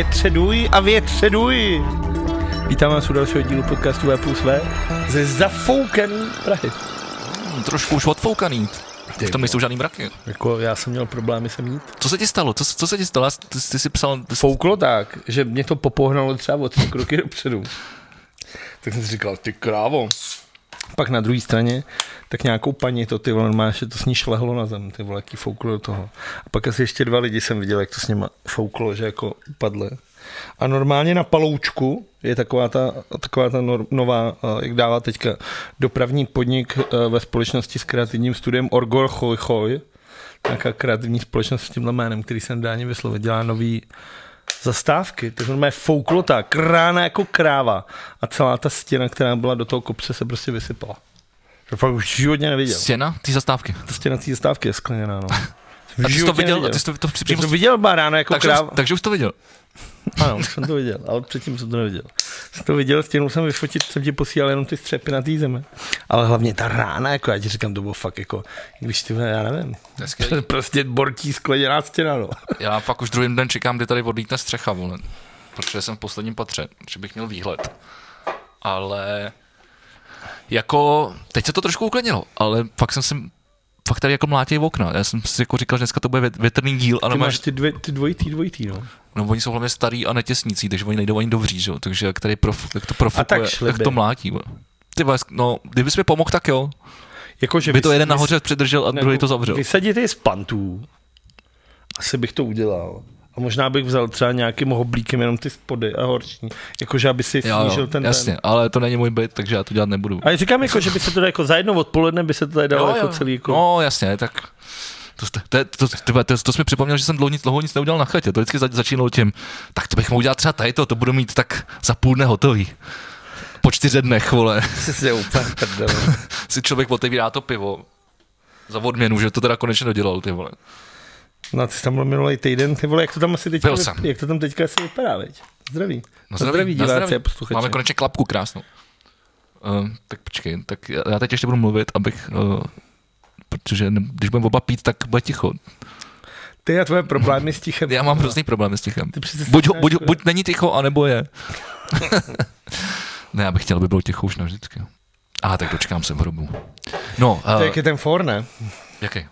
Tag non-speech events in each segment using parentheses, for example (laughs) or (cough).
Větředuj a větředuj! Vítám vás u dalšího dílu podcastu V plus V ze zafoukaný Prahy. Hmm, Trošku už odfoukaný. V tom nejsou žádný mraky. Jako já jsem měl problémy sem jít. Co se ti stalo? Co, co se ti stalo? Ty, ty jsi psal... Ty, Fouklo tak, že mě to popohnalo třeba o tři kroky dopředu. Tak jsem si říkal, ty krávo. Pak na druhé straně, tak nějakou paní to ty vole, normálně, že to s ní šlehlo na zem, ty vole, jaký fouklo do toho. A pak asi ještě dva lidi jsem viděl, jak to s nima fouklo, že jako padle. A normálně na paloučku je taková ta, taková ta nor- nová, eh, jak dává teďka, dopravní podnik eh, ve společnosti s kreativním studiem Orgor Choj Choj, nějaká kreativní společnost s tímhle jménem, který jsem dáně vyslovil, dělá nový zastávky, tak normálně fouklo ta krána jako kráva a celá ta stěna, která byla do toho kopce, se prostě vysypala. To fakt už životně neviděl. Stěna? Ty zastávky. Ta stěna té zastávky je skleněná, no. (laughs) A ty jsi to Životně viděl? A neviděl. ty jsi to, to při- Já přímo... jsem to viděl barána jako takže, kráva. už, takže už to viděl. Ano, už jsem to viděl, ale předtím jsem to neviděl. Jsem to viděl, stěnou jsem vyfotit, jsem ti posílal jenom ty střepy na té zemi. Ale hlavně ta rána, jako já ti říkám, to bylo fakt jako, když ty, vole, já nevím, To je (laughs) skvělý. prostě bortí skleněná stěna, no. Já pak už druhý den čekám, kdy tady odlítne střecha, vole. Protože jsem v posledním patře, že bych měl výhled. Ale jako, teď se to trošku uklidnilo, ale fakt jsem si, fakt tady jako mlátěj v okna. Já jsem si jako říkal, že dneska to bude vět- větrný díl, ale Ty máš, máš ty, dvě, ty dvojitý, dvojitý, no. no oni jsou hlavně starý a netěsnící, takže oni nejdou ani dovří, že jo. Takže jak tady prof, jak to profukuje, šli jak by. to mlátí, vole. Ty vás, no, kdybys mi pomohl, tak jo. Jako, že By to vys- jeden vys- nahoře přidržel a druhý to zavřel. Vysadit je z pantů, asi bych to udělal. A možná bych vzal třeba nějakým hoblíkem jenom ty spody a horční. Jakože, aby si Jo, snížil jo, ten jasně, ten. ale to není můj byt, takže já to dělat nebudu. Ale říkám, jako, že by se to dalo jako za jedno odpoledne, by se to tady dalo jako celý jako... No jasně, tak to, to, to, to, to, to, to jsi mi připomněl, že jsem dlouho nic, dlouho nic neudělal na chatě. To vždycky za- začínalo tím, tak to bych mohl udělat třeba tady to, to budu mít tak za půl dne hotový. Po čtyři dnech, vole, (laughs) Jsi úplně prdel. si člověk otevírá to pivo za odměnu, že to teda konečně dodělal, ty vole. (laughs) No, ty jsi tam byl minulý týden, ty vole, jak to tam asi teďka, Byl vyp- jsem. jak to tam teďka asi vypadá, veď? Zdraví. Na Na zdraví, na diváci zdraví. a posluchači. Máme konečně klapku krásnou. Uh, tak počkej, tak já- já teď ještě budu mluvit, abych, uh, protože ne, když budeme oba pít, tak bude ticho. Ty a tvoje problémy s tichem. Já mám hrozný problém s tichem. Ty přece Buď, ho, strašná buď, škoda. buď není ticho, anebo je. (laughs) ne, já bych chtěl, aby bylo ticho už navždycky. A tak dočkám se v hrobu. No, jako- To uh, jak je ten for, ne? jaký?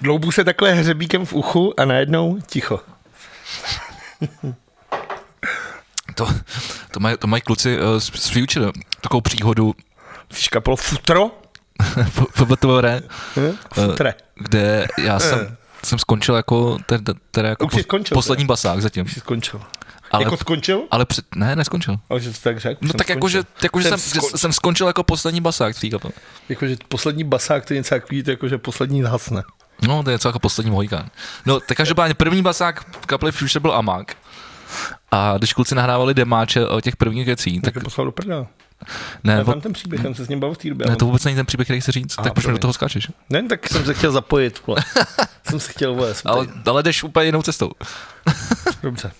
Dloubu se takhle hřebíkem v uchu a najednou ticho. To, to, mají, to mají kluci uh, z, z Future, takovou příhodu Jsi kapalo futro? FBTVR, Hm? Futre. kde já jsem, jsem skončil jako, ten, ten, teda jako Eh. Už jsi skončil, poslední basák zatím. Jsi skončil. Ale, Jako skončil? ale před, ne, neskončil. Ale že to tak řekl. No jsem tak jako, že, skončil. jako, že, Jsem jsem, že skončil. jsem skončil jako poslední basák v té kapele. Jako, že poslední basák, to je něco takový, to jako, že poslední zhasne. No, to je něco jako poslední hojka. No, tak každopádně první basák v kapli Future byl Amák. A když kluci nahrávali demáče o těch prvních věcí, tak Tak to poslal do prdela. ne, Já o, tam ten příběh, tam se s ním bavil v té době. ne, ale- to vůbec není ten příběh, který chci říct, Aha, No tak proč mi do promiň. toho skáčeš? Ne, tak jsem se chtěl zapojit, (laughs) vole. jsem se chtěl, vole, jsem Ale, tady- ale jdeš úplně jinou cestou. Dobře.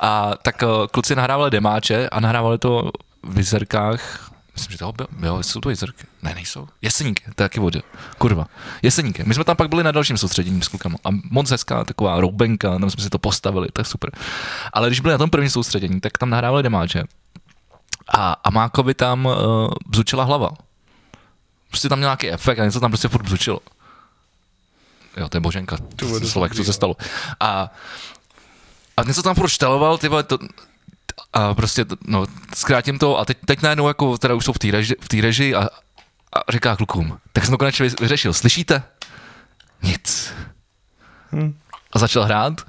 A tak eh, kluci nahrávali demáče a nahrávali to v Jizerkách, myslím, že to byl, jo, jsou to Jizerky, ne, nejsou, Jeseníky, to je taky vodě, kurva, Jeseníky. My jsme tam pak byli na dalším soustředění s klukama a moc hezká taková roubenka, tam jsme si to postavili, tak super. Ale když byli na tom prvním soustředění, tak tam nahrávali demáče a Amákovi tam uh, bzučila hlava. Prostě tam měl nějaký efekt a něco tam prostě furt bzučilo. Jo, to je Boženka, vole, Slovak, co dobrý, se jo. stalo. A a něco tam furt šteloval, ty vole, to, a prostě, t- no, zkrátím to a teď, teď najednou jako, teda už jsou v té reži, v té reži a, a, říká klukům, tak jsem to konečně vy- vyřešil, slyšíte? Nic. Hm. A začal hrát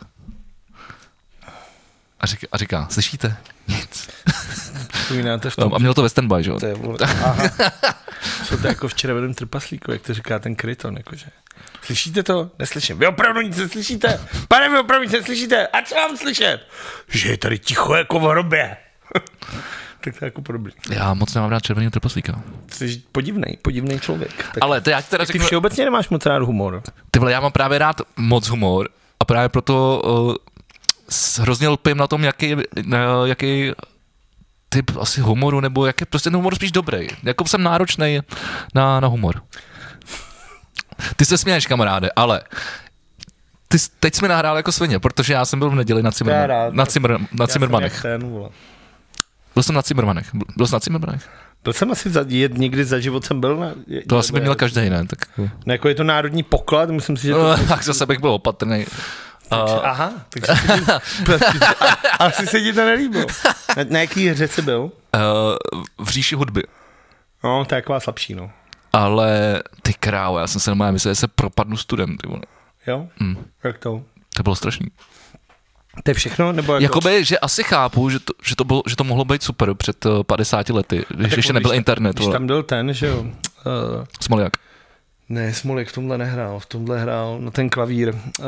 a říká, a říká slyšíte? Nic. Vzpomínáte v tom, No, a měl to ve standby, že jo? to je, (laughs) vole. Aha. (laughs) Jsou to jako včera vedem trpaslíku, jak to říká ten kryton, jakože. Slyšíte to? Neslyším. Vy opravdu nic neslyšíte? Pane, vy opravdu nic neslyšíte? A co mám slyšet? Že je tady ticho jako v hrobě. (laughs) tak to je jako problém. Já moc nemám rád červeného trpaslíka. Jsi podivný, podivný člověk. Tak Ale to já ti teda ty řeknu, všeobecně nemáš moc rád humor. Ty vole, já mám právě rád moc humor a právě proto uh, s- hrozně lpím na tom, jaký, na, jaký typ asi humoru, nebo jaký prostě ten humor spíš dobrý. Jako jsem náročný na, na humor. Ty se směješ, kamaráde, ale Ty, jsi- teď jsme nahrál jako svině, protože já jsem byl v neděli na, Já Cimrman, rád. na, Cimr, na Já jsem jak Cimrmanech. Ten, vole. Byl jsem na Cimrmanech. Byl jsem na Cimrmanech? Byl jsem asi za, jed, někdy za život jsem byl. Na, je, To asi by nebo- měl každý, ne? Tak, No, jako je to národní poklad, myslím si, že to... no, (laughs) tak zase bych byl opatrný. Uh, Aha, takže (laughs) se ti, (laughs) a- asi se ti to nelíbilo. Na, na jaký hře jsi byl? uh, v říši hudby. No, to je taková slabší, no. Ale ty krávo, já jsem se normálně myslel, že se propadnu studem. Ty vole. Jo? Mm. Jak to? To bylo strašný. To je všechno? Nebo jako... Jakoby, že asi chápu, že to, že to, bylo, že to mohlo být super před eh, 50 lety, když ještě nebyl když- internet. Když Vole. tam byl ten, že jo? Uh, Smoljak. Ne, Smolek v tomhle nehrál, v tomhle hrál na ten klavír. Uh,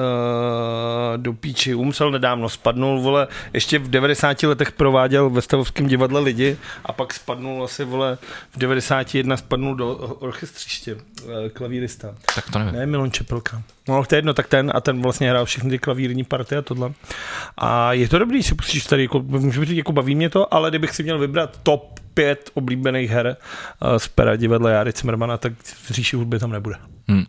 do píči, umřel nedávno, spadnul, vole, ještě v 90 letech prováděl ve Stavovském divadle lidi a pak spadnul asi, vole, v 91 spadnul do orchestřiště, uh, klavírista. Tak to nevím. Ne, Milon Čepelka. No, to je jedno, tak ten a ten vlastně hrál všechny ty klavírní party a tohle. A je to dobrý, si pustíš tady, jako, můžu říct, jako baví mě to, ale kdybych si měl vybrat top 5 oblíbených her eh, z pera divadla Jary Cimrmana, tak v říši hudby tam nebude. Hmm.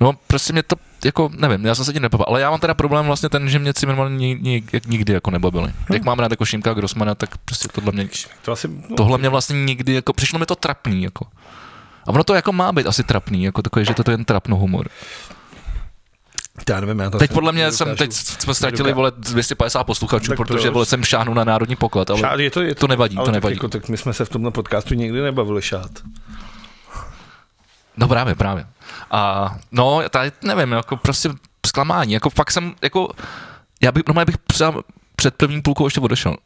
No, prostě mě to, jako, nevím, já jsem se tím nepabal, ale já mám teda problém vlastně ten, že mě Zimmerman ni, ni, jak nikdy jako nebavili. Hm. Jak mám rád jako Šimka Grossmana, tak prostě tohle mě, To asi, no, to... tohle mě vlastně nikdy, jako, přišlo mi to trapný, jako. A ono to jako má být asi trapný, jako takový, že to je jen trapno humor. já nevím, já to Teď asi podle mě nedokážu. jsem, teď jsme ztratili, vole, 250 posluchačů, Tak protože, proč? vole, jsem šáhnul na národní poklad, ale Šád, je to, je to nevadí, ale to tak nevadí. Jako, tak my jsme se v tomhle podcastu nikdy nebavili šát. No právě, právě. A no, tady nevím, jako prostě zklamání, jako fakt jsem, jako, já bych, normálně bych přám, před první půlkou ještě odešel.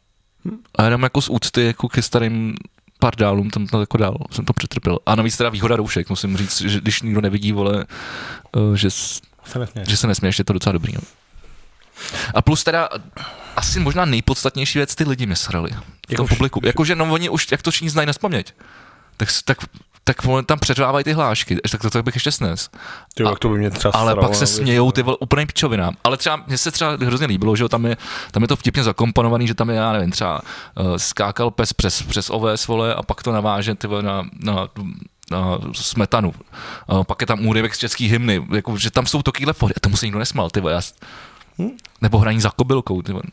A jenom jako z úcty jako ke starým pardálům tam to jako dál, jsem to přetrpěl. A navíc teda výhoda roušek, musím říct, že když nikdo nevidí, vole, eh, že, s- Se nesměješ. že se nesměješ, je to docela dobrý. No. A plus teda asi možná nejpodstatnější věc, ty lidi mě srali v tom Jakož- publiku. Jakože no oni už, jak to všichni znají na spaměť, tak, s- tak, tak vole, tam předávají ty hlášky, tak to, to bych ještě snes. Ty, a- jak to by mě třeba Ale sralo, pak se no, smějou ty vole úplně pičovinám. Ale třeba, mně se třeba hrozně líbilo, že jo, tam je, tam je to vtipně zakomponovaný, že tam je, já nevím, třeba uh, skákal pes přes, přes oves, vole, a pak to naváže ty vole, na, na, na smetanu. Uh, pak je tam úryvek z český hymny, jako, že tam jsou takýhle fory. A tomu se nikdo nesmál, ty vole, já, s- Hm? nebo hraní za kobylkou, ty vole.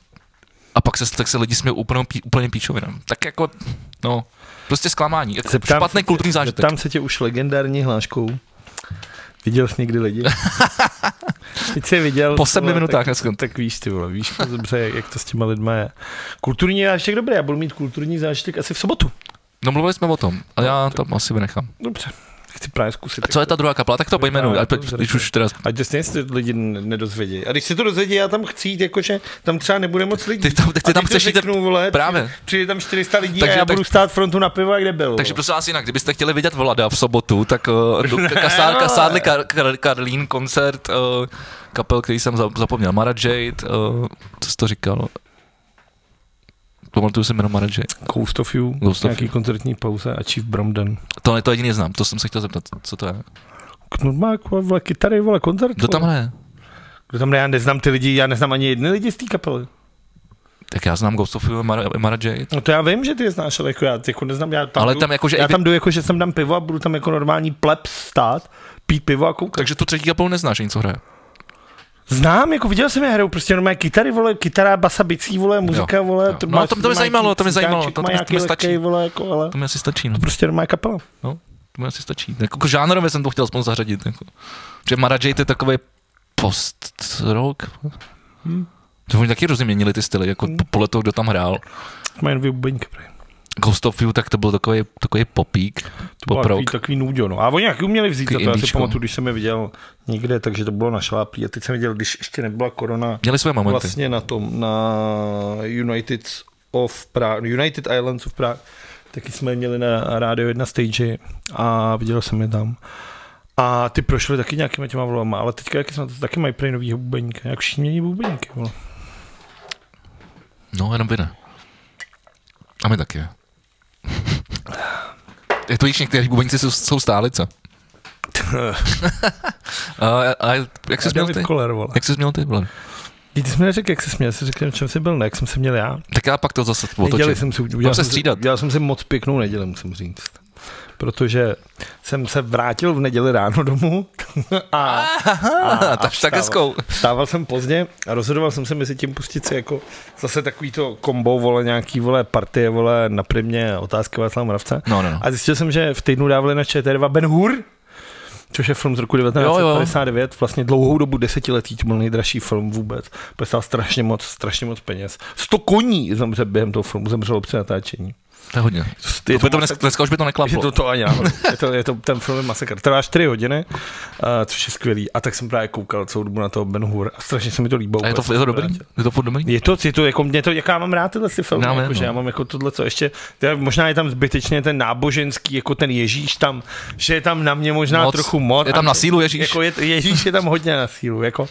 A pak se, tak se lidi smějou úplně, pí- úplně píčovinám. Tak jako, no, prostě zklamání. Jako Zeptám špatný se tě- kulturní zážitek. Tam se tě už legendární hláškou. Viděl jsi někdy (laughs) lidi? Teď jsi je viděl. Po sedmi vole, minutách tak, dneska. tak víš, ty vole, víš moc dobře, jak- jak to s těma lidma je. Kulturní zážitek, dobré, já budu mít kulturní zážitek asi v sobotu. No mluvili jsme o tom, ale No, já tam asi vynechám. Dobře, chci právě zkusit. A co je ta druhá kapela? Tak to pojmenuj, Dobrá, ať- dobře. když už teda... Ať to stejně se lidi n- nedozvědí. A když se to dozvědí, já tam chci jít, jakože tam třeba nebude moc lidí. Ty tam- ty A teď tam to chceš jít- řeknu, vole, právě. přijde- Přijde tam 400 lidí Takže a já tak- budu stát frontu na pivo, jak nebyl. Takže prosím vás jinak, kdybyste chtěli vidět Vlada v sobotu, tak uh, (laughs) do, kasár, vole. kasárli Kar, Kar, Karlín koncert uh, kapel, který jsem za- zapomněl. Mara Jade, uh, co jsi to říkal? Pamatuju si jméno Mara Jade. Ghost of You, prostě- Ghost of nějaký koncertní pauze a Chief Bromden. To, ne- to jediný znám, to jsem se chtěl zeptat, co to je. Knudmák, jako, vole, kytary, vole, koncert. Kdo tam vole. hraje? Kdo tam hraje? já neznám ty lidi, já neznám ani jedny lidi z té kapely. Tak já znám Ghost of You, Mara, Mara Jade. No to já vím, že ty je znáš, ale jako já jako neznám, já tam, Ale jdu, tam jakože- já tam jdu jako, že jsem dám pivo a budu tam jako normální pleb stát, pít pivo a koukat. Takže tu třetí kapelu neznáš, ani co hraje. Znám, jako viděl jsem je hrou, prostě normálně kytary, vole, kytara, basa, bicí, vole, muzika, Jo, vole. jo. No, to- to mi zajímalo, to mi zajímalo, to- to mi- to mi stačí. Lehkej, vole, jako, ale To mi asi stačí, no. prostě normální kapela. no to mi asi stačí. Jako žánrově jsem to chtěl aspoň zařadit. Jako. Že Mara Jade je takový post-rock. Hmm. Hm. To oni taky různě měnili ty styly, jako hmm. podle toho, kdo tam hrál. Mají nový bubeňky, prej. Ghost of You, tak to byl takový, takový popík, To bylo poprok. takový, takový nůďo, no. A oni jak uměli vzít, Takový no. to já si indíčko. pamatuju, když jsem je viděl někde, takže to bylo na šláplí. A teď jsem viděl, když ještě nebyla korona, Měli své momenty. vlastně na tom, na United of Prague, United Islands of Prague, taky jsme je měli na rádio jedna stage a viděl jsem je tam. A ty prošly taky nějakýma těma volama, ale teďka jak jsme to, taky mají prej novýho bubeníka, jak všichni mění bubeníky, vole. (laughs) No, jenom vy ne. A my taky. Jak to víš, někteří bubeníci jsou, jsou stálice. a, a, jak jsi A měl David ty? Koller, vole. Jak jsi měl ty, Vlad? Ty jsi mi neřekl, jak jsi měl, jsi řekl, na čem jsi byl, ne, jak jsem se měl já. Tak já pak to zase otočím. Neděli jsem si, udělal se jsem si, střídat. udělal jsem si moc pěknou neděli, musím říct. protože jsem se vrátil v neděli ráno domů (laughs) a, Aha, tak tak hezkou. Stával jsem pozdě a rozhodoval jsem se mezi tím pustit si jako zase takový to kombo, vole, nějaký, vole, partie, vole, na primě otázky Václava Moravce. No, no, no. A zjistil jsem, že v týdnu dávali na ČT2 Ben Hur, což je film z roku 1959, vlastně dlouhou dobu desetiletí, to byl nejdražší film vůbec. protože stál strašně moc, strašně moc peněz. 100 koní zemře během toho filmu, zemřelo při natáčení. To je hodně. Je To by to moc- dneska, dneska už by to je neklaplo. to to ani náhodou. je to, je to, ten film je masakr. Trvá 4 hodiny, uh, což je skvělý. A tak jsem právě koukal celou dobu na toho Ben Hur a strašně se mi to líbilo. A je to, je to dobrý? Je to furt dobrý? Je to, je to jako, mě to, jak já mám rád tyhle si filmy, Já no, vím, jako, že no. já mám jako tohle, co ještě, teda možná je tam zbytečně ten náboženský, jako ten Ježíš tam, že je tam na mě možná Moc. trochu moc. Je tam A- na sílu Ježíš? Jako je, Ježíš je tam hodně na sílu, jako,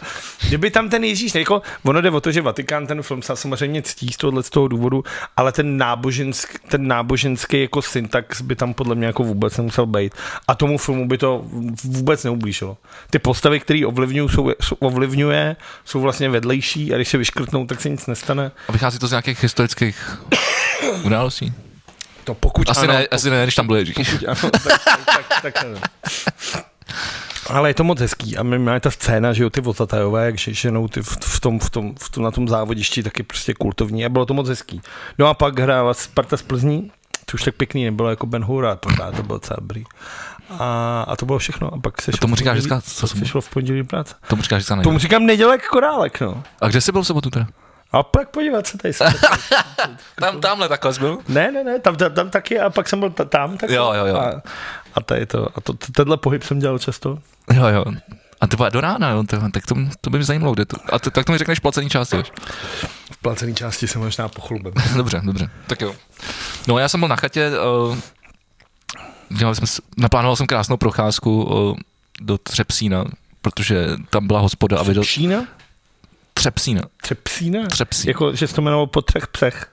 kdyby tam ten Ježíš, jako, ono jde o to, že Vatikán ten film sa samozřejmě ctí z tohohle z toho důvodu, ale ten, nábožensk, ten náboženský jako syntax by tam podle mě jako vůbec nemusel být. A tomu filmu by to vůbec neublížilo. Ty postavy, které ovlivňují, jsou, jsou, ovlivňuje, jsou vlastně vedlejší a když se vyškrtnou, tak se nic nestane. A vychází to z nějakých historických (coughs) událostí? To pokud Asi ano, ne, asi ne, když tam byl Ježíš. pokud ano, No, tak, tak, tak, tak nevím. Ale je to moc hezký a my máme ta scéna, že jo, ty vozatajové, jak že- ženou ty v, v, tom, v, tom, v tom, na tom závodišti, taky prostě kultovní a bylo to moc hezký. No a pak hrála Sparta z Plzní, to už tak pěkný nebylo jako Ben Hur, a pořád to bylo docela dobrý. A, a to bylo všechno. A pak se šlo tomu v říkáš pondělí- dneska, co pak jsem- se šlo v pondělí práce. Tomu říkáš, že se Tomu nejde. říkám nedělek korálek, no. A kde jsi byl v sobotu teda? A pak podívat se tady. (laughs) Tam, tamhle takhle jsi byl. Ne, ne, ne, tam, tam, tam taky a pak jsem byl ta- tam taky. Jo, jo, jo. A, a tady to, a to, tenhle pohyb jsem dělal často. Jo, jo. A to do rána, jo, tyhle, tak to, to by mě zajímalo, kde to. A to, tak to mi řekneš placený části, (coughs) víš. V placený části se možná pochlubím. Dobře, dobře. Tak jo. No já jsem byl na chatě, uh, dělal jsem, s- naplánoval jsem krásnou procházku uh, do Třepsína, protože tam byla hospoda a viděl Pšína? Třepsína. Třepsína? No, Třepsín. Jako, že se to jmenovalo po třech psech.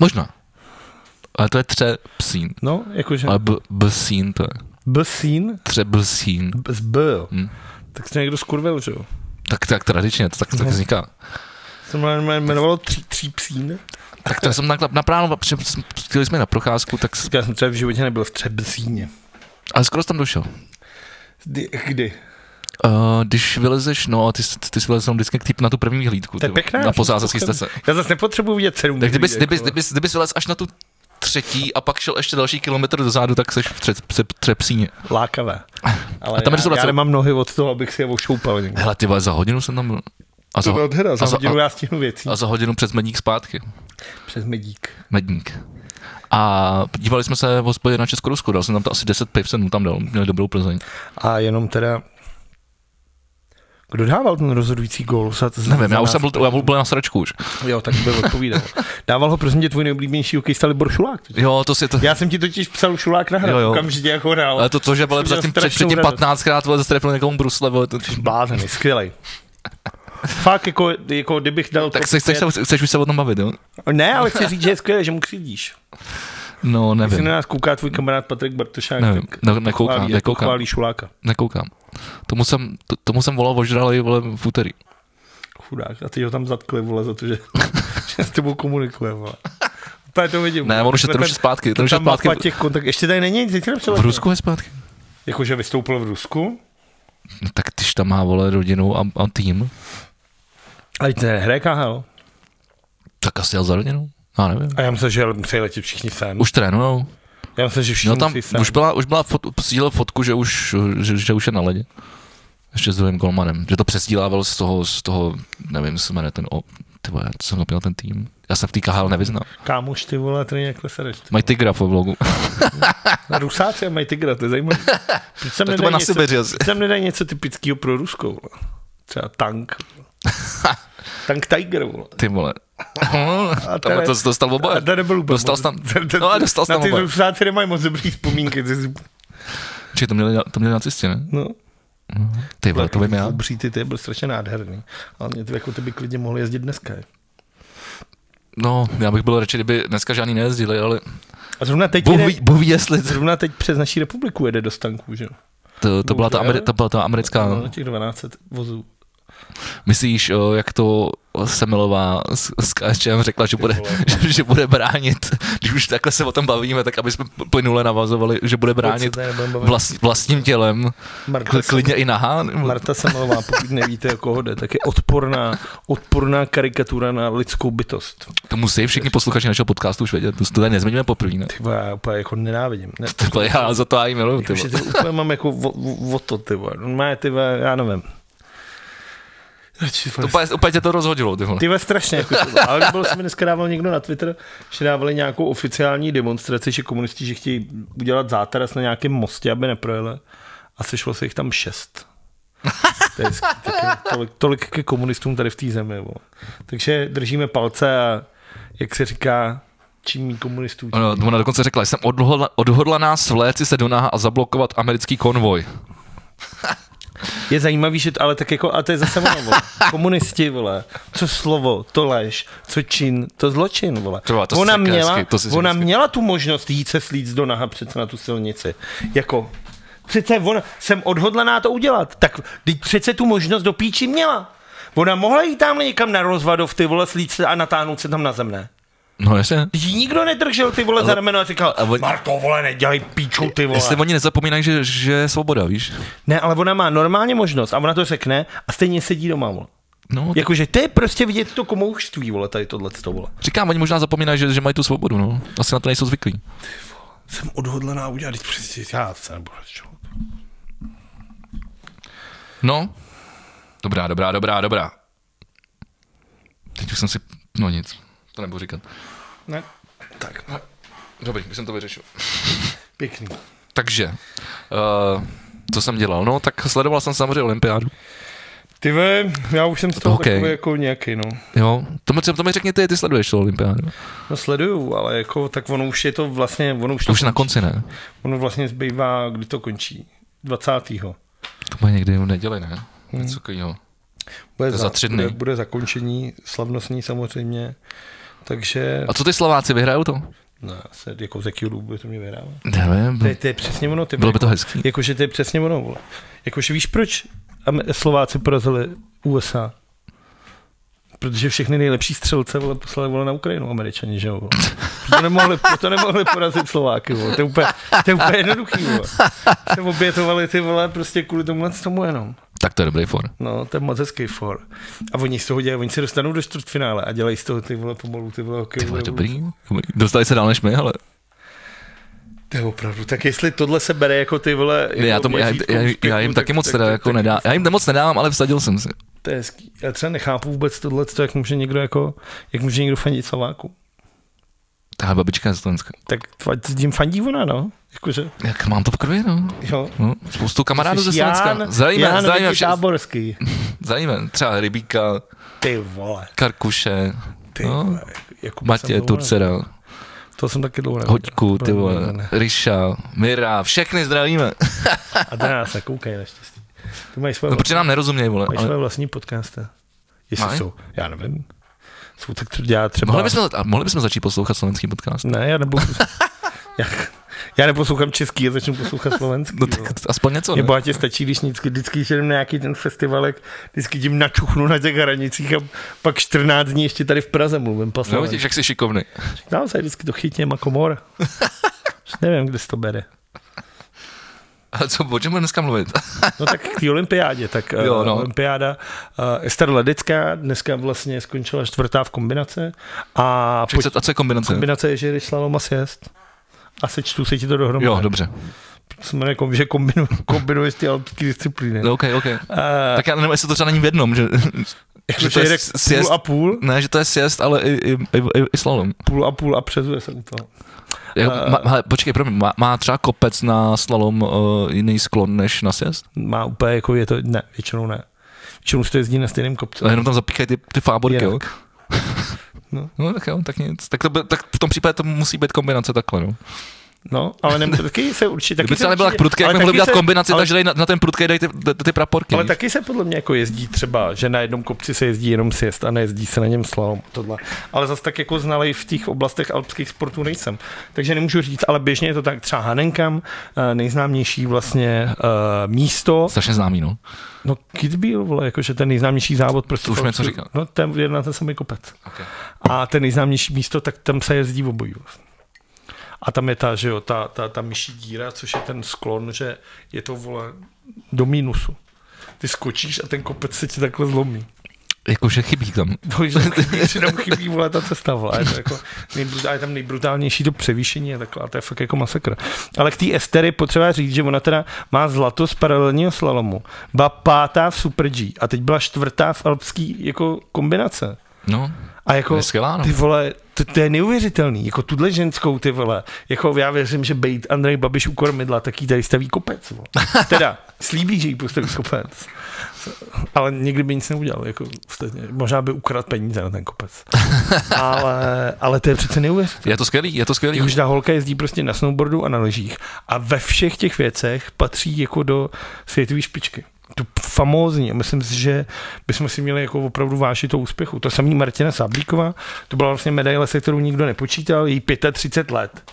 Možná. Ale to je Třepsín. No, jakože Ale b- Bsín to je. bsín Třebsín. z b, jo. Hm. Tak to někdo skurvil, že jo. Tak, tak tradičně, to tak, Mhm. tak vzniká. Se mne- jmenovalo tří, tří psín. Tak to jsem takhle naplánoval, protože jsme- chtěli jsme na procházku, tak, s- Já jsem třeba v životě nebyl v Třebzíně. ale skoro jsi tam došel. Kdy? kdy? Uh, když vylezeš, no a ty, jsi- ty jsi vylezl tam vždycky k typ na tu první hlídku. To je ty vole. pěkná. Na pozázovský jste se. Já zase nepotřebuji vidět sedm. Tak kdybys, lidí, kdybys, jako. kdybys, kdybys vylez až na tu třetí a pak šel ještě další kilometr dozadu, tak seš v tře, tře, třepsíně. Lákavé. (laughs) Ale A tam je já, já restaurace. nemám nohy od toho, abych si je ošoupal někde. (laughs) Hele, ty vole, za hodinu jsem tam byl. A za, To bylo teda, za a, za, hodinu a, já stihnu věcí. a za hodinu přes medník zpátky. Přes medík. Medník. A dívali jsme se v hospodě na Česko-Rusko, dal jsem tam to asi 10 piv, jsem mu tam dal, měli dobrou Plzeň. A jenom teda, kdo dával ten rozhodující gól? Za, za, Nevím, za já už nás? jsem byl, já byl na sračku už. Jo, tak by odpovídal. Dával ho prosím tě tvůj nejoblíbenější hokejista Libor Šulák. Jo, to si to... Já jsem ti totiž psal Šulák na Jo, hra, jo. okamžitě jako hrál. Ale to, to že vole, Jsem měl předtím, před, strašnou předtím radost. 15krát vole, zastrefil někomu brusle, vole, to, Blázený, skvělej. Fakt, jako, jako kdybych dal... tak top se, chceš, pět- se, chceš už se o tom bavit, jo? Ne, ale chci říct, že je skvělé, že mu křivíš. No, Jestli nevím, na nás kouká tvůj kamarád Patrik Bartošák, Nevím, tak ne- nekoukám, pochválí, nekoukám. pochválí Šuláka. nekoukám. Tomu jsem, to, tomu jsem volal ožralej, vole, v úterý. Chudák. A ty ho tam zatkli, vole, za to, že, (laughs) že s tebou komunikuje, vole. Tady to vidím. Ne, on už je- ten už je zpátky, ten už je tam mapa zpátky. těch kontakt, ještě tady není, teď V Rusku je zpátky. Jakože vystoupil v Rusku. No, tak když tam má, vole, rodinu a, a tým, Ale ten hraje KHL. tak asi jel za rodinu. Já nevím. A já myslím, že musí letět všichni sem. Už trénujou. Já myslím, že všichni No tam, musí sem. už byla, už byla fot, posílil fotku, že už, že, že už je na ledě. Ještě s druhým golmanem. Že to přesdílával z toho, z toho, nevím, se jmenuje ten, o, ty vole, co jsem napěl ten tým. Já se v té KHL nevyznám. Kámoš, ty vole, tady nějak lesereš. Mají tygra v blogu. Na Rusáci a mají tygra, to je (laughs) zajímavé. Proč tam Tak (laughs) to bude nedají na něco, Sibiři asi. proč tam nedají něco typického pro Rusko, vole? Třeba (laughs) tank. vole. tank Tiger, vole. Ty vole. A (laughs) Tam tady- to dostal A oboje. to nebyl úplně Dostal jsi tam- no, ale dostal jsi Na tam ty oba. Rusáci nemají moc dobrý vzpomínky. ty si- Či to měli, to měli nacisti, ne? No, Ty vole, to vím já. Obří ty, ty byl strašně nádherný. Ale mě to jako ty by klidně mohli jezdit dneska. je. No, já bych byl radši, kdyby dneska žádný nejezdili, ale A zrovna teď, Bůh jede, ví, Bůh ví jestli to, zrovna teď přes naší republiku jede do stanků, že jo? to, to, byla ta Ameri- to byla ta americká, No, těch 12 vozů. Myslíš, o, jak to Semilová s, s KSČM řekla, že bude, (laughs) že, že bude bránit, když už takhle se o tom bavíme, tak aby jsme plynule navazovali, že bude bránit tady nebudeme bavit. vlast, vlastním tělem, Marta kl- klidně i nahá? nebo- Marta Semelová, pokud nevíte, o koho jde, tak je odporná, odporná karikatura na lidskou bytost. To musí všichni posluchači našeho podcastu už vědět, to, to tady nezmiňujeme poprvé, ne? Ty vole, já úplně jako nenávidím. Ne, Ty vole, já za to já jí miluju, ty Už je vole. to úplně mám jako o, o- o to, ty vole. Normálně, ty vole, já nevím. Radši, vole, To úplně, úplně tě to rozhodilo, ty vole. Ty vole, strašně. Jako, to- ale bylo, se mi dneska dával někdo na Twitter, že dávali nějakou oficiální demonstraci, že komunisti, že chtějí udělat zátaras na nějakém mostě, aby neprojeli. A sešlo se jich tam šest. To je hezký, tak je tolik, tolik ke komunistům tady v té zemi. Bo. Takže držíme palce a jak se říká, čím méně komunistů, tím Ona, ona dokonce řekla, jsem odhodla, odhodlaná svléci se do náha a zablokovat americký konvoj. Je zajímavý, že to, ale tak jako, a to je zase ono, vole. (laughs) komunisti, vole, co slovo, to lež, co čin, to zločin, vole. Třeba, to si ona řekl měla, hezky, to si řekl ona hezky. měla tu možnost jít se slíc do naha přece na tu silnici, jako, přece ona, jsem odhodlaná to udělat, tak teď přece tu možnost do píči měla. Ona mohla jít tamhle někam na rozvadov, ty vole, slíc se a natáhnout se tam na zemné. No jasně. Teď jí nikdo nedržel ty vole za rameno a říkal, ale- Marto, vole, nedělej píču, ty vole. Jestli oni nezapomínají, že, že je svoboda, víš? Ne, ale ona má normálně možnost a ona to řekne a stejně sedí doma, vole. No, (laughs) jak... Jakože to je prostě vidět to komouštví, vole, tady tohle to vole. říkám, oni možná zapomínají, že, že mají tu svobodu, no. Asi na to nejsou zvyklí. Jsem odhodlaná udělat, teď přesně, já se nebudu rozčilovat. No. Dobrá, dobrá, dobrá, dobrá. Teď už jsem si... No nic, to nebudu říkat. Ne. Tak, no, Dobrý, už jsem to vyřešil. pěkný. Takže, uh, co jsem dělal? No, tak sledoval jsem samozřejmě olympiádu. Ty ve, já už jsem z toho Hokej. okay. takový jako nějaký, no. Jo, to mi, to mi řekni ty, ty sleduješ tu olympiádu. No sleduju, ale jako, tak ono už je to vlastně, ono už, To to, už je na konci, ne? ono vlastně zbývá, kdy to končí. 20. To bude někdy v neděli, ne? Něco takového. Bude za tři dny. Bude, bude zakončení, slavnostní samozřejmě. Takže, A co ty Slováci, vyhrajou to? ne, se, jako z jakého důvodu by to mě vyhrává. Nevím, To je, to je přesně ono, ty Hm. bylo vole. by to hezký. Jakože to je přesně ono, vole. Jakože víš, proč Am- Slováci porazili USA? Protože všechny nejlepší střelce vole, poslali vole na Ukrajinu, američani, že jo? vole. To nemohli, to nemohli porazit Slováky, vole. To, je úplně, to je úplně jednoduchý, vole. Se obětovali ty vole prostě kvůli tomu tomu jenom. Tak to je dobrý for. No, to je moc hezký for. A oni z toho dělají, oni se dostanou do čtvrtfinále a dělají z toho ty vole pomalu, ty vole hokej. Ty vole, dobrý. dobrý. Dostali se dál než my, ale To je opravdu, tak jestli tohle se bere jako ty vole... Jako já, tomu, já, měřítko já, já, úspěchu, jim tak- taky moc tak- teda tak- jako tak- nedám, já jim moc nedávám, ale vsadil jsem si. To je hezký. Já třeba nechápu vůbec tohle, jak může někdo jako, jak může někdo fandit Slováku. Ta babička je z Slovenska. Tak tva- tím fandí ona, no. Jakože, Jak mám to v krvi, no. jo. No, spoustu kamarádů ze Jsi Slovenska. Jan, Zdravíme, Jan zdravíme, Vicky vše, Táborský. zdravíme. Třeba Rybíka, Ty vole. Karkuše, Ty No. vole. Jakuba jsem Matě, dlouho Turcera, neviděl. To jsem taky dlouho neviděl. Hoďku, Ne, ty vole, ne, ne. Ryša, Mira, všechny zdravíme. A to na nás nekoukej naštěstí. To mají svoje, No, vla- protože nám nerozumějí, vole. mají ale- svoje vlastní podcasty. Jestli Mají? jsou, já nevím. Jsou tak, co dělá třeba... Mohli bychom, a mohli bychom začít poslouchat slovenský podcast. Ne, já (laughs) nebudu... já, já neposlouchám český, já začnu poslouchat slovenský. No vole. tak aspoň něco, ne? Nebo tě stačí, když vždycky, vždycky když jdem na nějaký ten festivalek, vždycky tím načuchnu na těch hranicích a pak 14 dní ještě tady v Praze mluvím No, pasově. vidíš, jak jsi šikovný. Dám se vždycky to chytně jako mor. Už nevím, kde se to bere. A co, o čem budeme dneska mluvit? No tak k té olympiádě, tak Jo, jo, no. no. olympiáda uh, Ester Ledická dneska vlastně skončila čtvrtá v kombinace a po Ček, co- A co je kombinace? kombinace je, že jdeš slalom a sjezd. A sečtu se ti to dohromady. Jo, dobře. Jsem jako, že kombinu, kombinuješ ty alpské disciplíny. No, OK, OK. Uh, Tak já nevím, jestli to třeba není v jednom, že, že to je sjezd- půl a půl. ne, že to je sjezd, ale i, i, i, i, i slalom. půl a půl a přezuje se u toho. Jako, Eh. má, hele, počkej, promiň, má, má třeba kopec na slalom uh, jiný sklon než na sjezd? Má úplně jako je to, ne, většinou ne. Většinou se to jezdí na stejném kopci. A jenom tam zapíchají ty, ty fáborky, Jinak. jo? No. (laughs) No. tak jo, tak nic. Tak, to by, tak v tom případě to musí být kombinace takhle, no. No, ale nem, (laughs) taky se určitě... Taky Kdyby se to nebyla tak určitě- prudké, jak ale mi mohli taky udělat se- kombinaci, ale- takže dej na, na ten prudký dej ty, ty praporky. Ale víš? taky se podle mě jako jezdí třeba, že na jednom kopci se jezdí jenom sjezd a nejezdí se na něm slalom a tohle. Ale zase tak jako znalej v těch oblastech alpských sportů nejsem. Takže nemůžu říct, ale běžně je to tak třeba Hanenkam, eh, nejznámější vlastně uh, místo. Strašně známý, no. No Kitzbühel, vole, jakože ten nejznámější závod. Prostě To už mi v něco Alpsku- říkal. No ten je na ten samý kopec. Okay. A ten nejznámější místo, tak tam se jezdí v obojí. vlastně. A tam je ta, že jo, ta, ta, ta myší díra, což je ten sklon, že je to, vole, do mínusu. Ty skočíš a ten kopec se ti takhle zlomí. Jakože chybí tam. Bože, že tam chybí, vole, ta cesta, vole. A Je, to jako nejbrutál, a je tam nejbrutálnější to převýšení a takhle. A to je fakt jako masakr. Ale k té Estery je potřeba říct, že ona teda má zlato z paralelního slalomu. Byla pátá v Super G a teď byla čtvrtá v alpský jako kombinace. No, A jako, To je skvělá, no. ty vole, to, to, je neuvěřitelný, jako tuhle ženskou, ty vole, jako já věřím, že bejt Andrej Babiš u kormidla, tak jí tady staví kopec, vole. teda, slíbí, že jí postaví kopec, ale nikdy by nic neudělal, jako ostatně, možná by ukradl peníze na ten kopec, ale, ale to je přece neuvěřitelné. je to skvělý, je to skvělý. Už ta holka jezdí prostě na snowboardu a na lyžích a ve všech těch věcech patří jako do světové špičky. Tu famózní. A Myslím si, že bychom si měli jako opravdu vážit to úspěchu. To samý Martina Sáblíková, to byla vlastně medaile, se kterou nikdo nepočítal, jí 35 let.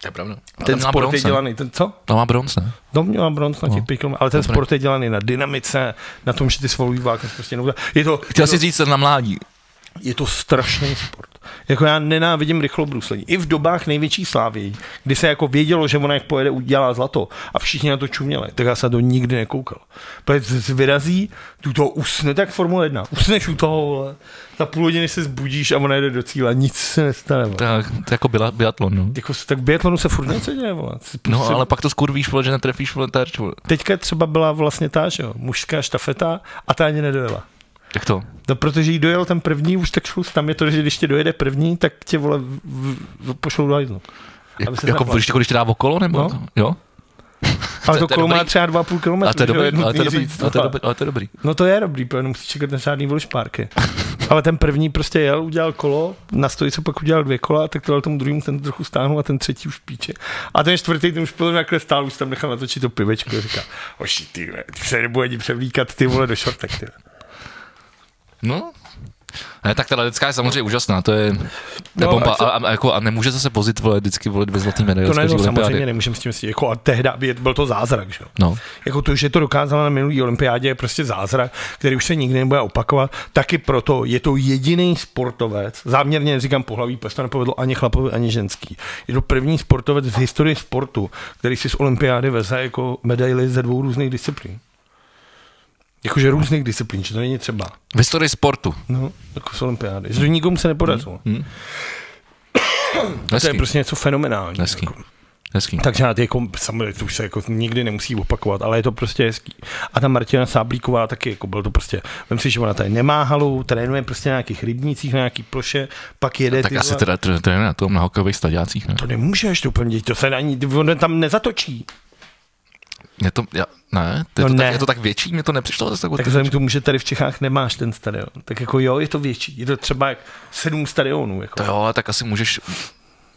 To je pravda. Ten tam má sport je bronz, ne? dělaný, ten co? Tam má bronz, ne? No, měla bronz na těch No. pěti kilometrů, ale ten Dobrý. sport je dělaný na dynamice, na tom, že ty svalový vákna prostě jenom... Je to, je Chtěl to, si říct, ten na mládí. je to strašný sport. Jako já nenávidím rychlobruslení. I v dobách největší slávy, kdy se jako vědělo, že ona jak pojede, udělá zlato a všichni na to čuměli, tak já se na to nikdy nekoukal. Protože z- z- vyrazí, tu to usne, tak Formule 1. Usneš u toho, vole. za půl hodiny se zbudíš a ona jede do cíle, nic se nestane. Vole. Tak, to je jako byla, biatlon, no. Jako, se- tak v biatlonu se furt něco děje, vole. Se- No, se- ale pak to skurvíš, vole, že netrefíš vole terč, vole. Teďka třeba byla vlastně ta, že jo, mužská štafeta a ta ani nedojela. Jak to? No, protože jí dojel ten první, už tak šlus, tam je to, že když tě dojede první, tak tě vole v, v, v, pošlou do hajzlu. Jak, Aby se jako, zapla- když, když tě dá okolo, nebo? No. Jo? Ale to, to je kolo má dobrý. třeba 2,5 km. A to je dobrý, ale to je dobrý, ale to je dobrý, ale to je dobrý. No to je dobrý, protože musíš čekat na žádný volšpárky. (laughs) Ale ten první prostě jel, udělal kolo, na stojice pak udělal dvě kola, tak to dal tomu druhému ten trochu stáhnul a ten třetí už píče. A ten čtvrtý ten už podle mě takhle stál, už tam nechal natočit to pivečko a říká, oši ty, vole, ty se nebude ani převlíkat ty vole do šortek. Ty. vole." No, ne, tak ta lidská je samozřejmě úžasná, to je, to je No, no, bomba. a co- A, a, a, jako, a, nemůže zase vozit vole, vždycky vole dvě zlatý medaile. To z ne, každý no, samozřejmě olympiády. nemůžeme s tím si jako a tehda by- byl to zázrak, že jo. No, Jako to, že to dokázala na minulý olympiádě, je prostě zázrak, který už se nikdy nebude opakovat. Taky proto je to jediný sportovec, záměrně říkám pohlaví, protože to nepovedlo ani chlapovi, ani ženský. Je to první sportovec v historii sportu, který si z olympiády veze jako medaily ze dvou různých disciplín. Jakože různých disciplín, že to není třeba. v historii sportu. No, jako z olympiády. Že to nikomu se nepodařilo. To je Mm, Hezký, prostě něco fenomenální. hezký, Jako. hezký. Takže na ty jako, samozřejmě to už se jako nikdy nemusí opakovat, ale je to prostě hezký. A ta Martina Sáblíková taky, jako byl to prostě, vem si, že ona tady nemá halu, trénuje prostě na nějakých rybnících, na nějaký ploše, pak jede No, Tak ty asi vole- teda tr- trénuje na tom na hokejových stadiácích, ne? To nemůžeš to úplně dělat, to se na ní, on tam nezatočí. Je to, já, ne, to je, No to ne. Tak, je to tak větší, mě to nepřišlo zase Tak tak, vzhledem k tomu, že tady v Čechách nemáš ten stadion, tak jako jo, je to větší, je to třeba jak sedm stadionů. Jako. To jo, ale tak asi můžeš,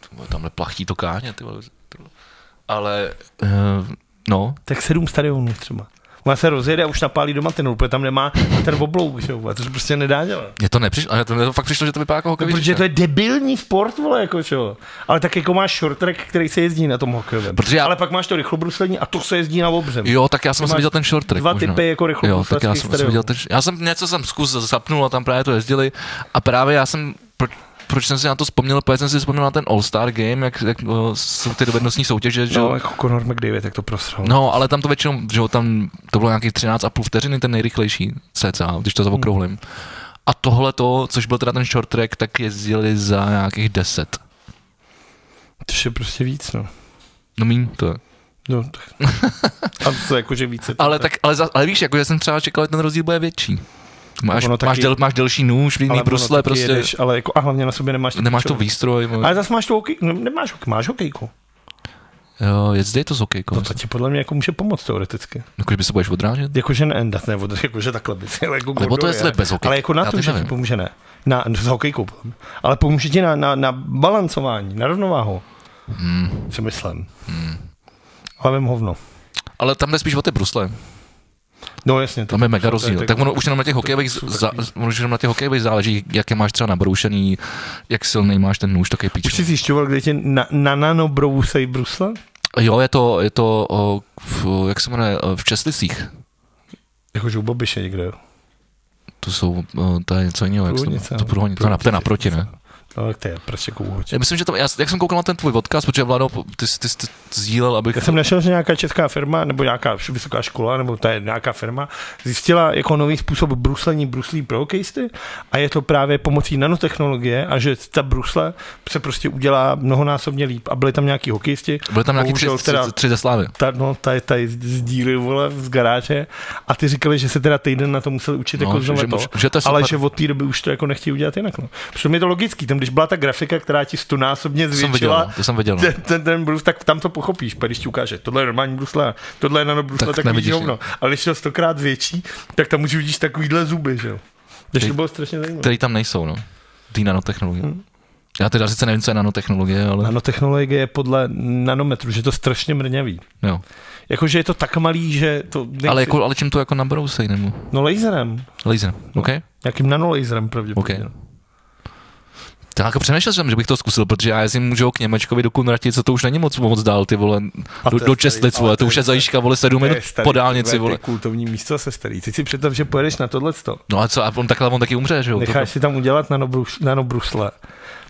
ty vole, tamhle plachtí to káně, ty vole. ty vole. Ale, uh, no, Tak sedm stadionů třeba. Ona se rozjede a už napálí doma ten úplně tam nemá ten oblouk, že jo, a to se prostě nedá dělat. mě to nepřišlo, ale to, mě to fakt přišlo, že to vypadá jako No, hokejový. protože to je debilní sport, vole, jako čo. Ale tak jako máš short track, který se jezdí na tom hokejovém. Protože já- Ale pak máš to rychlobruslení a to se jezdí na obřem. Jo, tak já jsem Máš asi viděl ten short track. dva možná. typy jako rychle jo, tak já posleských jsem, stereotypů. jsem viděl ten, já jsem něco jsem zkus zapnul a tam právě to jezdili a právě já jsem, proč, proč jsem si na to vzpomněl, protože jsem si vzpomněl na ten All-Star Game, jak, jak o, jsou ty dovednostní soutěže, že No, jo. jako Conor McDavid, jak to prosral. No, ale tam to většinou, že jo, tam to bylo nějakých 13,5 vteřiny, ten nejrychlejší cca, když to zaokrouhlím. A tohle to, což byl teda ten short track, tak jezdili za nějakých 10. Což je prostě víc, no. No mín to je. no tak. (laughs) a to jakože více. Ale, tak, ale, za, ale víš, jako já jsem třeba čekal, že ten rozdíl bude větší. Máš, Ono taky- máš, del, máš delší nůž, v jiný ono brusle, taky prostě. jedeš, ale jako, a hlavně na sobě nemáš. Nemáš taky to čo. výstroj. no. Ale Ale... zase máš tu hokej, ne, nemáš hokej, máš hokejku. Jo, jezdí to s hokejkou. No to ti podle mě jako může pomoct teoreticky. Jakože by se budeš odrážet? Jakože ne, ne, ne od- jakože takhle by si, ale jako Nebo to Gordon, jestli ne. bez hokejky. Ale jako na Já to, teď že ti nevím. pomůže ne. Na, s hokejkou. Ale pomůže ti na, na, na balancování, na rovnováhu. Hmm. Mm. Si myslím. Mm. Ale vím hovno. Ale tam jde spíš o ty brusle. No jasně. Tam je mega to rozdíl. je Tak tak- ono už jenom na těch hokejových, jsou za, ono už jenom na těch hokejových záleží, jak je máš třeba nabroušený, jak silný máš ten nůž, taky Už píč. jsi zjišťoval, kde tě na, na nanobrousej brusle? Jo, je to, je to o, v, o, jak se jmenuje, o, v Česlicích. Jakože u Babiše někde, jo. To jsou, o, to je něco jiného. Jak se to, Průvodnice, to, no. průvodnice, to, je na- to je naproti, ne? No, tak to je prostě kouhoč. Já myslím, že tam, já, jak jsem koukal na ten tvůj podcast, protože Vlado, ty, jsi- ty, jsi- ty, jsi sdílel, abych... Já jsem našel, že nějaká česká firma, nebo nějaká š- vysoká škola, nebo ta je nějaká firma, zjistila jako nový způsob bruslení bruslí pro hokejisty a je to právě pomocí nanotechnologie a že ta brusle se prostě udělá mnohonásobně líp. A byli tam nějaký hokejisti, Byly tam nějaký tři, bohužel tři, teda- tři, tři ze slávy. ta, no, ta, ta sdíly, vole, z garáže a ty říkali, že se teda týden na to museli učit No, no, jako že- znovu že to, můž- že to je ale super. že od té doby už to jako nechtějí udělat jinak. No. Protože mi je to logický, tam když byla ta grafika, která ti stonásobně To jsem viděl, zvětšila no, to jsem viděl. No. ten, ten, ten brus, tak tam to pochopíš, pak když ti ukáže, tohle je normální brusle, tohle je nanobrusle, tak, Tak tak nevidíš, vidíš hovno. Ale když je to stokrát větší, tak tam už vidíš takovýhle zuby, že jo. Takže Ty- to bylo strašně zajímavé. Který tam nejsou, no. Ty nanotechnologie. Hm. Já teda sice nevím, co je nanotechnologie, ale Nanotechnologie je podle nanometru, že je to strašně mrňavý. jo. Jakože je to tak malý, že to... Nejsi, Ale, jako, ale čím to jako nabrousej, nebo No laserem, laser, No. OK? nějakým nanolaserem pravděpodobně. OK. Tak jako přemýšlel jsem, že bych to zkusil, protože já jezdím můžou k Němečkovi do Kunratic, co to už není moc moc dál, ty vole, A to do, je do starý, Česlic, ale vole, to to je už je starý. zajíška, vole, sedm To je minut starý, po to dálnici, je vole. kultovní místo se starý. Teď si představ, že pojedeš na tohleto. No a co, a on takhle, on taky umře, že jo? To- Necháš si tam udělat nanobrus, nanobrusle,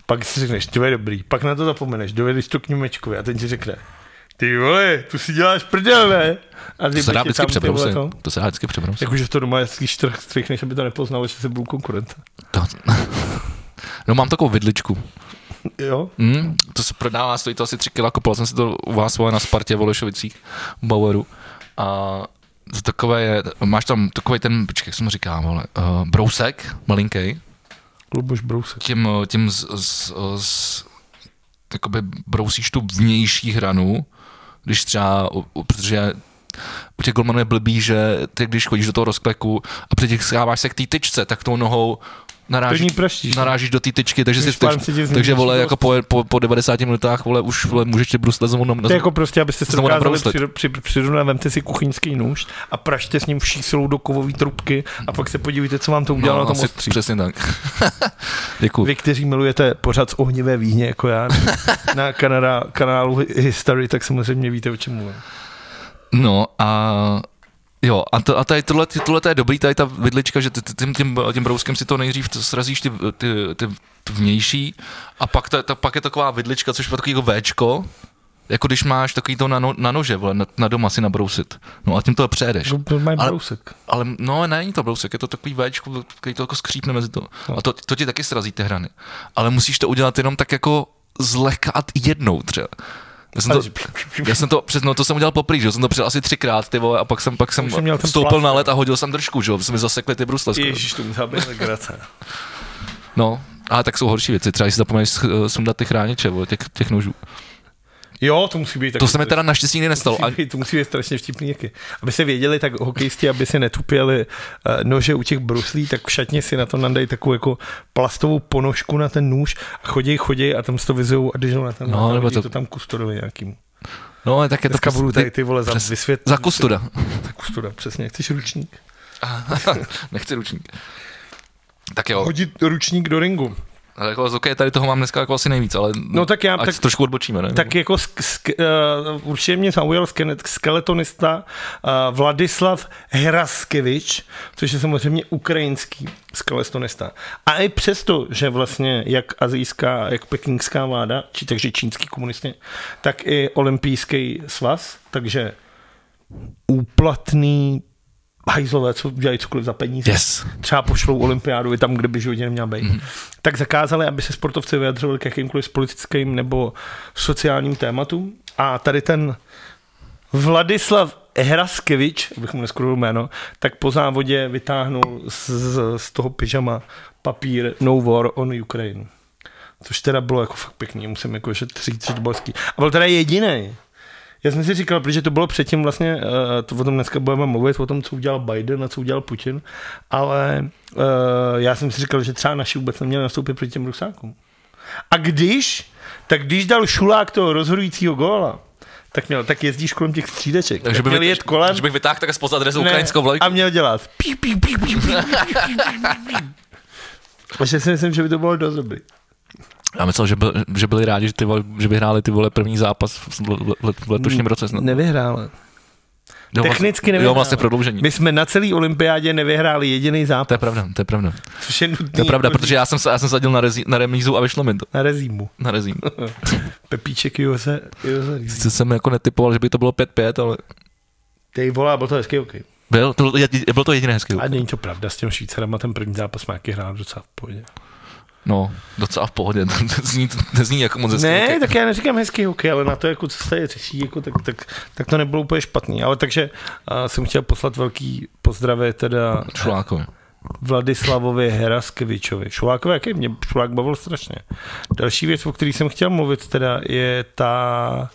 pak si řekneš, to je dobrý, pak na to zapomeneš, dovedeš to k Němečkovi a ten ti řekne, ty vole, tu si děláš prdel, ne? A To se dá ti vždycky tam, ty vole, přebrousit. to- To se dá vždycky přebrousit. Jakože to doma hezký štrch střichneš, aby to nepoznalo, že jsi byl konkurent. To- (laughs) No mám takovou vidličku. Jo? Hmm, to se prodává, stojí to asi 3 kg, koupil jsem si to u vás vole, na Spartě v Olešovicích, v Baueru. A to takové je, máš tam takový ten, počkej, jak jsem říkal, vole, uh, brousek, malinký, Kluboš brousek. tím, eh, tím z, z, z, jakoby brousíš tu vnější hranu, když třeba, o- o- protože u těch golmanů je blbý, že ty, když chodíš do toho rozkleku a přetikáváš se k té tyčce, tak tou nohou To narážíš, ní praštíš. no. narážíš do té tyčky, takže, si Když pán tyč, se ti zničí takže vole, dost. jako po, po, po 90 minutách, vole, už vole, můžeš tě brusle znovu na, na, To je jako prostě, abyste se Znovu dokázali nabrouslit. přiro- při- přirovnat, vemte si kuchyňský nůž a pražte s ním vší silou do kovové trubky a pak se podívejte, co vám to udělalo na tom No, asi ostří. Přesně tak. (laughs) Děkuji. Vy, kteří milujete pořád z ohnivé víně, jako já, na kanada, kanálu Hi- History, tak samozřejmě víte, o čem mluvím. No a jo, a, to, a tady tohle, tohle to je dobrý, tady ta vidlička, že ty, ty- tím, tím, tím brouskem si to nejdřív t- srazíš ty, ty, ty, ty vnější a pak, ta, ta, pak je taková vidlička, což je takový jako Včko, jako když máš takový to na, no, na nože, vole, na, na doma si nabrousit. No a tím to přejedeš. To mají Ale- brousek. Ale no, není to brousek, je to takový Včko, který to jako skřípne mezi to. A to, to ti taky srazí ty hrany. Ale musíš to udělat jenom tak jako zlehka a jednou třeba. Já jsem, Ale- to, já jsem to, přes, no to jsem udělal poprý, že jo, jsem to přijel asi třikrát, ty vole, a pak jsem, pak jsem Už jsem měl ten vstoupil plast, na jo. let a hodil jsem držku, že jo, jsme zasekli ty brusle. (laughs) skoro. Ježíš, to musela být legrace. No, ale tak jsou horší věci, třeba když si zapomeneš sch- eh, sundat ty chrániče, vole, těch, těch nožů. Jo, to musí být taky. To se mi teda naštěstí nikdy to nestalo. A musí, být, to musí být strašně vtipný jaký. Aby se věděli tak hokejisti, aby si netupěli eh, nože u těch bruslí, tak v šatně si na to nandají takovou jako plastovou ponožku na ten nůž a chodí, chodí a tam si to vyzujou a držou na ten No, a nebo hodí to- to... tam kustodovi nějakým. no, ale tak je to Dneska budu tady ty vole za přes- vysvět. za kustuda. (laughs) Za kustoda, přesně. Chceš ručník? Nechci ručník. Tak jo, Hodit ručník do ringu. ale jako z hokeje tady toho mám dneska jako asi nejvíc, ale No tak já- ať tak- trošku odbočíme, ne? Tak jako sk- sk- uh, určitě mě zaujal skene- skeletonista uh, Vladislav Heraskevič, což je samozřejmě ukrajinský skeletonista. A i přesto, že vlastně jak azijská, jak pekingská vláda, či takže čínský komunisti, tak i olympijský svaz, takže úplatný hajzlové, co dělají cokoliv za peníze. Yes. Třeba pošlou olympiádu i tam, kde by životě neměla být. Mm. Tak zakázali, aby se sportovci vyjadřovali k jakýmkoliv politickým nebo sociálním tématům. A tady ten Vladislav Hraskevič, abych mu neskrojil jméno, tak po závodě vytáhnul z, z- z toho pyžama papír No War on Ukraine. Což teda bylo jako fakt pěkný, musím jako ještě říct, že to bylo hezký. A byl teda jediný. Já jsem si říkal, protože to bylo předtím vlastně, eh, to o tom dneska budeme mluvit, o tom, co udělal Biden a co udělal Putin, ale eh, já jsem si říkal, že třeba naši vůbec neměli nastoupit proti těm Rusákům. A když, tak když dal Šulák toho rozhodujícího góla, tak, měl, tak jezdíš kolem těch střídeček. Takže tak bych, měl jet kolem že bych vytáhl tak spod adresu ne, ukrajinskou vlajku. a měl dělat. Pí, pí, pí, pí, pí, pí, pí, pí, pí. Takže si myslím, že by to bylo dost dobrý. Já myslel, že, byl, že byli rádi, že, ty, vole- že by hráli ty vole první zápas v, v, v letošním roce. Snad. Nevyhrál. Jo, vlastně- Mm, technicky Jo, nevyhrál. vlastně prodloužení. My jsme na celý olympiádě nevyhráli jediný To zápas, je pravda, to je pravda. což je nutný. jako To je pravda, protože já jsem, se- já jsem sadil na, rezi, na remízu a vyšlo mi to. Narazím mu. Na rezím. Pepíček Jose, Jose Rizí. Sice jsem jako netypoval, že by to bylo 5-5, ale Ty volá, byl to hezký hokej. byl to, byl to jediné hezký. A není to pravda, s těm Švýcarama ten první zápas Máky hrál docela v pohodě. No, docela v pohodě. (laughs) To zní, to zní jako moc hezký. Ne, hokej. tak já neříkám hezký hokej, ale na to, jako, co se tady řeší, jako, tak, tak, tak, to nebylo úplně špatný. Ale takže a jsem chtěl poslat velký pozdravy teda Šulákovi. Vladislavovi Heraskevičovi. Šulákovi, jaký mě Šulák bavil strašně. Další věc, o který jsem chtěl mluvit, teda je ta...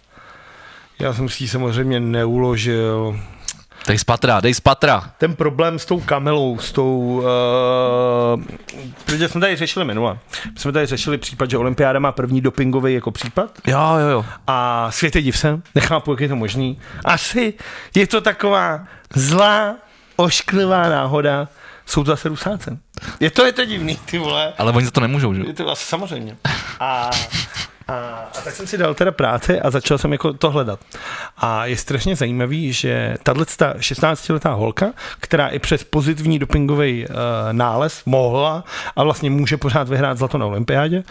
Já jsem si ji samozřejmě neuložil. Dej z patra, dej z patra. ten problém s tou kamelou, s tou, uh, protože jsme tady řešili minule, My jsme tady řešili případ, že olympiáda má první dopingový jako případ Jo, jo, jo. a světe div se, nechápu, jak je to možný. Asi je to taková zlá, ošklivá náhoda, jsou to zase rusáce. Je to, je to divný, ty vole. Ale oni za to nemůžou, že? jo? Je to asi samozřejmě. A, a, a tak jsem si dal teda práci a začal jsem jako to hledat. A je strašně zajímavý, že tahle 16-letá holka, která i přes pozitivní dopingový uh, nález mohla a vlastně může pořád vyhrát zlato na olympiádě,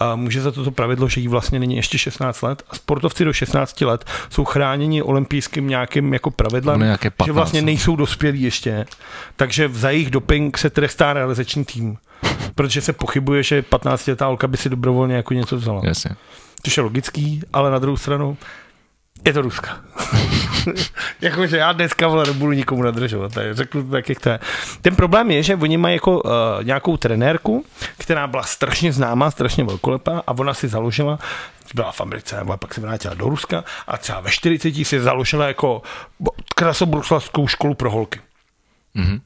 uh, může za toto pravidlo, že jí vlastně není ještě 16 let a sportovci do 16 let jsou chráněni olympijským nějakým jako pravidlem, Ono je nějaké že 15, vlastně no. nejsou dospělí ještě, takže za jejich doping se trestá realizační tým. Protože se pochybuje, že 15-letá holka by si dobrovolně jako něco vzala. Yes. Jasně. Což je logický, ale na druhou stranu je to Ruska. Jakože já dneska vole nebudu nikomu nadržovat, tak řeknu to tak, jak to je. Ten problém je, že oni mají jako uh, nějakou trenérku, která byla strašně známá, strašně velkolepá a ona si založila, byla v Americe, a pak se vrátila do Ruska a třeba ve 40 si založila jako krasobruslavskou školu pro holky Mhm.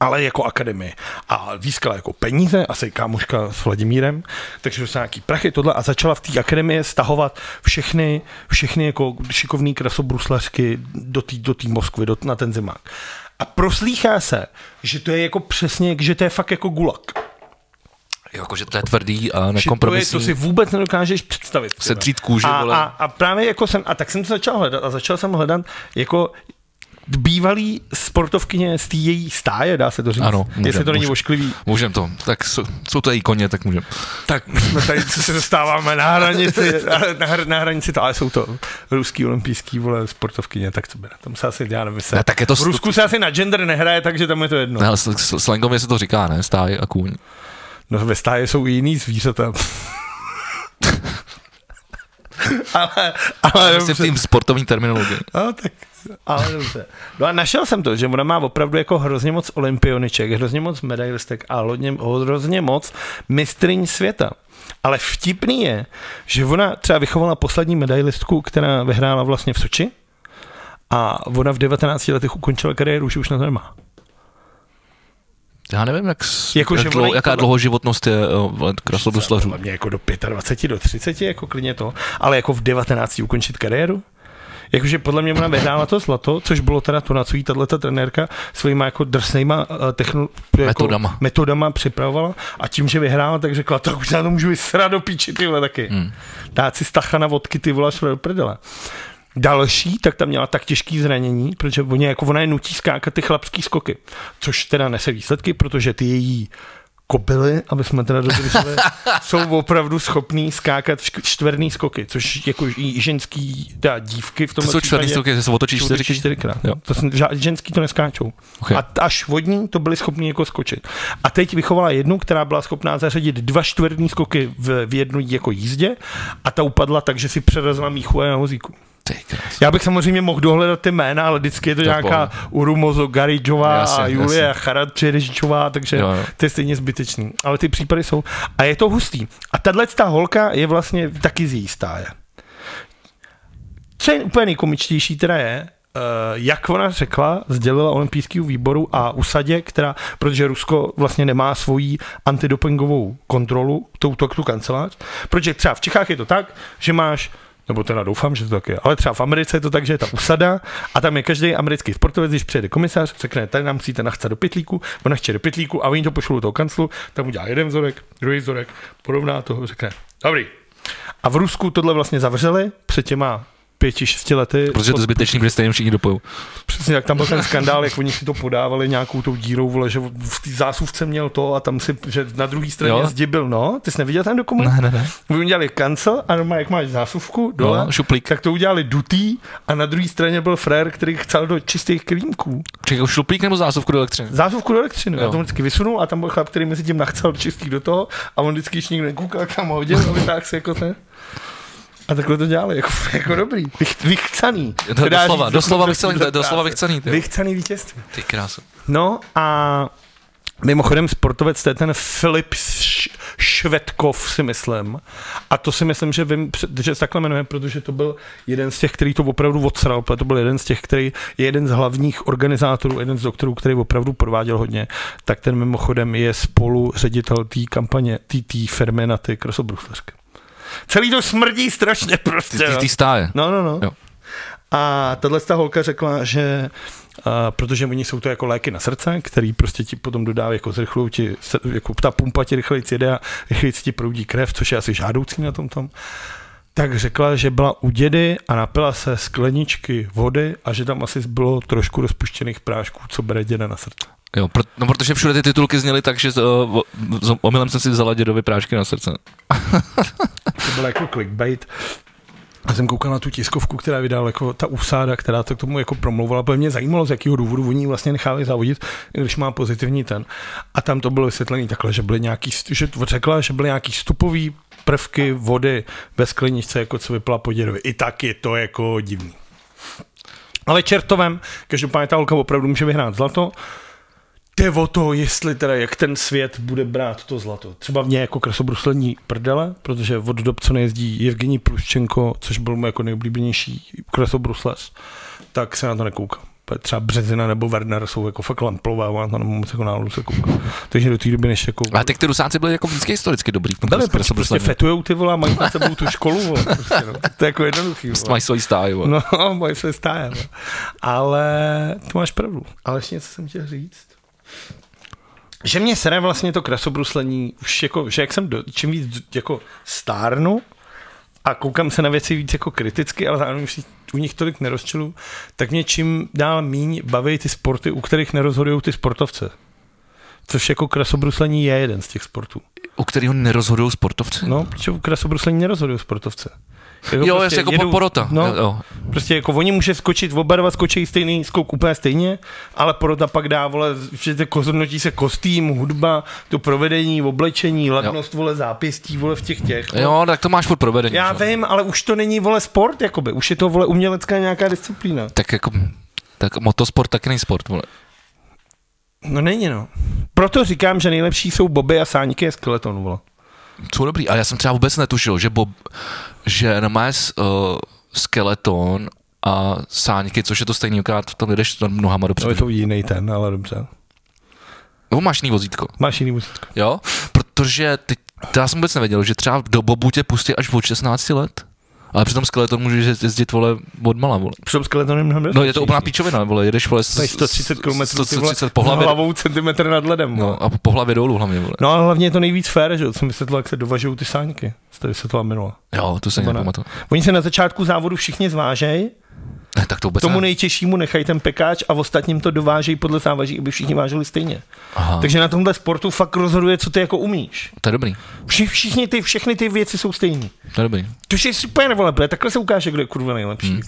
ale jako akademii. A získala jako peníze, asi kámoška s Vladimírem, takže dostala nějaký prachy tohle a začala v té akademii stahovat všechny, všechny jako šikovný krasobruslařky do té do tý Moskvy, do, na ten zimák. A proslýchá se, že to je jako přesně, že to je fakt jako gulag. Jakože to je tvrdý a Že to, je, to si nekompromisní. vůbec nedokážeš představit. ty Se vole. třít kůži, a, vole. a, a, právě jako jsem, a tak jsem to začal hledat a začal jsem hledat jako bývalý sportovkyně z té její stáje, dá se to říct, Ano, můžem, jestli to není můžem. ošklivý. Můžem to. Tak jsou, jsou to její koně, tak můžem. Tak my jsme tady se dostáváme na hranici, na, hr- na hranici to, ale jsou to ruský olympijský vole sportovkyně, tak to by na tom se asi, já nevím, se. Ne, tak je to v Rusku se asi na gender nehraje, takže tam je to jedno. Ne, ale sl- sl- slangově se to říká, ne? Stáj a kůň. No ve stáje jsou i jiný (laughs) zvířata. ale, ale Prostě v dobře. tým sportovní terminologii. No, tak, ale dobře. No a našel jsem to, že ona má opravdu jako hrozně moc olympioniček, hrozně moc medailistek a hodně, hrozně moc mistryň světa. Ale vtipný je, že ona třeba vychovala poslední medailistku, která vyhrála vlastně v Soči a ona v 19 letech ukončila kariéru, že už na to nemá. Já nevím, jak, s- Jako, že jak dlouho, volej jaká tohle- dlouhoživotnost je uh, krasobruslařů. Podle mě jako do 25, do 30, jako klidně to, ale jako v 19 ukončit kariéru. Jakože podle mě ona vyhrála to zlato, což bylo teda to, na co jí tato trenérka svýma jako drsnýma eh, techno, jako Metodama. metodama připravovala a tím, že vyhrála, tak řekla, tak už na to můžu vysrat do píči, ty vole, taky. Hmm. Dát si stacha na vodky, ty vole, šlo do prdele. Další, tak tam měla tak těžký zranění, protože oni, jako ona je nutí skákat ty chlapský skoky, což teda nese výsledky, protože ty její kobily, aby jsme teda dodrželi, (laughs) jsou opravdu schopní skákat šk- čtverný skoky, což jako i ženský, teda dívky v tom To jsou čtvrtý stoky, že se otočí čtyři, čtyři. čtyřikrát. Jo. To jsem, ža- ženský to neskáčou. Okay. A t- až vodní to byli schopni jako skočit. A teď vychovala jednu, která byla schopná zařadit dva čtvrtní skoky v, v jednu jako jízdě a ta upadla tak, že si přerazila míchu a hozíku. Ty krás. Já bych samozřejmě mohl dohledat ty jména, ale vždycky je to To je nějaká Urumozo Garidžová Jasně, a Julia jasně. Charadčerežičová, takže Jo, jo. to je stejně zbytečný. Ale ty případy jsou. A je to hustý. A tahle ta holka je vlastně taky z její stáje. Co je úplně nejkomičtější teda je, jak ona řekla, sdělila olympijskému výboru a usadě, která, protože Rusko vlastně nemá svoji antidopingovou kontrolu, tou, tu, tu kancelář, protože třeba v Čechách je to tak, že máš nebo teda doufám, že to tak je. Ale třeba v Americe je to tak, že je ta usada a tam je každý americký sportovec, když přijede komisař, řekne, tady nám musíte nachcat do pitlíku, on nachče do pitlíku a oni to pošlou do toho kanclu, tam udělá jeden vzorek, druhý vzorek, porovná toho, řekne, dobrý. A v Rusku tohle vlastně zavřeli před těma pěti, šesti lety. Protože to je zbytečný, protože stejně všichni dopojou. Přesně tak, tam byl ten skandál, jak oni si to podávali nějakou tou dírou, vole, že v té zásuvce měl to a tam si, že na druhé straně Jo. zdi byl, no, ty jsi neviděl ten dokument? Ne, ne, ne. Oni udělali kancel a normálně, jak máš zásuvku dole, No, šuplík. tak to udělali dutý a na druhé straně byl frér, který chcel do čistých klímků. Čekaj, jako šuplík nebo zásuvku do elektřiny? Zásuvku do elektřiny. Já Jo. to vždycky vysunul a tam byl chlap, který mezi tím nachcel čistý do toho a on vždycky již nikdo nekoukal, jak tam ho hodil a vytáhl si jako ten. A takhle to dělali, jako, jako dobrý. Vych, vychcaný. Do- To dá doslova, říct, doslova do- vychcaný, do- (laughs) do- doslova práce. vychcaný, ty jo. Vychcaný vítězství. Ty krásu. No a mimochodem sportovec, to je ten Filip Š- Švedkov, si myslím. A to si myslím, že vím, před- že se takhle jmenuje, protože to byl jeden z těch, který to opravdu odsral, protože to byl jeden z těch, který je jeden z hlavních organizátorů, jeden z doktorů, který opravdu prováděl hodně. Tak ten mimochodem je spolu ředitel té kampaně, té- té firmy na ty krasobruslařky. Celý to smrdí strašně prostě. Ty, ty, no. ty stáje. No, no, no. Jo. A tahle ta holka řekla, že uh, protože oni jsou to jako léky na srdce, který prostě ti potom dodá jako zrychlují ti, se- jako ta pumpa ti rychleji jede a rychleji ti proudí krev, což je asi žádoucí na tom tom. Tak řekla, že byla u dědy a napila se skleničky vody a že tam asi bylo trošku rozpuštěných prášků, co bere děda na srdce. Jo, pro, no protože všude ty titulky zněly tak, že uh, omylem jsem si vzala dědovi prášky na srdce. To byl jako clickbait. A jsem koukal na tu tiskovku, která vydala jako ta usáda, která to k tomu jako promlouvala. Protože mě zajímalo, z jakého důvodu oni ji vlastně nechávali závodit, když má pozitivní ten. A tam to bylo vysvětlené takhle, že byly nějaký, st- že řekla, že byly nějaký vstupový prvky vody ve skleničce, jako co vypla po dědovi. I tak je to jako divný. Ale čertovem, každopádně ta holka opravdu může vyhrát zlato. Jde o to, jestli teda, jak ten svět bude brát to zlato. Třeba mě jako krasobruslení prdele, protože od dob, co nejezdí Evgení Pluščenko, což byl můj jako nejoblíbenější krasobruslař, tak se na to nekoukám. Protože Třeba Březina nebo Werner jsou jako fakt lamplová, já to nemám moc jako náladu se koukat. Takže do té doby, než jako... Ale tak ty rusáci byli jako vždycky historicky dobrý. v tom Dali, kres- prostě, prostě kresobruslení. fetujou ty vole a mají nad sebou tu školu, vole, prostě, no. Tak To je jako jednoduchý. Vole. Mají svoji stáju. No. No, (laughs) moje se stáje. no. Ale to máš pravdu. Ale ještě něco jsem chtěl říct. Že mě sere vlastně to krasobruslení, už jako, že jak jsem do, čím víc jako stárnu a koukám se na věci víc jako kriticky, ale zároveň už si u nich tolik nerozčilu, tak mě čím dál míň baví ty sporty, u kterých nerozhodují ty sportovce. Což jako krasobruslení je jeden z těch sportů. U kterého nerozhodují sportovci? No, protože u krasobruslení nerozhodují sportovce. Jako jo, prostě jako jedou, porota. No, No. Jo. Prostě jako oni může skočit, oba dva skočí stejný skok úplně stejně, ale porota pak dá, vole, že to kozhodnotí se kostým, hudba, to provedení, oblečení, ladnost, vole, zápěstí, vole, v těch těch. vole. jo, tak to máš pod provedení. Já že? vím, ale už to není, vole, sport, jakoby. Už je to, vole, umělecká nějaká disciplína. Tak jako, tak motosport taky není sport, vole. No není, no. Proto říkám, že nejlepší jsou boby a sáňky a skeleton, vole. Jsou dobrý, ale já jsem třeba vůbec netušil, že Bob, že na má uh, skeleton a sáňky, což je to stejný, akorát tam jdeš tam nohama No je dopředu. to jiný ten, ale dobře. Nebo máš jiný vozítko, Máš jiný muzicko. jo? Protože ty, to já jsem vůbec nevěděl, že třeba do bobu tě pustí až od 16 let. Ale přitom skeleton můžeš jezdit, vole, od mala, vole. Přitom skeleton je mnohem No je to bezpečnější. úplná píčovina, vole, jedeš, vole, s- Tady 130 km 130 po hlavě, hlavou centimetr nad ledem. vole. no, a po- po hlavě dolů hlavně, vole. No a hlavně je to nejvíc fér, že jo? Jsem vysvětlil, jak se dovažují ty sáňky. Jste vysvětlila minula. Jo, to se Nebo ne. nepamatuju. Oni se na začátku závodu všichni zvážejí, Ne, tak to vůbec tomu ne. nejtěžšímu nechají ten pekáč a ostatním to dovážejí podle závaží, aby všichni vážili stejně. Aha, Takže na tomhle sportu fakt rozhoduje, co ty jako umíš. to je dobrý, Vši, všichni ty, všechny ty věci jsou stejné. to je dobrý. To je super, vole, protože takhle se ukáže, kdo je kurva nejlepší. Hmm.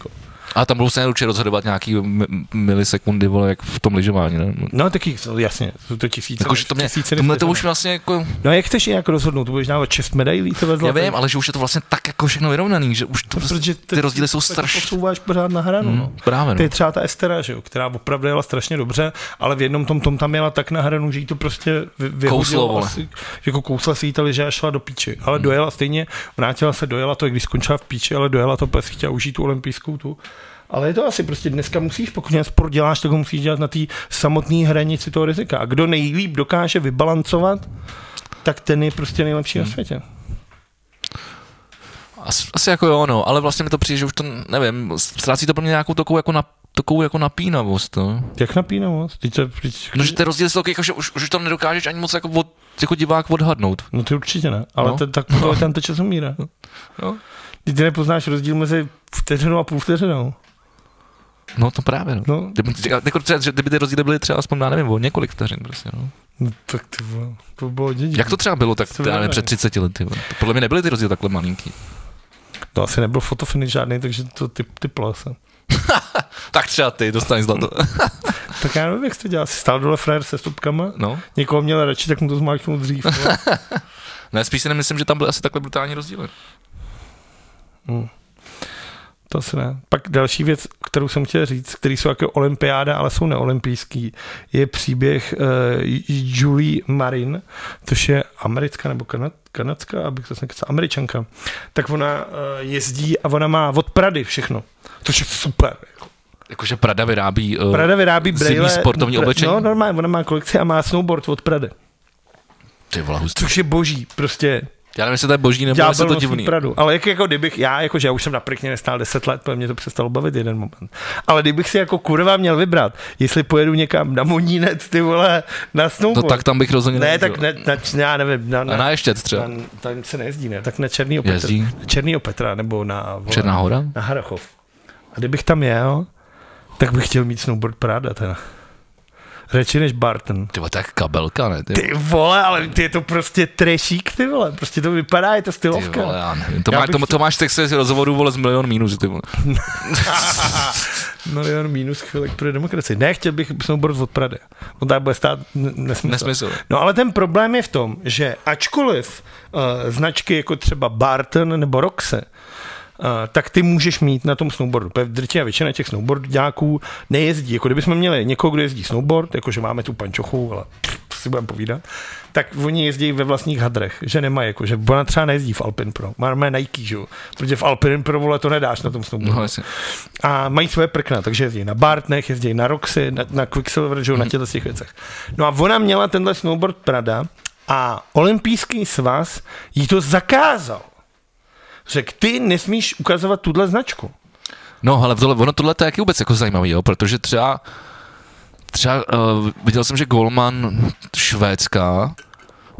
A tam budou se určitě rozhodovat nějaký mi- milisekundy, vole, jak v tom lyžování, ne? No taky, jasně, jsou to tisíce. Jakože Jako, to mě, tisíce tomhle to vteřin. už vlastně jako, No a jak chceš nějak rozhodnout, to budeš dávat čest medailí, to já vezlo. vím, ale že už je to vlastně tak jako všechno vyrovnaný, že už to, prostě- protože ty, ty rozdíly jsou strašné. Posouváš pořád na hranu, no. Právě, To no. je třeba ta Estera, že jo, která opravdu jela strašně dobře, ale v jednom tom, tom tam jela tak na hranu, že jí to prostě vy, vyhodilo Kouslo, vole. Hmm. asi, že jako kousla si jí ta liže a šla do píči. Ale dojela stejně, vrátila se, dojela to, i když skončila v píči, ale dojela to, protože si chtěla užít tu olympijskou tu. Ale je to asi prostě dneska musíš, pokud něco proděláš, tak ho musíš dělat na té samotné hranici toho rizika. A kdo nejlíp dokáže vybalancovat, tak ten je prostě nejlepší Hmm. na světě. As, asi jako jo, no, ale vlastně mi to přijde, že už to, nevím, ztrácí to pro mě nějakou takovou jako, na, takovou jako napínavost, no. Jak napínavost? Teď se, teď, No, že ty rozdíly jsou taky, jako, že už, už to nedokážeš ani moc jako, od, jako divák odhadnout. no ty určitě ne, ale No. no. Ten, tak no. tam to čas umírá. No. Ty, ty nepoznáš rozdíl mezi vteřinou a půl vteřinou. No to právě, no. No, Kdyby, jako třeba, že kdyby ty rozdíly byly třeba aspoň, já nevím, o několik vteřin prostě, no. no tak ty vole, to bylo dědí. Jak to třeba bylo, tak Co já nevím, dělají? před 30 lety, vole. To podle mě nebyly ty rozdíly takhle malinký. To asi nebyl fotofinish žádný, takže to typ, typlo jsem. Tak třeba ty, dostaneš zlato. (laughs) Tak já nevím, jak jsi to dělal. Jsi stál dole frajer se stopkama? No, Někoho měl radši, tak mu to zmáčknul (laughs) dřív. no. vole. ne, spíš si nemyslím, že tam byly asi takhle brutální rozdíly. Hmm. to asi ne. Pak další věc, kterou jsem chtěl říct, který jsou jako olympiáda, ale jsou neolimpijský, je příběh uh, Julie Marin, což je americká nebo kanad, kanadská, abych to nekecal, američanka. Tak ona uh, jezdí a ona má od Prady všechno, což je super. Jakože Prada vyrábí... Uh, Prada vyrábí Zimní brejle. sportovní no, pra- oblečení? No, normálně, ona má kolekci a má snowboard od Prady, Ty vole, hustý. což je boží, prostě Já nevím, jestli to je boží, nebo Já jestli byl je to nosí divný. Pradu. Ale jak, jako kdybych, já, jako, že já už jsem na prkně nestál 10 let, protože mě to přestalo bavit jeden moment. Ale kdybych si jako kurva měl vybrat, jestli pojedu někam na Monínet, ty vole, na No snowboard. tak tam bych rozhodně ne, nejezdil. tak ne, na, já nevím, na, A na, na ještě třeba. na, tam se nejezdí, ne? Tak na Černýho Petra, Jezdí. Černýho Petra nebo na, vole, Černá hora? na Harachov. A kdybych tam jel, tak bych chtěl mít snowboard Prada teda. Radši než Barton. Ty vole, to je jak kabelka, ne? Ty, Ty vole, ale ty je to prostě trešík, ty vole. Prostě to vypadá, je to ty stylovka. vole, já nevím. To, Já má, bych to, to máš text z rozhovoru, vole, z milion mínus, ty vole. Milion minus chvilek pro demokracii. Ne, chtěl bych snowboard od Prady. On tady bude stát n- nesmysl. Nesmysl. No ale ten problém je v tom, že ačkoliv uh, značky jako třeba Barton nebo Roxe, uh, tak ty můžeš mít na tom snowboardu. Protože Drtivá většina těch snowboardňáků nejezdí. Jako kdybychom měli někoho, kdo jezdí snowboard, jakože máme tu pančochu, ale pff, co si budeme povídat, tak oni jezdí ve vlastních hadrech, že nemají, jako, že ona třeba nejezdí v Alpin Pro, má normálně Nike, že? jo? protože v Alpin Pro, vole, to nedáš na tom snowboardu No, jasně. a mají svoje prkna, takže jezdí na Bartnech, jezdí na Roxy, na, na Quicksilver, že jo, na Mhm. těchto těch věcech. No a ona měla tenhle snowboard Prada a olympijský svaz jí to zakázal. Řekl, ty nesmíš ukazovat tuhle značku. No, ale tohle, ono tohle to je jaký vůbec jako zajímavý, jo, protože třeba, třeba uh, viděl jsem, že Goldman Švédska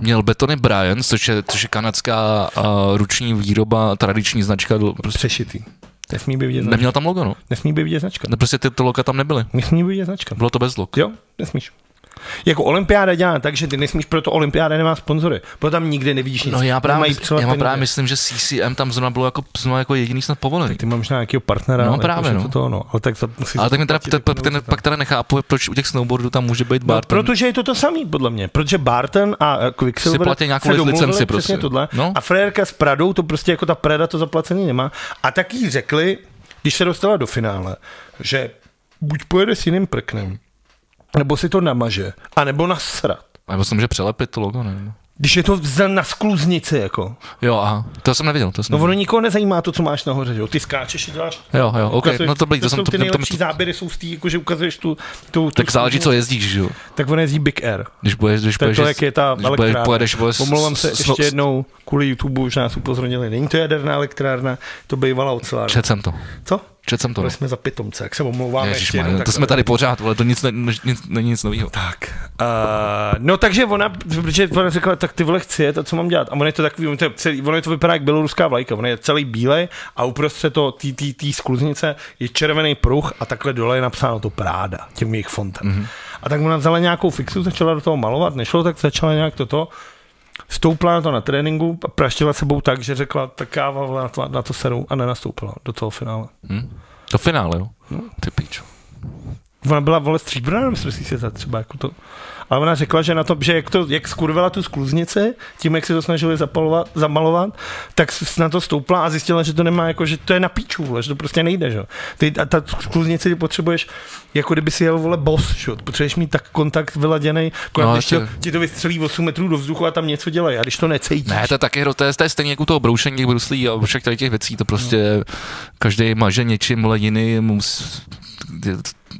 měl Betony Bryant, což je, což je kanadská uh, ruční výroba, tradiční značka, dl- prostě Přešitý. Nesmí být vidět značka. neměl tam logo, no. Nesmí být vidět značka. Ne, Prostě ty, ty loka tam nebyly. Nesmí být vidět značka. Bylo to bez log. Jo, nesmíš. Jako olympiáda dělá tak, že ty nesmíš, proto olympiáda nemá sponzory. Proto tam nikde nevidíš nic. No já Tam právě, mají já přelepeny. mám právě myslím, že CCM tam zrovna bylo jako, zrovna jako jediný snad povolený. Ty máš možná nějakého partnera. No ale právě, jakože To, no. to, no. Ale tak to musíš Ale tak mi teda, zaplatit te, jako pak, ten, novou pak teda nechápu, proč u těch snowboardů tam může být No, bar. protože je to to samý, podle mě. Protože Barton a eh, Quicksilver Si platí nějakou se domluvili přesně licenci, prostě. tohle. No. No? A frérka s Pradou, to prostě jako ta Prada to zaplacený nemá. A tak jí řekli, když se dostala do finále, že buď pojede s jiným prknem, nebo si to namaže, anebo nasrat. Já myslím, že přelepit to logo, ne? Když je to za- na skluznici, jako. Jo, aha, to jsem neviděl, to jsem No neviděl. ono nikoho nezajímá to, co máš nahoře, že jo? Ty skáčeš a děláš... Jo, jo, ok, ukazuješ- no to byli, to jsem, jsou to, ty to, to, nejlepší to, záběry jsou z tý, jako, že ukazuješ tu... tu, tu tak záleží, co skluznici. jezdíš, že jo. Tak on jezdí Big Air. Když budeš, když To je budeš, to, jak je ta když budeš, elektrárna. pojedeš, vole, s- Omlouvám se s- ještě s- jednou, kvůli YouTube už nás upozornili. Není to jaderná elektrárna, to bývalá ocelárna. Čet jsem to, Co? čet jsem to. To no. jsme za pitomce, jak se omlouváme. ještě Ježišmarja, jednou, to tak- jsme tady pořád, ale to nic, ne, nic, nic- není nic nového. Tak. Uh, no takže ona, protože ona řekla, tak ty vole chci jet a co mám dělat? A ono je to takový, ono, to je celý, ono je to vypadá jak běloruská vlajka, ono je celý bílej a uprostřed to, tý, tý, tý skluznice je červený pruh a takhle dole je napsáno to Práda, tím jejich fontem. Mm-hmm. A tak ona vzala nějakou fixu, začala do toho malovat, nešlo, tak začala nějak toto, stoupla na to na tréninku a praštila sebou tak, že řekla, tak káva vole, na to, na Hm? to seru a nenastoupila do toho finále. To finále, jo. Ty píčo. ona byla vole stříbrná na mistrovství světa třeba, jako to. Ale ona řekla, že na to, že jak, to, jak skurvila tu skluznici, tím, jak se to snažili zapalovat, zamalovat, tak s- na to stoupla a zjistila, že to nemá, jako, že to je na píču, vole, že to prostě nejde, že? jo. Ty, a ta skluznici ty potřebuješ, jako kdyby si jel vole boss, že? jo. Potřebuješ mít tak kontakt vyladěný, No, no, když to, ještě- ti to vystřelí 8 metrů do vzduchu a tam něco dělají, a když to necítíš. Ne, to je taky hro, to je, to je stejně jako u toho broušení těch bruslí a všech tady těch věcí, to No. prostě každý maže něčím vole jiným, mus, je-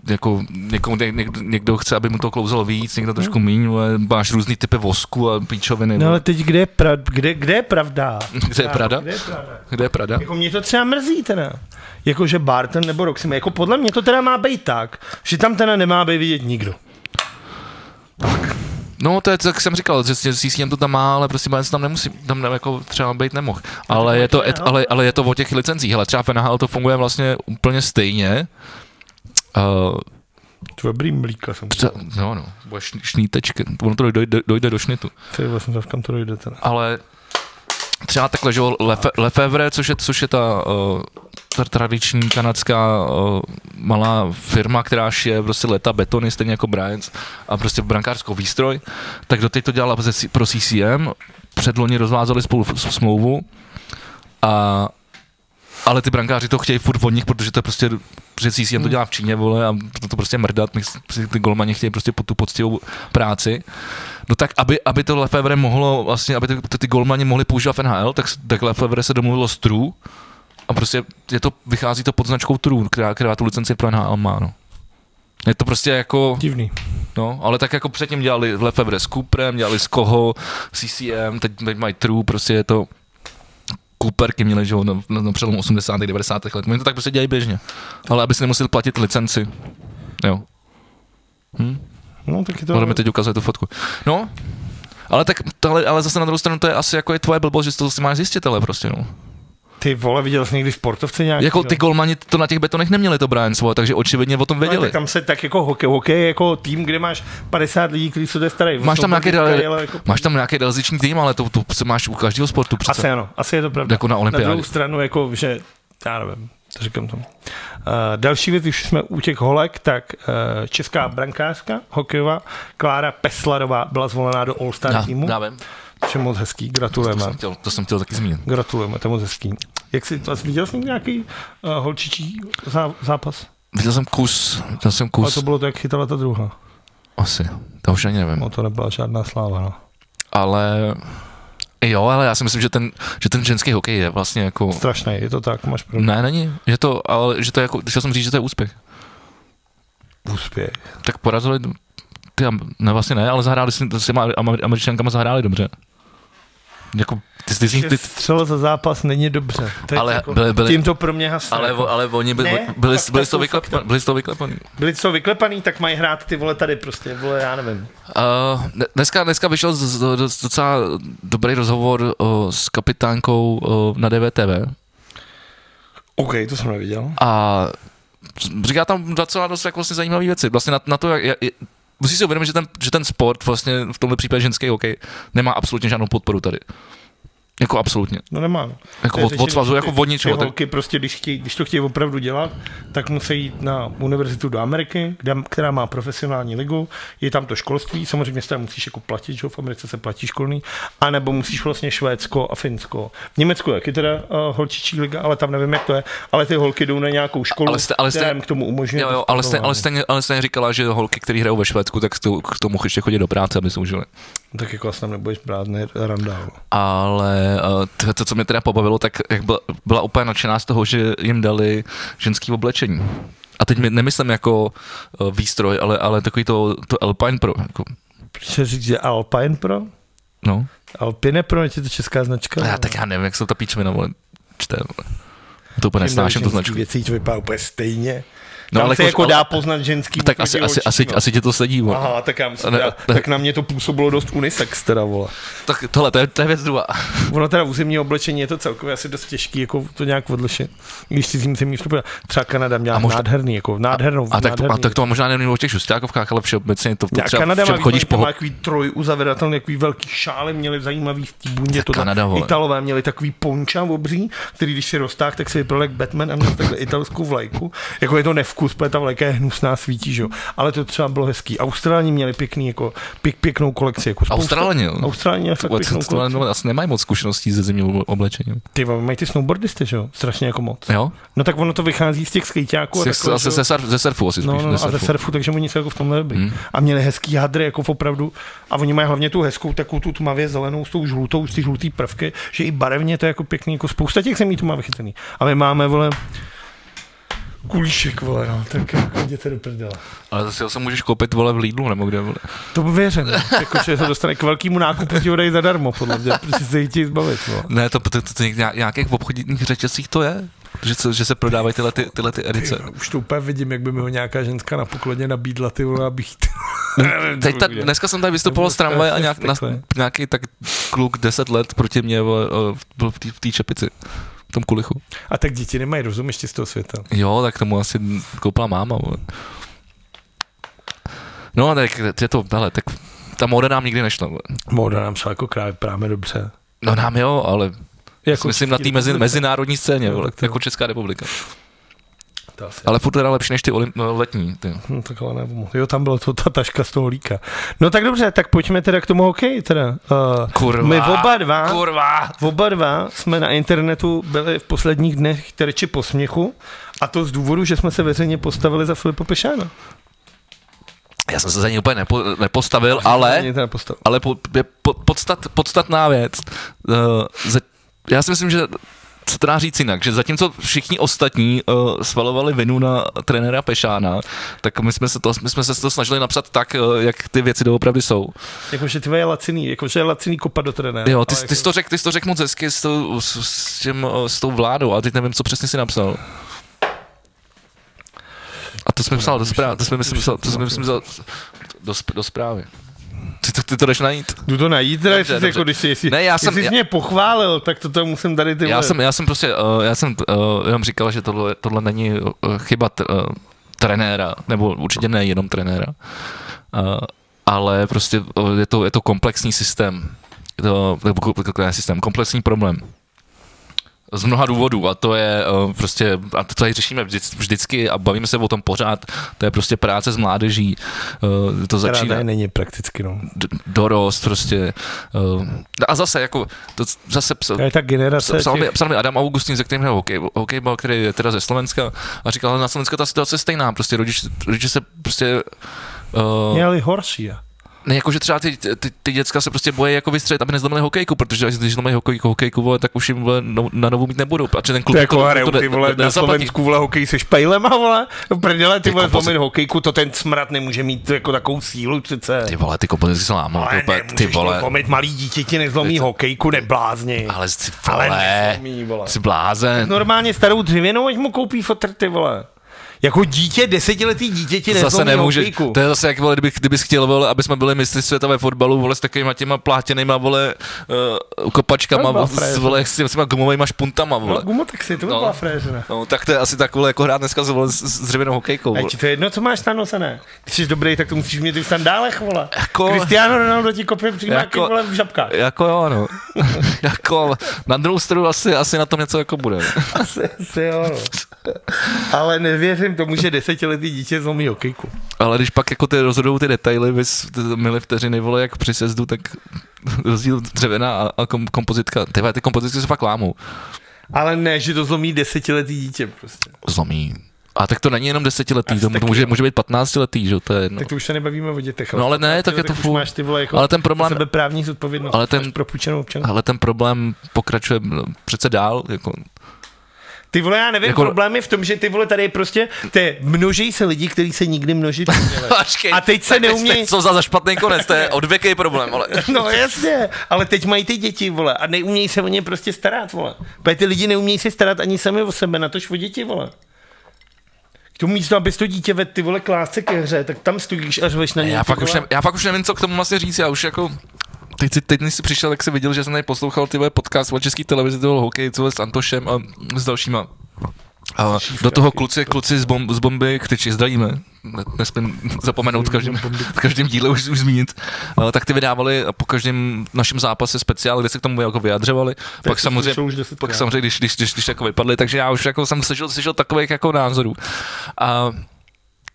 jako někomu, ně- někdo, někdo, chce, aby mu to klouzalo víc, někdo trošku míň, ale máš různý typy vosku a píčoviny, No no, ale teď kde je, pra, kde, kde je pravda? (laughs) Kde je pravda? Kde je pravda? kde je Prada? Jako mě to třeba mrzí teda. Jako že Barton nebo Roxy, jako podle mě to teda má být tak, že tam teda nemá být vidět nikdo. No to je, jak jsem říkal, že s s CCM to tam má, ale prostě Bayern tam nemusí, tam ne, jako třeba být nemohl. Ale je, to, et, ale, ale je to o těch licencích, ale třeba v NHL to funguje vlastně úplně stejně. Uh, Dobrý mlíka jsem. no, no, bude šn- šnítečky, ono to dojde, dojde do šnitu. To je vlastně kam to dojde teda. ale třeba takhle, že jo, Lefe, Lefevre, což je, což je ta, uh, ta tradiční kanadská uh, malá firma, která šije prostě leta betony, stejně jako Bryans a prostě brankářskou výstroj, tak doteď to dělala ze- pro CCM, předloni rozvázali spolu f- smlouvu a ale ty brankáři to chtějí furt od nich, protože to je prostě, protože CCM to dělá v Číně, vole, a to, to prostě mrdat, my si- ty golmani chtějí prostě po tu poctivou práci. No tak, aby, aby to Lefebvre mohlo, vlastně, aby ty, ty, ty golmani mohli používat v NHL, tak, s- tak Lefebvre se domluvilo s True a prostě je to, vychází to pod značkou True, která, která tu licenci pro NHL má, no. Je to prostě jako, Divný. no, ale tak jako předtím dělali Lefebvre s Cooperem, dělali s Koho, CCM, teď, teď mají True, prostě je to Cooperky měli, že jo, na, na, na přelomu 80. 90. let. Oni to tak prostě dělají běžně. Ale aby si nemusel platit licenci. Jo. No tak je to... Podle mi teď ukazuje tu fotku. No, ale tak, ale, ale zase na druhou stranu to je asi jako je tvoje blbost, že si to si máš zjistit, ale prostě no. Ty vole, viděl jsi někdy sportovce nějaký? Jako no? ty golmani to na těch betonech neměli to Brian svoje, takže očividně o tom Ale věděli. tak tam se tak jako hokej, hokej je jako tým, kde máš 50 lidí, kteří jsou starají. Máš tam, nějaký, Kariéra dele, jako- máš tam nějaký deleziční tým, ale to, to se máš u každého sportu přece. Asi ano, asi je to pravda. Jako na olympiádě. Na druhou stranu, jako, že, já nevím, to říkám tomu. Uh, další věc, když jsme u těch holek, tak uh, česká brankářka hokejová Klára Peslarová byla zvolená do All-Star Já, týmu, já vím, což je moc hezký, to gratulujeme. jsem, chtěl, to jsem chtěl taky zmínit. Gratulujeme, to je moc hezký. Jak jsi, to, viděl jsi nějaký uh, holčičí zá, zápas? Viděl jsem kus, viděl jsem Ale kus, to bylo to, jak chytala ta druhá. asi, to už ani nevím. No to nebyla žádná sláva, no. Ale jo, ale já si myslím, že ten, že ten ženský hokej je vlastně jako... Strašný, je to tak, máš pravdu. Ne, není, že to, ale že to je jako, chtěl jsem říct, že to je úspěch. Úspěch. Tak porazili, ty, am- ne, vlastně ne, ale zahráli si, s těma Amer- američankama zahráli dobře. Jako, ty, ty, ty, Že ty, střel za zápas není dobře. To je Ale jako, byly- byly- tím to pro mě hasne. jako- ale, o- ale oni by, Ne, byli, byli, fakta byli, jsou to vyklepan, byli to vyklepaný. byli co vyklepaný, tak mají hrát ty vole tady prostě, vole, já nevím. Uh, dneska, dneska vyšel z, z, z- docela dobrý rozhovor uh, s kapitánkou uh, na DVTV, OK, to jsem neviděl. A říká tam docela dost jako vlastně zajímavé věci. Vlastně na, na to, jak, jak, musí si uvědomit, že ten, že ten sport vlastně v tomhle případě ženský hokej nemá absolutně žádnou podporu tady. Jako absolutně. No nemá. no. To Jako je od, řešení, od svazu, že jako ty- od ničeho. Ty Tak, holky prostě, když, chtějí, když to chtějí opravdu dělat, tak musí jít na univerzitu do Ameriky, kde, která má profesionální ligu, je tam to školství, samozřejmě se tam musíš jako platit, že jo, v Americe se platí školný, anebo musíš vlastně Švédsko a Finsko. V Německu jak je teda uh, holčičí liga, ale tam nevím, jak to je, ale ty holky jdou na nějakou školu, Ale jste- ale jste- která jim k tomu umožňuje. jo, jo, to ale, jste, ale, sportování. jste, ale jste říkala, že holky, které hrajou ve Švédsku, tak to- k tomu ještě chodí do práce, aby se užili. Tak jako asi tam nebudeš brát, ne, randál. Ale eh, to, to, co mě teda pobavilo, tak jak byla, byla úplně nadšená z toho, že jim dali ženský oblečení. A teď mi nemyslím jako eh, výstroj, ale, ale takový to, to Alpine Pro. Jako, Chce říct, že Alpine Pro? no. Alpine Pro, je to česká značka? A já tak já nevím, jak se ta píčmina vole, čte. Vole. To úplně Všem nesnáším tu ženský značku. Věcí to vypadá úplně stejně. No, No, Tam ale ale se jako- jako ale- dá poznat ženský. Tak oproti asi, asi, holčičí, asi, no. asi tě to sedí, vole. Aha, tak, já musím, Ne, já, ne. tak na mě to působilo dost unisex teda, vole. Tak tohle, to je, to je věc druhá. Ono teda u zimního oblečení je to celkově asi dost těžký, jako to nějak odlišit. I Když si zim zimní vstup, třeba Kanada měla A možná- nádherný, jako nádhernou, A tak, to, nádherný. a tak to možná nevím o těch šustákovkách, ale všeobecně to, to Já, Jako třeba Jako Kanada všem má, chodíš chodíš po... má takový troj uzavedatelný, takový velký šály, měli zajímavý v té bundě. To Jako Kanada, vole. Italové měli takový ponča obří, který když si roztáhl, tak si vypadal jak Batman a měl takhle italskou vlajku. Jako je to nevkus, kus, protože ta vleka je hnusná, svítí, že jo. Ale to třeba bylo hezký. Australani měli pěkný, jako, pěk, pěknou kolekci. Jako spousta- Australani, jo. Australani měli fakt To, pěknou to, to, kolekci. to, asi nemají moc zkušeností se zimním obl- oblečením. Ty vole, mají ty snowboardisty, že jo? Strašně jako moc. Jo? No tak ono to vychází z těch skejťáků. a Se, takhle, že asi jo. ze, surf, ze surfu asi spíš. No, no, ze a ze surfu. surfu, takže oni jsou jako v tomhle byli. Hmm. Hmm. A měli hezký hadry, jako opravdu. A oni mají hlavně tu hezkou, takovou tu tmavě zelenou s tou žlutou, s ty žlutý prvky, že i barevně to je jako pěkný, jako spousta těch zemí to má vychytaný. A my máme, vole, kulíšek, vole, no, tak jako jděte do prdele. Ale zase ho se můžeš koupit vole v Lidlu nebo kde. Vole. To by věřím, jako, že se dostane k velkému nákupu, ti ho dají zadarmo, podle mě, protože se jí ti zbavit, vole. Ne, to, to, to, to nějak- nějakých obchodních řetězcích to je. Že, se- že se prodávají tyhle, ty, tyhle ty Ty edice. vole, Už to úplně vidím, jak by mi ho nějaká ženská na pokladně nabídla, ty vole, abych jí- (laughs) Teď ta, dneska jsem tady vystupoval z tramvaje a nějak, na, nějaký tak kluk 10 let proti mě vole, eh, byl v té- v té čepici. V tom kulichu. A tak děti nemají rozum ještě z toho světa. Jo, tak tomu asi koupila máma. Vole. No, tak je to, hele, tak ta móda nám nikdy nešla. Vole. Móda nám šla jako krávy práme dobře. No nám jo, ale jako myslím na té Český mezi, republice. mezinárodní scéně, Jo, vole, tak to- jako Česká republika. To asi- Ale furt teda lepší než ty olim, no, letní. Ty. No tak ale nevím. Jo, tam byla to ta taška z toho líka. No tak dobře, tak pojďme teda k tomu hokeji teda. Uh, Kurva, My oba dva- kurva. oba dva jsme na internetu byli v posledních dnech terči posměchu a to z důvodu, že jsme se veřejně postavili za Filipa Pešána. Já jsem se za ní úplně nepo, nepostavil, ale... Veřejně Teda postavili. ale po, je po, podstat, podstatná věc. Uh, za, já si myslím, že co to dá říct jinak, že zatímco všichni ostatní uh, svalovali vinu na trenéra Pešána, tak my jsme se to, my jsme se to snažili napsat tak, uh, jak ty věci doopravdy jsou. Jakože ty vole je laciný, jakože je laciný kopa do trenéra. Jo, ty, Ale jako ty, jsi to řek, ty jsi to řekl moc hezky s, tou, s, s, tím, eh, s tou vládou, ale teď nevím, co přesně si napsal. A to jsme psal do zprávy, to jsme myslím, psal, to jsme myslím, za- do, sp- do zprávy. Ty to, ty to jdeš najít. Jdu to najít, teda, Dobře, jestli, jsi dobře. Jako, když jsi, jestli, Ne, já jsem- jestli jsi já- mě pochválil, tak to, to musím tady ty Já vole- jsem, já jsem prostě, uh, já jsem uh, jenom říkal, že tohle, tohle není uh, chyba t, uh, trenéra, nebo určitě ne jenom trenéra, uh, ale prostě uh, je, to, je to komplexní systém, Je to, nebo ko- ko- ne systém, komplexní problém. Z mnoha důvodů a to je uh, prostě, a to tady řešíme vždy- vždycky a bavíme se o tom pořád, to je prostě práce s mládeží, uh, Která to začíná ne, není prakticky, no. d- dorost prostě. Uh, a zase jako, to z- zase psa- To je ta generace Psal mi, těch- psal mi Adam Augustin, ze kterým hrál hokej, hokejbal, který je teda ze Slovenska a říkal, že na Slovensku ta situace je stejná, prostě rodič, rodiče se prostě Uh, měli horší. a- ne, jakože třeba ty, ty, ty, děcka se prostě bojí jako vystřelit, aby nezlomili hokejku, protože až když zlomí hokejku, hokejku vole, tak už jim vole, no, na novou mít nebudou, protože ten klub To jako hrajou ne- ty vole na nezaplatí. Slovensku vole hokej se špejlema vole, do prdele ty vole kompozi- zlomit hokejku, to ten smrad nemůže mít jako takovou sílu přece. Ty vole, ty kompozici se lámou, ale úplně, nemůžeš ty vole, zlomit malý dítě ti nezlomí Ty- hokejku, neblázni. ale jsi, Ale vole, nezlomí, vole. jsi blázen. Normálně starou dřevěnou, ať mu koupí fotr ty vole. Jako dítě, desetiletý dítě ti To nezlomí zase nemůže. hokejku. To je zase jak, vole, kdybych, kdybys chtěl, vole, aby jsme byli mistry světa ve fotbalu, vole, s takovýma těma plátěnýma, vole, uh, kopačkama, To by byla vole, s, frajeřina. vole, s těma gumovejma špuntama, No, vole. gumo, tak si to by No. byla fréřina. No, tak to je asi tak, vole, jako hrát dneska s, vole, s, s dřevěnou hokejkou, A vole. ti to je jedno, co máš nanosené. Když jsi dobrý, tak to musíš mít i v sandálech, vole. Jako- Cristiano Ronaldo ti kopne přímáky, Jako- vole, v žabkách. Jako jo, no. (laughs) jako, ale na druhou stranu asi, asi na tom něco jako bude. Asi, (laughs) asi jo, no. Ale nevěřím tomu, že desetiletý dítě zlomí hokejku. Ale když pak jako ty rozhodují ty detaily, vys, ty mili vteřiny, vole, jak při sjezdu, tak (laughs) rozdíl dřevěna a, a kom, kompozitka. Ty, vole, ty kompozitky se fakt lámou. Ale ne, že to zlomí desetiletý dítě prostě. No. zlomí. A tak to není jenom desetiletý, to taky může, jo. může být 15 letý, že jo, to je jedno. Tak to už se nebavíme o dětech. No ale ne, tak je to už furt. máš ty vole jako Ale ten problém- sebeprávní zodpovědnost. Ale ten- Máš propůjčenou občanku. Ale ten problém pokračuje no, přece dál, jako, Ty vole, já nevím, Jako- jako... problém je v tom, že ty vole tady je prostě, ty množí se lidi, kteří se nikdy množit neměli. Počkej, A teď se tak neumějí- teď Co za, za špatný konec, to je odvěký problém, ale... (laughs) No jasně, ale teď mají ty děti, vole, a neumějí se o ně prostě starat, vole. Protože ty lidi neumějí se starat ani sami o sebe, natož o děti, vole. K tomu místo, abys to dítě vedl ty vole k lásce ke hře, tak tam stojíš a řveš na něj. Já ty fakt, už vole. ne, já fakt už nevím, co k tomu vlastně říct, já už jako... Teď, si- teď než jsi přišel, tak jsem viděl, že jsem tady poslouchal ty vole podcast o český televizi, toho hokej, co s Antošem a s dalšíma. A do toho kluci, kluci z, bomb, z bomby, kteří zdravíme, ne- nesmím zapomenout v každém, v každém díle už, už zmínit, eh, tak ty vydávali po každém našem zápase speciál, kde se k tomu jako vyjadřovali. Pak jsi samozřejmě, slyšel už desetkrát. pak samozřejmě když, když, když, když jako vypadli, takže já už jako jsem slyšel, slyšel takových jako názorů. A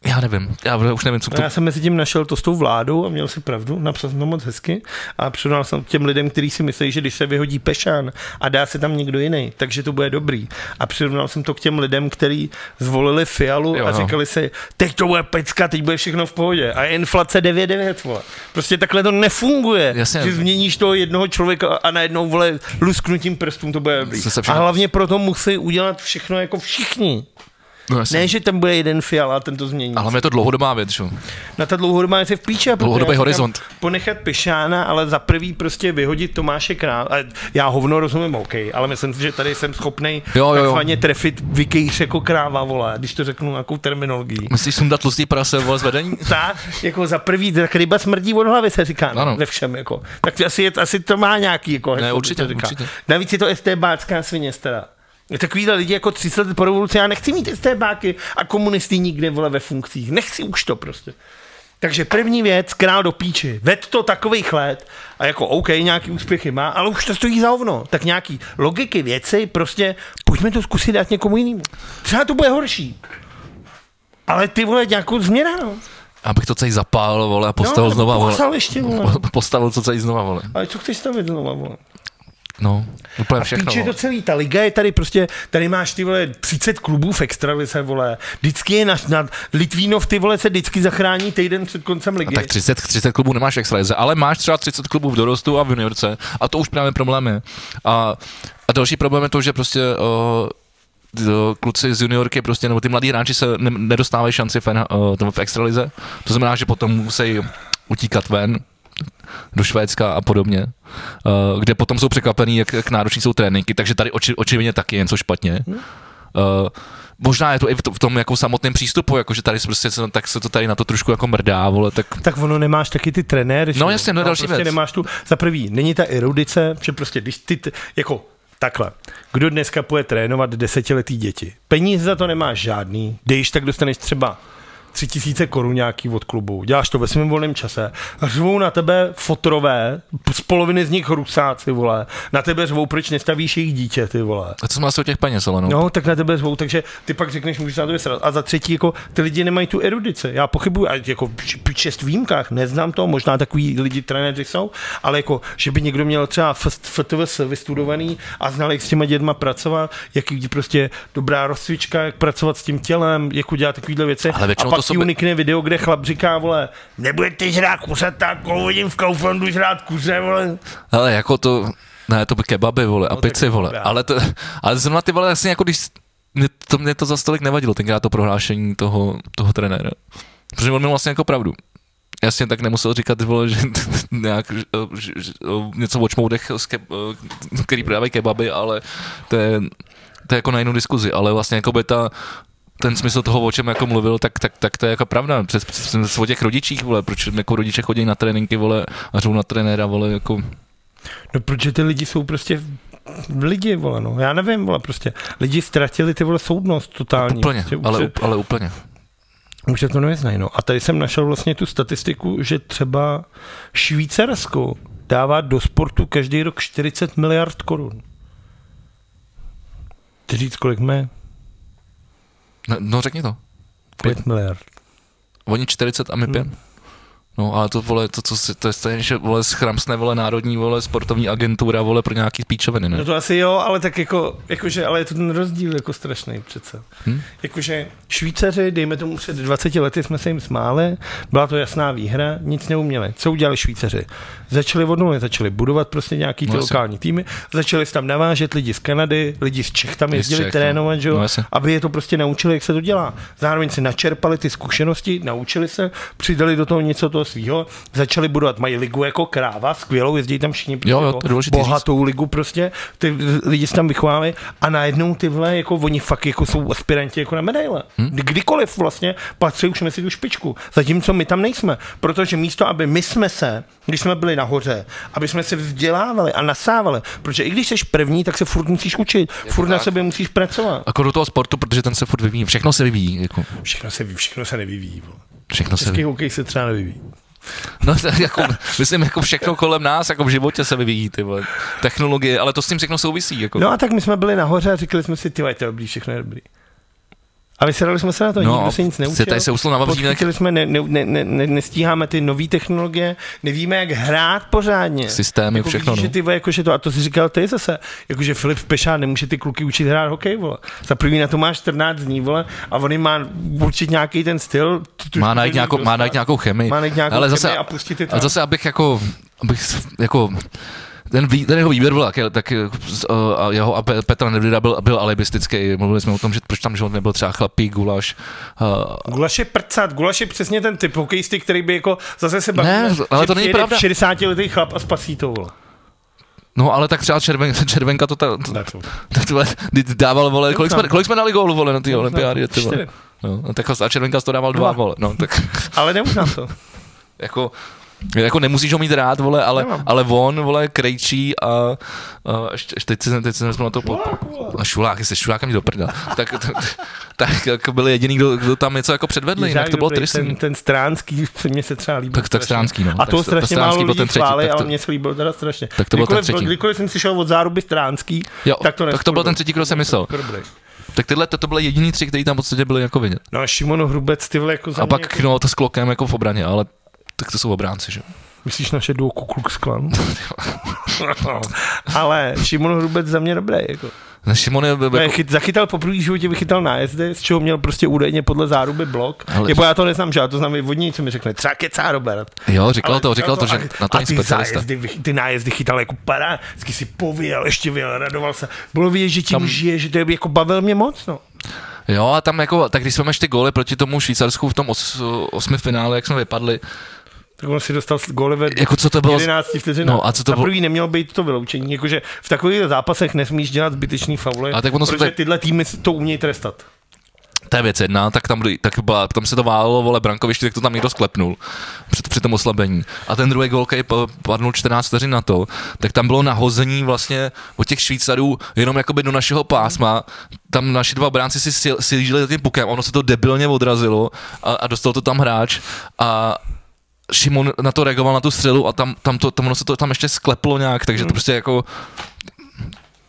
já nevím, já už nevím, co k No tomu já jsem mezi tím našel to s tou vládou a měl si pravdu, napsal jsem to moc hezky a předal jsem těm lidem, kteří si myslí, že když se vyhodí Pešán a dá se tam někdo jiný, takže to bude dobrý. A přirovnal jsem to k těm lidem, kteří zvolili Fialu Jo, a no. říkali si, teď to bude pecka, teď bude všechno v pohodě. A je inflace 9,9, vole. Prostě takhle to nefunguje, Jasně. že změníš toho jednoho člověka a najednou, vole, lusknutím prstům to bude dobrý. Se- se A všechno- hlavně proto musí udělat všechno jako všichni. No, jasně. Ne, že tam bude jeden Fiala a ten to změní. A hlavně je to dlouhodobá věc, že? jo? Na ta dlouhodobá věc je v píči. a proto Dlouhodobý já říkám, horizont. Ponechat Pešána, ale za prvý prostě vyhodit Tomáše Král. A já hovno rozumím, OK, ale myslím si, že tady jsem schopný Jo, jo, jo. takzvaně trefit vykejš jako kráva, vole, když to řeknu nějakou terminologií. Myslíš sundat tlustý prase vole, z vedení? Ta, (laughs) jako za prvý, tak ryba smrdí od hlavy, se říká, Ano. no, ve všem, jako. Tak asi, je, asi to má nějaký, jako. heslo, určitě, to říká. určitě. Navíc je to STBácká svině, teda. Takovýhle lidi jako 30 let po revoluci, já nechci mít STBáky a komunisty nikde, vole, ve funkcích. Nechci už to prostě. Takže první věc, král do píči. Ved to takových let a jako OK, nějaký úspěchy má, ale už to stojí za ovno. Tak nějaký logiky věci, prostě pojďme to zkusit dát někomu jinému. Třeba to bude horší. Ale ty vole nějakou změna, no. Abych to celý zapálil, vole, a postavil No, znova, vole. pochcel ještě, (laughs) vole. Po- Postavil to celý znova, vole. Ale co chceš stavit znova, vole? No, úplně všechno. Píč je to vole. celý, ta liga je tady prostě, tady máš ty vole 30 klubů v extralize, vole. Vždycky je na, na Litvínov, ty vole se vždycky zachrání týden před koncem ligy. Tak 30, 30 klubů nemáš v extralize, ale máš třeba 30 klubů v dorostu a v juniorce a to už právě problém je. A, a další problém je to, že prostě o, d- kluci z juniorky prostě, nebo ty mladí hráči se ne, nedostávají šanci v, N- o, tom v extralize. To znamená, že potom musí utíkat ven do Švédska a podobně, eh, kde potom jsou překvapený, jak, jak náročný jsou tréninky, takže tady oči, očividně taky je něco špatně. Eh, možná je to i v to- v tom jako samotném přístupu, jako že tady se prostě se, tak se to tady na to trošku jako mrdá, vole, tak tak ono nemáš taky ty trenéry. že No jo? jasně, no další prostě věc. nemáš tu, za prvý, není ta erudice, že prostě když ty, t- jako takhle, kdo dneska půjde trénovat desetiletý děti? Peníze za to nemáš žádný, když tak dostaneš třeba tři tisíce korun nějaký od klubu, děláš to ve svém volném čase, řvou na tebe fotrové, z poloviny z nich rusáci, vole, na tebe řvou, proč nestavíš jejich dítě, ty vole. A co jsme asi o těch peněz, ale no. No, tak na tebe zvou, takže ty pak řekneš, můžeš na to vysrat. A za třetí, jako ty lidi nemají tu erudici. Já pochybuju, a jako při- při čest výjimkách, neznám to, možná takový lidi trenéři jsou, ale jako, že by někdo měl třeba FS FTVS vystudovaný a znal, jak s těma dětma pracovat, jaký prostě dobrá rozcvička, jak pracovat s tím tělem, jak udělat takovýhle věci. Ale a většinou pak to to jsou- ti unikne video, kde chlap říká, vole, nebudete žrát kusata, koho vidím v Kauflandu žrát kuře, vole. Hele, jako to, ne, to by kebaby, vole, a pici, vole, dobrá. ale, to, ale zrovna ty, vole, vlastně jako když, mě to, mě to za stolik nevadilo, tenkrát to prohlášení toho, toho trenéra, protože on měl vlastně jako pravdu. Jasně, tak nemusel říkat, ty vole, že (laughs) nějak, že, že, že, něco o čmoudech, s ke, který prodávají kebaby, ale to je, to je jako na jinou diskuzi, ale vlastně jako by ta, ten smysl toho, o čem jako mluvil, tak, tak, tak to je jako pravda. Přes, přes, přes o těch rodičích, vole, proč jako rodiče chodí na tréninky, vole, a řvou na trenéra, vole, jako No, protože ty lidi jsou prostě lidi, vole, no. Já nevím, vole, prostě. Lidi ztratili ty vole soudnost totální. Úplně, prostě, už ale, se- up- ale úplně. Už se to nevyznají, no. A tady jsem našel vlastně tu statistiku, že třeba Švýcarsko dává do sportu každý rok 40 miliard korun. Ty říct, kolik mé? No, no řekni to. 5 miliard. Oni 40 Hmm. a my 5. No ale to vole, to, co si, to je stejně, že vole schramsne, vole národní, vole sportovní agentura, vole pro nějaký píčoviny, ne? No to asi jo, ale tak jako, jakože, ale je to ten rozdíl jako strašný přece. Hm? Hmm? Jakože Švýcaři, dejme tomu před 20 lety jsme se jim smáli, byla to jasná výhra, nic neuměli. Co udělali Švýcaři? Začali od nuly, začali budovat prostě nějaký ty No jasně. lokální týmy, začali si tam navážet lidi z Kanady, lidi z Čech tam z jezdili Čech, trénovat, no. že jo, No jasně. aby je to prostě naučili, jak se to dělá. Zároveň si načerpali ty zkušenosti, naučili se, přidali do toho něco, to toho svého, začali budovat, mají ligu jako kráva, skvělou, jezdí tam všichni prostě Jo, jo, jako to je důležitý bohatou říct. ligu prostě, ty lidi se tam vychovávají a najednou tyhle, jako oni fakt jako jsou aspiranti jako na medaile. Hmm? Kdykoliv vlastně patří už mezi tu špičku, zatímco my tam nejsme, protože místo, aby my jsme se, když jsme byli nahoře, aby jsme se vzdělávali a nasávali, protože i když jsi první, tak se furt musíš učit, furt na sebe musíš pracovat. Jako do toho sportu, protože ten se furt vyvíjí. Všechno se vyvíjí. Jako, Všechno se, všechno se nevyvíjí. Bo. všechno se Český vyvíjí. hokej se třeba nevyvíjí. No, tak jako, myslím, jako všechno kolem nás, jako v životě se vyvíjí, ty vole. Technologie, ale to s tím všechno souvisí. Jako. No a tak my jsme byli nahoře a říkali jsme si, ty vole, to je dobrý, všechno je dobrý. A vysedali jsme se na to, no, nikdo se nic neučil. tady se uslo na vavřínek, Podchytili jsme, ne, ne, ne, ne, ne, nestíháme ty nové technologie, nevíme, jak hrát pořádně. systémy, jako všechno. vidíš, No. že ty, vole, jakože to, a to si říkal ty zase, jakože Filip Pešán nemůže ty kluky učit hrát hokej, vole. Za první na to má 14 dní, vole, a on jim má určit nějaký ten styl. tu- tu- Má tu- najít, tu- nějakou, má najít nějakou chemii. Má najít nějakou ale zase, chemii a pustit je ale tam. zase abych jako, abych jako ten, vý- ten jeho výběr byl taky, taky s- a jeho a Pe- Petra Nedvěda byl, byl alibistický. Mluvili jsme o tom, že proč tam život nebyl třeba chlapík, gulaš. A, Gulaš je prcat, Gulaš je přesně ten typ hokejisty, který by jako zase se baví. Ne, ale to není pravda. 60 letý chlap a spasí to, vole. no ale tak třeba červen, (laughs) červenka to, ta, to, Tak to. to, to dával, vole, kolik jsme, kolik jsme dali gólu, vole, na té olympiádě, ty vole. Čtyři. No, no, tak a červenka to dával dva, Dva. vole. No, tak Ale neuznám (laughs) to. jako, jako nemusíš ho mít rád, vole, ale, Nemám. ale on, vole, krejčí a, a ještě, ještě, teď se, teď se na to po, a šulák, jestli šulákem jdi do prdela. tak, tak, tak, jako byl jediný, kdo, kdo tam něco jako předvedl, jinak to bylo Dobrý, ten, tristní. ten stránský se mně se třeba líbil. Tak, tak stránský, no. A toho tak, strašně Stránský málo byl lidí ten ten třetí, chválí, tak ale to, mně se líbil teda strašně. Tak to byl ten kdykoliv, třetí. kdykoliv jsem slyšel od záruby stránský, jo, tak to tak to byl neskurvil. ten třetí, kdo jsem myslel. Dobrý. Tak tyhle, to, to byly jediný tři, kteří tam v podstatě byli jako vidět. No a Šimon Hrubec, ty vole, jako za A mě pak, jako- no, to s klokem jako v obraně, ale tak to jsou obránci, že? Myslíš naše duo Ku Klux (laughs) Klan? No, ale Šimon Hrubec za mě dobrý, jako. Ne, Šimon je, To je jako, Chyt, zachytal po první životě, vychytal nájezdy, z čeho měl prostě údajně podle záruby blok. Ale- Ale... Jako já to neznám, že já to znám i od něj, co mi řekne. Třeba kecá Robert. jo, říkal to, říkal to, jako a- že na to a je ty, specialista. zájezdy, vych- ty nájezdy chytal jako pará, vždycky si pověl, ještě vyjel, radoval se. Bylo vidět, že tím Tam- Tam... žije, že to je, jako bavil mě moc, no. Jo, a tam jako, tak když jsme ty góly proti tomu Švýcarsku v tom os, osmi finále, jak jsme vypadli, Tak on si dostal góly ve jako co to bylo? 11 vteřinách. No, a co to Za bylo- prvý nemělo být to vyloučení, jakože v takových zápasech nesmíš dělat zbytečný faule, A tak ono se protože tak- tyhle týmy to umějí trestat. To je věc jedna, tak tam, tak byla, tam se to válelo, vole, brankoviště, tak to tam někdo sklepnul při, při tom oslabení. A ten druhý gol, který pa- padnul 14 vteřin na to, tak tam bylo nahození vlastně od těch Švýcarů jenom jakoby do našeho pásma. Tam naši dva bránci si sil- silížili za tím pukem, ono se to debilně odrazilo a, a dostal to tam hráč a Šimon na to reagoval na tu střelu a tam, tam, to, tam ono se to tam ještě skleplo nějak, takže to prostě jako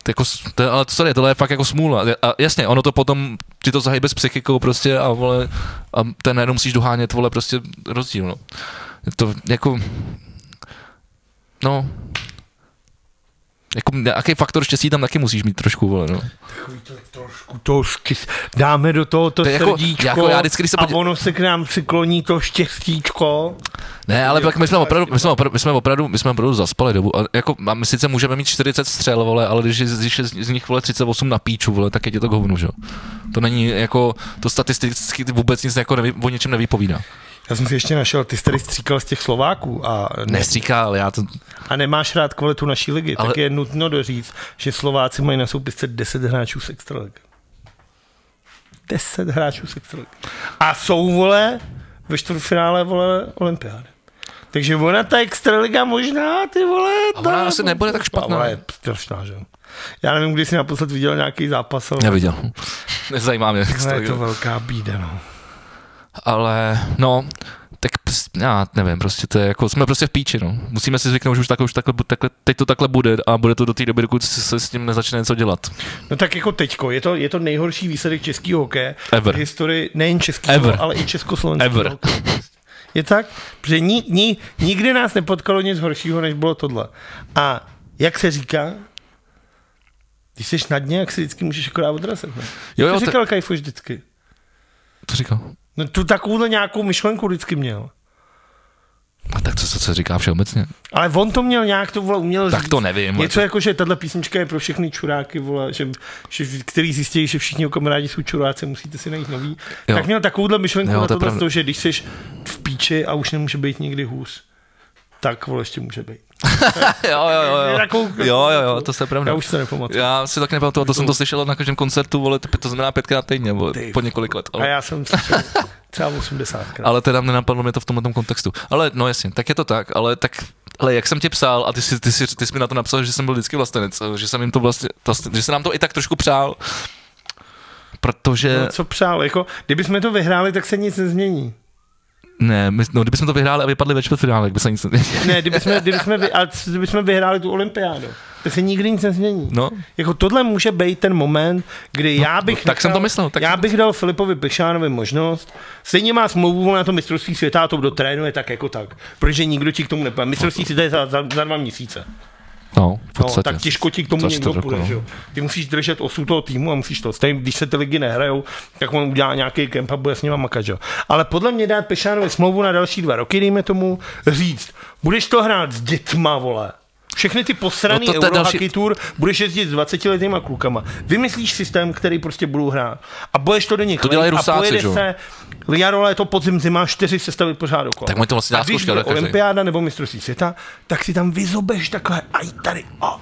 jako, s- to, je- ale sorry, tohle je fakt jako smůla. A jasně, ono to potom, ti to zahybe s psychikou prostě a vole, a ten najednou musíš dohánět, vole, prostě rozdíl, no. Je to jako, no, jako nějaký faktor štěstí tam taky musíš mít trošku, vole, no. trošku to štis, dáme do toho to, To je jako- srdíčko jako já vždycky, když se a podí- ono se k nám přikloní to štěstíčko. Ne, ale tak my jsme opravdu, my jsme opravdu, my jsme opravdu, my jsme opravdu zaspali dobu. A jako, a my sice můžeme mít 40 střel, vole, ale když, je z- když je z z nich vole 38 na píču, vole, tak je tě to k hovnu, že? jo? To není jako, to statisticky vůbec nic jako nevy, o něčem nevypovídá. Já jsem si ještě našel, ty jsi tady stříkal z těch Slováků a, ne, Nestříká, ale já to, a nemáš rád kvalitu naší ligy, ale... Ale- tak je nutno doříct, že Slováci mají na soupisce 10 hráčů z Extraligy. 10 hráčů z Extraligy. A jsou, vole, ve čtvrtfinále, vole, olympiády. Takže ona, ta Extraliga možná, ty vole, A ta- ona asi nebude tak špatná. Ale je strašná, že jo. Já nevím, kdy jsi naposled viděl nějaký zápas, ale... Neviděl. Nezajímá mě. Jak No, je ale, to to... velká bída, no. ale no, tak ps- já nevím, prostě to je jako, jsme prostě v píči, no. Musíme si zvyknout, že už, tak, už takhle, bu- takhle, teď to takhle bude a bude to do té doby, dokud se, se s tím nezačne něco dělat. No tak jako teďko, je to, je to nejhorší výsledek českého hokeje Ever. v historii nejen Ever. českého, ale i československého Ever. hokeje. Je tak? Protože ni, ni, nikdy nás nepotkalo nic horšího, než bylo tohle. A jak se říká, když jsi na dně, jak se vždycky můžeš akorát odrazit. Ne? Jo, Jo, jo, jo, to- říkal Kajfu vždycky. To říkal. No tu takovouhle nějakou myšlenku vždycky měl. A tak co, co se říká všeobecně? Ale on to měl nějak, to vole, uměl Tak říct. to nevím. Něco jako, že tahle písnička je pro všechny čuráky, vole, že, že, který zjistí, že všichni jeho kamarádi jsou čuráci, musíte si najít nový. Jo. Jo. Tak měl takovouhle myšlenku Jo, jo, na to je tohle, pravda. to, že když jsi v píči, píči a už nemůže být nikdy hůř. Tak vole, ještě může být. (laughs) jo, jo, jo, jo. Takovou- jo, jo, jo, to se pravda. Já už se nepamatuju. Já si taky nepamatuju, a to jsem to slyšel na každém koncertu, vole, to to znamená pětkrát týdně, vole, po několik let. A Ale, já jsem slyšel třeba (laughs) 80krát. ale teda nenapadlo mě to v tomhle kontextu. Ale no jasně, tak je to tak, ale tak ale jak jsem tě psal a ty jsi, ty, jsi, ty jsi mi na to napsal, že jsem byl vždycky vlastenec, že jsem jim to vlastně, to, že jsem nám to i tak trošku přál, protože... No, co přál, jako, kdyby jsme to vyhráli, tak se nic nezmění. Ne, my, no, kdybychom to vyhráli a vypadli ve čtvrtfinále, jak by se nic ne... (laughs) Ne, kdyby jsme, kdyby jsme, vy, ale co- kdyby jsme vyhráli tu olympiádu, tak se nikdy nic nezmění. No, Jako tohle může být ten moment, kdy já bych tak jsem to myslel, tak já jsem- bych dal Filipovi Pešánovi možnost, stejně má smlouvu na to mistrovství světa a to kdo trénuje tak jako tak, protože nikdo ti k tomu nepůjde. Mistrovství světa je za, za, za dva měsíce. no, v No, podstatě. tak těžko ti k tomu Za čtvrt někdo roku, půjde, no. že jo. Ty musíš držet osu toho týmu a musíš to. Stejně, když se ty ligy nehrajou, tak on udělá nějaký kemp a bude s nima makat, že jo. Ale podle mě dát Pešánovi smlouvu na další dva roky, dejme tomu, říct, budeš to hrát s dětma, vole. Všechny ty posraný no No to- to je Eurohockey další- Tour budeš jezdit s 20 letýma klukama. Vymyslíš systém, který prostě budou hrát. A budeš to do nich To dělají lejt Rusáci, a pojede že jo? se, jaro, léto, podzim, zima, čtyři sestavy pořád dokola. Tak oni to vlastně a dělá když zkouška, bude ne, každý. olympiáda nebo mistrovství světa, tak si tam vyzobeš takhle, a i tady, a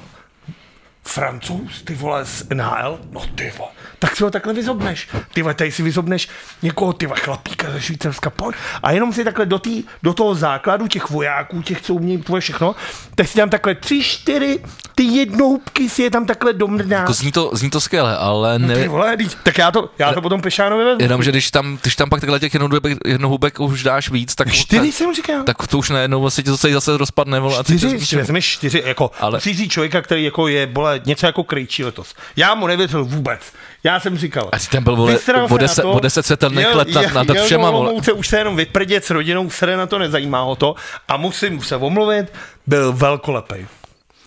Francouz, ty vole, z NHL, no ty vole, tak si ho takhle vyzobneš. Ty vole, tady si vyzobneš někoho, ty vole, chlapíka ze Švýcarska, pojď. A jenom si takhle do, tý, do toho základu těch vojáků, těch, co umějí tvoje všechno, tak si tam takhle tři, čtyři, ty jednohubky si je tam takhle domrdá. Jako zní to, zní to skvěle, ale No, Ty ne, vole, teď- tak já to, já to potom Pešánovi vezmu. jenomže když tam, když tam pak takhle těch jednohubek, jednohubek už dáš víc, tak, Čtyři tak, jsem říkal. tak to už najednou vlastně ti to celý zase rozpadne, vole, a ty Čtyři, to si zničíš. vezmeš čtyři, jako Ale- ale... cizí člověka, který jako je, bole, něco jako krejčí letos. Já mu nevěřil vůbec. Já jsem říkal. A ty tam byl, vole, vysral o se na deset- to, o deset světelných jel- let nad- jel- nad jel do všema, vole. Olomouce, už se jenom vyprdět s rodinou, sere na to, nezajímá ho to. A musím se omluvit, byl velkolepej.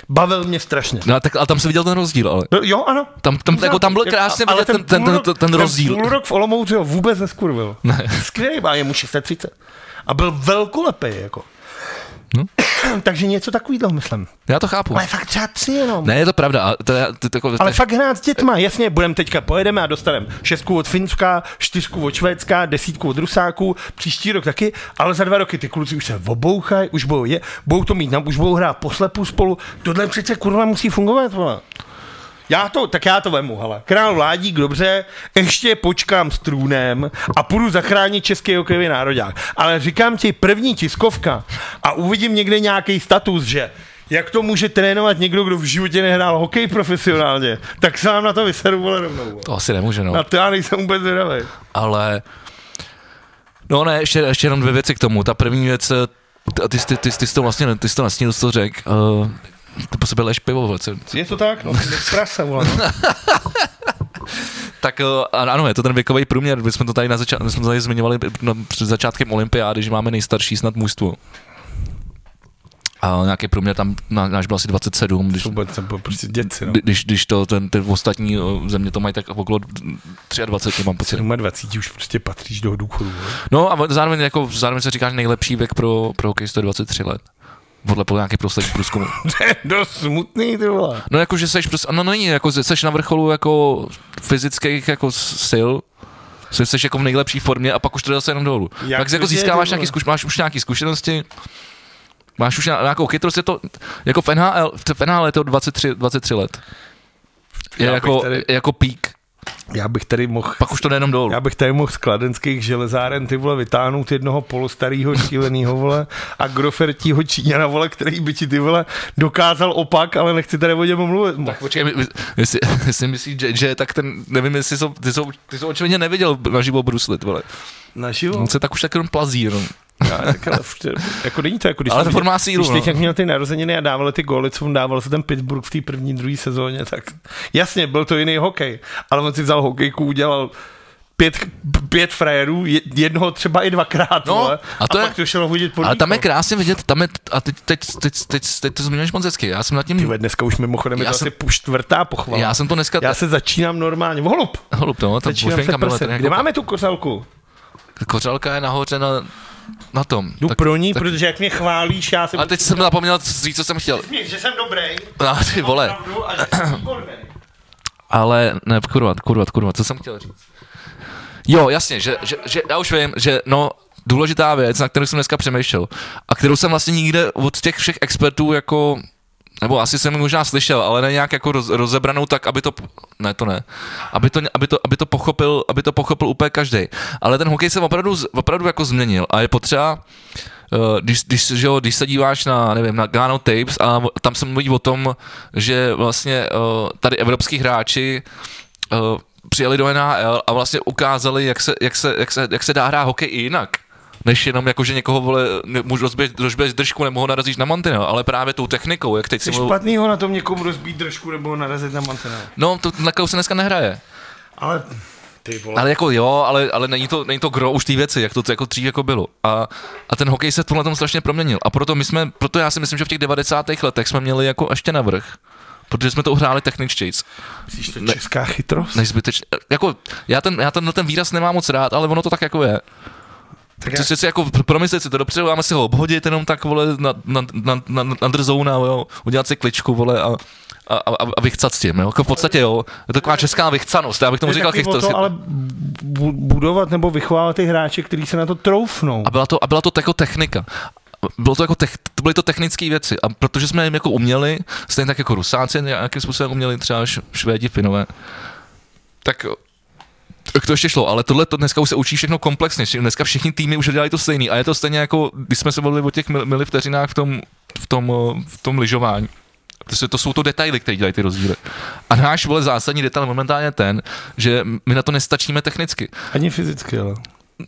Bavil mě strašně. No, a tak, ale tam se viděl ten rozdíl, ale. No, Jo, ano. Tam- tam- jako tam byl krásně Ale vidět ten- ten- půlrok- ten- ten rozdíl. Ten půlrok v Olomouci ho vůbec neskurvil. Ne. Skvělý, a je mu 630. A byl velkolepý, jako. No. Takže něco takového, myslím. Já to chápu. Ale fakt třeba tři jenom. Ne, je to pravda. A to, je- to, to, jako, Ale fakt hrát s dětma, jasně, budeme teďka, pojedeme a dostaneme šestku od Finska, čtyřku od Švédska, desítku od Rusáků, příští rok taky, ale za dva roky ty kluci už se obouchají, už budou, je, budou to mít, na- už budou hrát poslepu spolu, tohle přece kurva musí fungovat, vole. Já to, tak já to vemu, hele. Král vládík, dobře, ještě počkám s trůnem a půjdu zachránit český hokejový národák. Ale říkám ti, první tiskovka a uvidím někde nějaký status, že jak to může trénovat někdo, kdo v životě nehrál hokej profesionálně, tak sám na to vyseru, vole, rovnou. vole. to asi nemůže, no. Na to já nejsem vůbec zvědavý. ale... No ne, ještě, ještě jenom dvě věci k tomu. Ta první věc, eh, t- ty, jsi- ty, ty, ty jsi to vlastně, ty jsi to vlastně to řekl, uh, ty po sebe leš pivo, vole, co, Je to tak? No, jsem jak prase, vole. no. Tak eh, ano, je to ten věkový průměr, my jsme to tady, na zača- my jsme to tady zmiňovali no, před začátkem olympiády, že máme nejstarší snad mužstvo. A nějaký průměr tam na, náš byl asi 27, (laughs) když, Vůbec jsem byl prostě děci, no. kdy- když, když to ten, ty ostatní eh, země to mají tak okolo 23, mám pocit. 27 už prostě patříš do důchodu. vole. No a zároveň, jako, zároveň se říká, že nejlepší věk pro, pro hokejistu je 23 let. Podle podle nějakých prostých průzkumů. To je (laughs) dost smutný, ty vole. No jako, že seš prostě, no není, jako že seš na vrcholu jako fyzických jako s- sil, že seš jako v nejlepší formě a pak už to jde zase jenom dolů. Jak Jak tak jako to je, získáváš ty vole? nějaký zkuš, máš už nějaké zkušenosti, máš už nějak- nějakou chytrost, je to, jako v NHL, v- v NHL je to 23, 23 let. Je Já bych jako, tady- jako pík, Já bych tady mohl pak už to jde jenom dolů. Já bych tady mohl z kladenských železáren ty vole vytáhnout jednoho polostarýho šílenýho vole a grofertího Číňana vole, který by ti ty vole dokázal opak, ale nechci tady o něm mluvit. moc. Tak počkej, my- my- jestli, jestli myslíš, že, že, tak ten, nevím, jestli jsou, ty jsou, ty jsou očividně neviděl naživo bruslit, vole. Naživo? On se tak už tak jenom plazí, jenom. Já, tak, ale, vš- Mm. (laughs) jako není to jako, když, Ale jsem to furt má viděl- sílu, když teď no. jak měl ty narozeniny a dával ty góly, co on dával se ten Pittsburgh v té první, druhé sezóně, tak jasně, byl to jiný hokej, ale on si vzal hokejku, udělal pět, pět frajerů, je- jednoho třeba i dvakrát, No, vole, a to a je- pak to šel hodit pod Ale tam je výkon. krásně vidět, tam je, a teď, teď, teď, teď, teď to zmiňuješ moc hezky, já jsem nad tím, Tyhle, dneska už mimochodem je Hm. Já to jsem- asi půl čtvrtá pochvala. já jsem to dneska, Já se začínám normálně. Holub, holub, no, tam začínám se Boženka byla prsem. tady Kde jako, máme tu kořalku? kořelka je nahoře na, na tom. Jdu Tak- No pro ní, tak- protože jak mě chválíš, já jsem... A teď jsem zapomněl říct, co jsem chtěl. Mě, že jsem dobrý, A ty vole, pravdu, a že jsem výborný. ale ne, kurva, kurva, kurva, co jsem chtěl říct? Jo, jasně, že, že, že já už vím, že no, důležitá věc, na kterou jsem dneska přemýšlel a kterou jsem vlastně nikde od těch všech expertů jako nebo asi jsem ji možná slyšel, ale ne nějak jako roz, rozebranou tak, aby to, ne to ne, aby to, aby to, aby to pochopil, aby to pochopil úplně každý. Ale ten hokej se opravdu, z- opravdu jako změnil a je potřeba, eh, když, když, že jo, když se díváš na, nevím, na Gano Tapes a tam se mluví o tom, že vlastně eh, tady evropský hráči eh, přijeli do NHL a vlastně ukázali, jak se, jak se, jak se, jak se dá hrát hokej i jinak než jenom jako, že někoho vole, ne- můžu rozbět, rozbět držku nebo ho narazíš na mantinel, ale právě tou technikou, jak teď si Je mluvil- špatný ho na tom někomu rozbít držku nebo ho narazit na mantinel. No, to na kterou se dneska nehraje. Ale ty vole. Ale jako jo, ale, ale není to, není to gro už té věci, jak to jako dřív jako bylo. A, a ten hokej se v tomhle tom strašně proměnil. A proto my jsme, proto já si myslím, že v těch 90. letech jsme měli jako ještě navrh. Protože jsme to hráli techničtějc. Myslíš, to je česká chytrost? Než zbytečně. Jako, já ten, já ten, ten výraz nemám moc rád, ale ono to tak jako je. Tak To si, si jako pr- promyslet si to dopředu, máme si ho obhodit jenom tak, vole, na, na, na, na, na drzouna, jo, udělat si kličku, vole, a, a, a, a vychcat s tím, jo. Jako v podstatě, jo, je to taková česká vychcanost, já bych tomu je říkal taky o chychtost. to, ale bu- budovat nebo vychovávat ty hráče, kteří se na to troufnou. A byla to, a byla to jako technika. Bylo to jako tech, to byly to technické věci. A protože jsme jim jako uměli, stejně tak jako Rusáci nějakým způsobem uměli, třeba Š- Švédi, Finové, tak tak to ještě šlo, ale tohle to dneska už se učí všechno komplexně. že Dneska všichni týmy už dělají to stejný. A je to stejně jako, když jsme se bavili o těch mil- mili vteřinách v tom, v tom, eh, v tom lyžování. Prostě to jsou to detaily, které dělají ty rozdíly. A náš vole zásadní detail momentálně je ten, že my na to nestačíme technicky. Ani fyzicky, ale.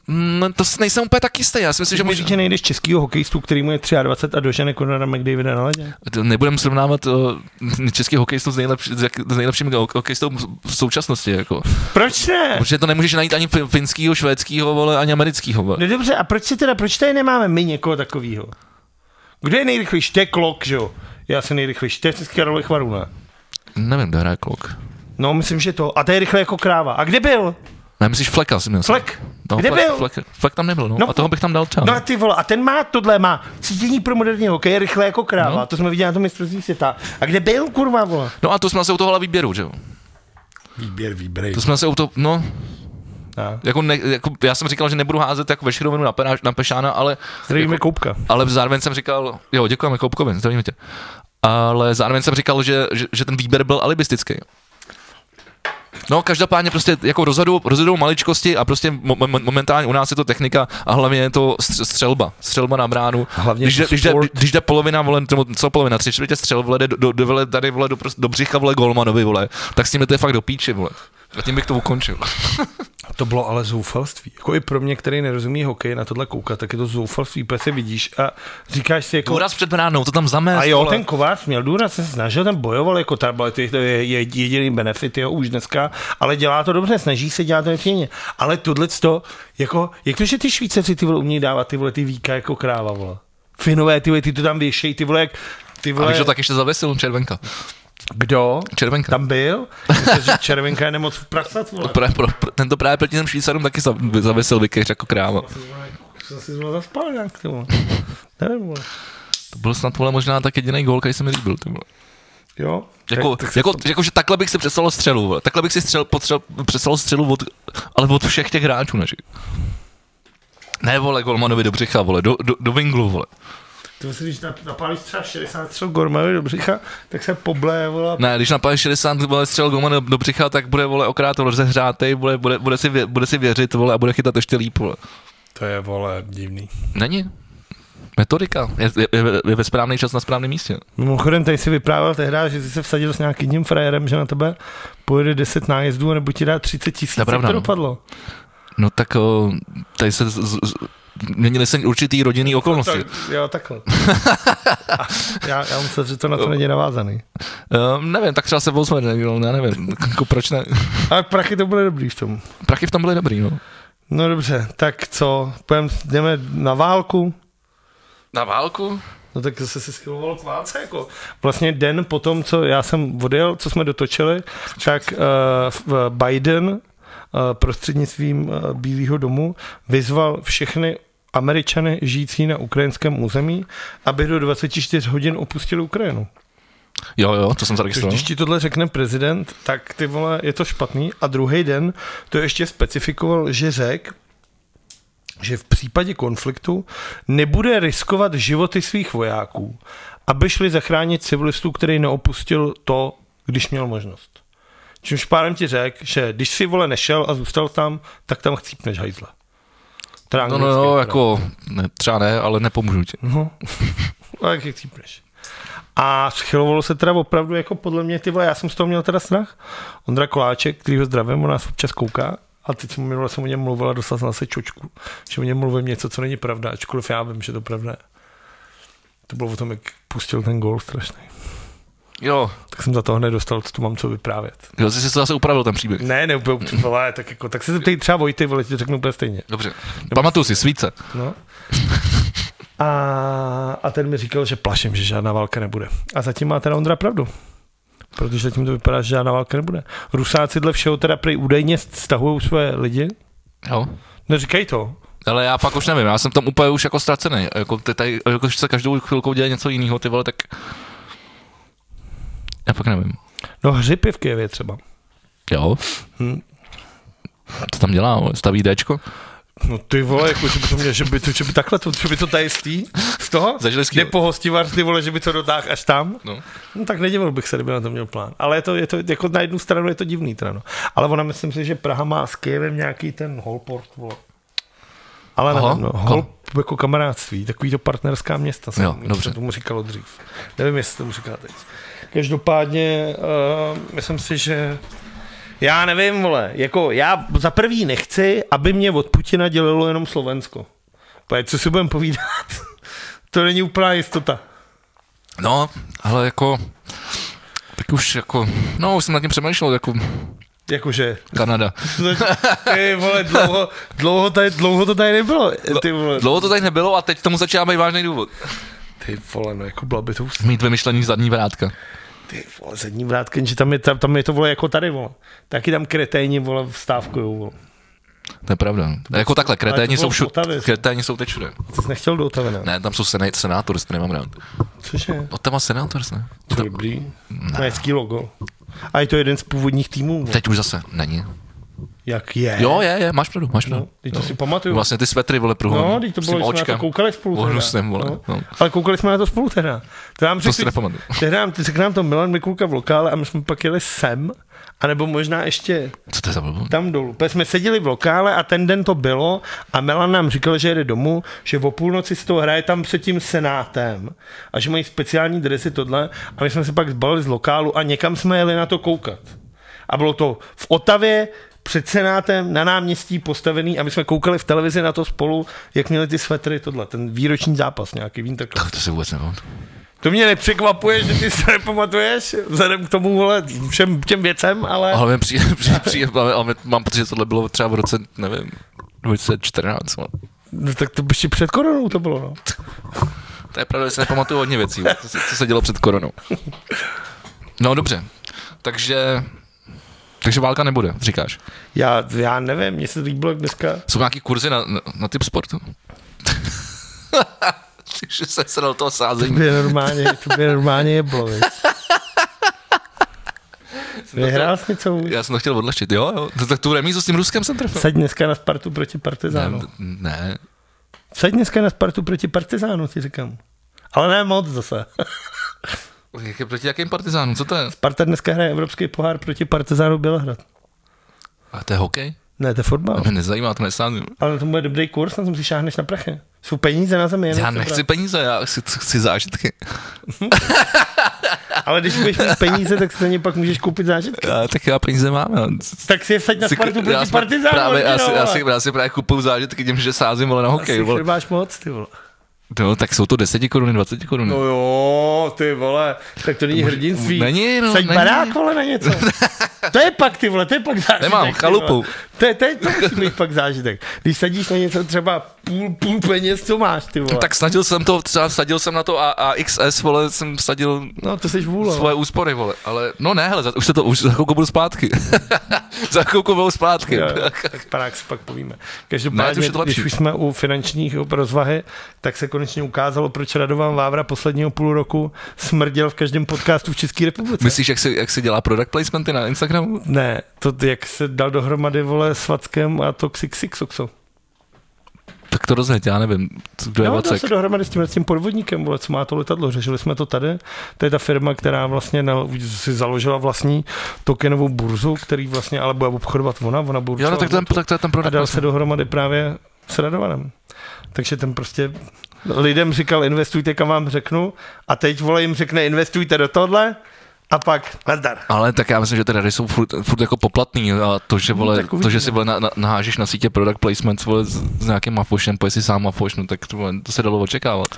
Mm, to s- nejsem úplně tak jistý. Já si myslím, Že že mi říct, že nejdeš českýho hokejistu, který mu je 23 a dožene Conora McDavida na ledě? Nebudem srovnávat uh, (laughs) český hokejistu s, nejlepší, s jak- s nejlepším ho- hokejistou v současnosti, jako. Proč ne? Protože to nemůžeš najít ani fin- finskýho, švédskýho, vole, ani americkýho, vole. No dobře, a proč si teda, proč tady nemáme my někoho takového? Kdo je nejrychlejší? To je klok, že jo? Já jsem nejrychlejší, to je vždycky Karol Chvaruna. Nevím, kdo hraje klok. No, myslím, že to. A to je rychle jako kráva. A kde byl? Ne, myslíš Fleka, si měl. Flek. No, Kde Flek, byl? Flek, Flek, tam nebyl, no. No. no. A toho bych tam dal třeba. No a ty vole, a ten má tohle, má cítění pro moderní hokej, je rychle jako kráva, no. to jsme viděli na tom mistrovství světa. A kde byl, kurva, vole? no a to jsme se u tohohle výběru, že jo. Výběr, výběr. To jsme se u toho, no, No. jako, ne, jako, já jsem říkal, že nebudu házet jako veškerovinu na, penáš, na pešána, ale jako- Zdravíme Koupka. ale zároveň jsem říkal, jo, děkujeme Koupkovi, zdravíme tě. Ale zároveň jsem říkal, že, že, že ten výběr byl alibistický. No, každopádně prostě jako rozhodou, rozhodou maličkosti a prostě mo- mo- momentálně u nás je to technika a hlavně je to stř- střelba. Střelba na bránu. hlavně když, je jde, to když, jde, sport. když jde polovina, vole, nebo co polovina, tři čtvrtě střel, vole, jde do, do, do, vole, tady vole, do, pros- do břicha, vole, golmanovi, vole, tak s tím to je fakt do píči, vole. A tím bych to ukončil. To bylo ale zoufalství. Jako i pro mě, který nerozumí hokej, na tohle koukat, tak je to zoufalství, protože se vidíš a říkáš si jako... Důraz před bránou, to tam zamést, A jo, vole. ten kovář měl důraz, se snažil, ten bojoval jako tablet, to je, je jediný benefit jeho už dneska, ale dělá to dobře, snaží se dělat to nepříjemně. Ale tohle to, jako, jak to, že ty Švýcaři ty vole umějí dávat ty vole ty víka jako kráva, vole. Finové ty vole, ty to tam věšejí, ty vole, jak, ty A vole, víš, že to tak ještě zavesil, červenka. kdo Červenka. tam byl, Myslíš, že červenka je nemoc v prasat, vole. Pra, pro, pro, ten to právě proti těm Švýcarům taky zav- zavesil Vikeř jako kráva. Jsem si vole, zaspal nějak, ty vole. Nevím, vole. To byl snad vole, možná tak jediný gól, který jsem mi líbil. Ty vole. Jo, Jako, tak, tak se jako, jako, že takhle bych si představil střelu. Vole. Takhle bych si střel, potřel, představil střelu od, ale od všech těch hráčů našich. Ne, vole, Golmanovi do břicha, vole, do, do, do vinglu, vole. To si, když nap- napálíš třeba 60 střel Gormanovi do břicha, tak se poblé, vole, Ne, když napadne 60 vole, střel Golman do, do břicha, tak bude, vole, okrát rozehřátej, bude, bude, bude, si, vě, bude si věřit, vole, a bude chytat ještě líp, vole. To je, vole, divný. Není. Metodika. Je, je, je, je ve správný čas na správném místě. Mimochodem, tady si vyprávěl tehdy, že jsi se vsadil s nějakým tím frajerem, že na tebe pojede 10 nájezdů nebo ti dá 30 tisíc, To je jak pravda, to no. dopadlo. No tak o, tady se z, z, z, měnily se určitý rodinný okolnosti. jo, takhle. já, já myslím, že to na to není navázaný. Um, nevím, tak třeba se pozme, ne, no, já (laughs) nevím, jako proč ne. Ale prachy to bude dobrý v tom. Prachy v tom byly dobrý, no. No dobře, tak co, půjdem, jdeme na válku. Na válku? No tak zase se schyloval k válce, jako. Vlastně den po tom, co já jsem odjel, co jsme dotočili, tak uh, Biden uh, prostřednictvím uh, Bílého domu vyzval všechny Američany žijící na ukrajinském území, aby do 24 hodin opustili Ukrajinu. Jo, jo, to jsem Což zaregistroval. když ti tohle řekne prezident, tak ty vole, je to špatný. A druhý den to ještě specifikoval, že řekl, že v případě konfliktu nebude riskovat životy svých vojáků, aby šli zachránit civilistu, který neopustil to, když měl možnost. Čímž pádem ti řekl, že když si vole nešel a zůstal tam, tak tam chcípneš hajzle. Teda No, no, anglicky, no, teda. jako, ne, třeba ne, ale nepomůžu ti. No, (laughs) a jak je chcípneš. A schylovalo se teda opravdu, jako podle mě, ty vole, já jsem z toho měl teda strach. Ondra Koláček, který ho zdravím, on nás občas kouká, a teď jsem minule jsem o něm mluvil a dostal jsem zase čočku, že o něm mluvím něco, co není pravda, ačkoliv já vím, že to pravda je. To bylo o tom, jak pustil ten gol strašný. Jo, Tak jsem za to hned dostal, co tu mám co vyprávět. jo, jsi si to zase upravil ten příběh. Ne, ne, úplně, ty vole, tak, jako, tak se zeptej třeba Vojty, vole, ti řeknu úplně stejně. Dobře, pamatuju si, svíce. No. A, a ten mi říkal, že plaším, že žádná válka nebude. A zatím má teda Ondra pravdu. Protože zatím to vypadá, že žádná válka nebude. Rusáci dle všeho teda prý údajně stahují své lidi. Jo. Neříkej to. Ale já fakt už nevím, já jsem tam úplně už jako ztracený. Jako, ty tady, jako když se každou chvilkou děje něco jiného, ty vole, tak... Já fakt nevím. No hřib je v Kijevě třeba. Jo. Hm. Co tam dělá? vole? Staví Dčko? No ty vole, jako, že by to mě, že by to, že by takhle to, že by to tady z tý, z toho, Zažili jde skvěle. po hostivar, ty vole, že by to dotáhl až tam. No. No tak nedivil bych se, kdyby na to měl plán. Ale je to, je to jako na jednu stranu je to divný teda, no. Ale ona myslím si, že Praha má s Kyjevem nějaký ten holport, vole. Ale Aha, nevím, no, kom- hol, jako kamarádství, takový to partnerská města, jsem, Jo, dobře. jsem tomu říkalo dřív. Nevím, jestli tomu říká teď. Každopádně, uh, myslím si, že já nevím, vole, jako já za prvý nechci, aby mě od Putina dělilo jenom Slovensko. Protože co si budeme povídat, (laughs) to není úplná jistota. No, ale jako... Tak už jako... No, už jsem nad tím přemýšlel, jako Jakože (laughs) Kanada. Ty vole, dlouho, dlouho, tady, dlouho to tady nebylo. Ty vole, Dlouho to tady nebylo a teď tomu začíná být vážný důvod. ty vole no jako byla by to už- Mít vymyšlený zadní vrátka. Ty vole, zadní vrátky, že tam je, tam, tam je to vole jako tady, vole. Taky tam kreténi, vole, vstávkujou, vole. To je pravda. no. Jako takhle, Ale to kreténi bylo jsou, v Otavě, všude, co? kreténi jsou teď všude. Ty jsi nechtěl do Otavy, ne? Ne, tam jsou sené, senátory, to nemám rád. Cože? Otava senátors, ne? To je dobrý. No. Hezký logo. A je to jeden z původních týmů. Vole. Teď už zase není. Jak je? Jo, je, je, máš pravdu, máš No, pravdu. teď to si pamatuju. Vlastně ty svetry, vole, pruhou. No, teď to bylo, že jsme na to koukali spolu. teda. Ohnusném, vole. No. No. Ale koukali jsme na to spolu teda. To nám To si řekli, nepamatuju. tehdy nám, řekl nám to Milan Mikulka v lokále a my jsme pak jeli sem, anebo možná ještě Co to je za blbou? tam dolů. Protože jsme seděli v lokále a ten den to bylo a Milan nám říkal, že jede domů, že o půlnoci si to hraje tam před tím senátem a že mají speciální dresy tohle a my jsme se pak zbalili z lokálu a někam jsme jeli na to koukat. A bylo to v Otavě, před senátem, na náměstí postavený a my jsme koukali v televizi na to spolu, jak měli ty svetry tohle, ten výroční zápas nějaký Winterclass. To si vůbec nepamatuju. To mě nepřekvapuje, že ty se nepamatuješ vzhledem k tomu, vole, všem těm věcem, ale... Ale mi (laughs) přijde, přijde, přijde ale, ale mám pocit, že tohle bylo třeba v roce, nevím, 2014. vole. No, tak to ještě před koronou to bylo, no. To je pravda, že se nepamatuju hodně věcí, vole, co, se- co se dělo před koronou. No dobře, takže... Takže válka nebude, říkáš. Já, já nevím, mně se líbilo, jak dneska... Jsou nějaký kurzy na, na, na typ (laughs) sportu? Takže jsem se do toho sázení. Tobě normálně, tobě normálně jeblo, (laughs) viď? Vyhrál jsi něco? už? Já jsem to chtěl odlehčit, jo, jo. To- Tak tu remízu s tím Ruskem jsem trefil. Vsaď dneska na Spartu proti Partizánu. Ne, ne, Vsaď dneska na Spartu proti Partizánu, ti říkám. Ale ne moc zase. Jak je proti jakým partizánům? Co to je? Sparta dneska hraje Evropský pohár proti Partizánu Bělehrad. A to je hokej? Ne, to je fotbal. To mě nezajímá, to nesázím. Ale to bude dobrý kurz, na tom si šáhneš na prachy. Jsou peníze na zemi, jenom Já se nechci brát. peníze, já chci, chci zážitky. Ale když budeš mít peníze, tak si za ně pak můžeš koupit zážitky. Já, tak já peníze mám. Já, Tak si je vsaď na si- Spartu já proti si Partizánu. Právě, já, si, Martino, já, vole. si, já si právě kupuju zážitky tím, že sázím vole na hokej. Asi Vole. chrbáš moc, ty vole. No, tak jsou to 10 koruny, 20 korun. No jo, ty vole, tak to není hrdinství. Není, no, Saď není. barák, vole, na (laughs) něco. To je pak, ty vole, to je pak zážitek. Nemám ty vole. chalupu. To, je, to, je, to musí být pak zážitek. Když sadíš na něco třeba půl, půl peněz, co máš, ty vole. Tak sadil jsem to, třeba sadil jsem na to a, a XS, vole, jsem sadil No, to jsi vůle. svoje úspory, vole, ale no ne, hele, za, už se to, už za chvilku budu zpátky. (laughs) za chvilku budu zpátky. Jo, jo, tak barák si pak povíme. Ne, to už Každopádně, je to lepší. když už jsme u finančních rozvahy, tak se konečně ukázalo, proč Radovan Vávra posledního půl roku smrděl v každém podcastu v České republice. Myslíš, jak se, jak se dělá product placementy na Instagramu? Ne, to jak se dal dohromady, vole, s Vackem a Toxic Sixoxo. To to rozhodit, já nevím, co- kdo je No, dal Vacek. se dohromady s tím, s tím podvodníkem, vole, co má to letadlo. Řešili jsme to tady. To je ta firma, která vlastně na, si založila vlastní tokenovou burzu, který vlastně ale bude obchodovat ona, ona burzu. Jo, no, tak, ten, tak to je ten a produkt. dal se vlastně. dohromady právě s Radovanem. Takže ten prostě lidem říkal, investujte, kam vám řeknu, a teď vole jim řekne, investujte do tohle, a pak nazdar. Ale tak já myslím, že ty rady jsou furt, furt jako poplatný a to, že, vole, No, tak to, že uvidíme. si vole, na, na, nahážeš na sítě product placement vole, s, s nějakým mafošem, pojď si sám mafoš, no tak to, vole, to se dalo očekávat.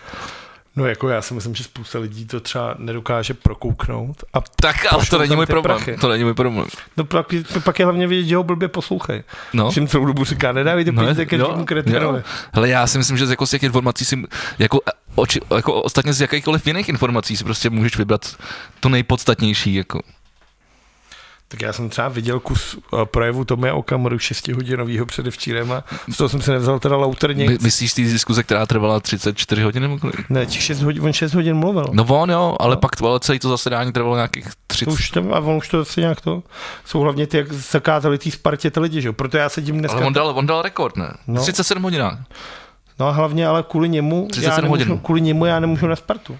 No jako já si myslím, že spousta lidí to třeba nedokáže prokouknout a Tak, ale Pošlou to není tam můj ty problém. prachy. To není můj problém. no, pak, pak, je hlavně vidět, že ho blbě poslouchají. No. No. Čím celou dobu říká, nedávejte no, peníze je- ke tomu kretinovi. Hele, já si myslím, že z jako z těch informací si, jako, oči, jako ostatně z jakýchkoliv jiných informací si prostě můžeš vybrat to nejpodstatnější, jako. Tak já jsem třeba viděl kus eh, projevu Tomé Okamoru 6 hodinovýho předevčírem a z toho jsem si nevzal teda lauter My, nic. myslíš ty diskuze, která trvala 34 hodin nebo kolik? Ne, těch 6 hodin, on 6 hodin mluvil. No on jo, ale pak to- ale celý to zasedání trvalo nějakých To 30. už tam, a on už to asi nějak to, jsou hlavně ty, jak zakázali tý Spartě ty lidi, že jo, proto já sedím dneska, Ale on dal, on dal rekord, ne? No. No. 37 hodin. no a hlavně ale kvůli němu, 37 já nemůžu, hodin. kvůli němu já nemůžu na Spartu,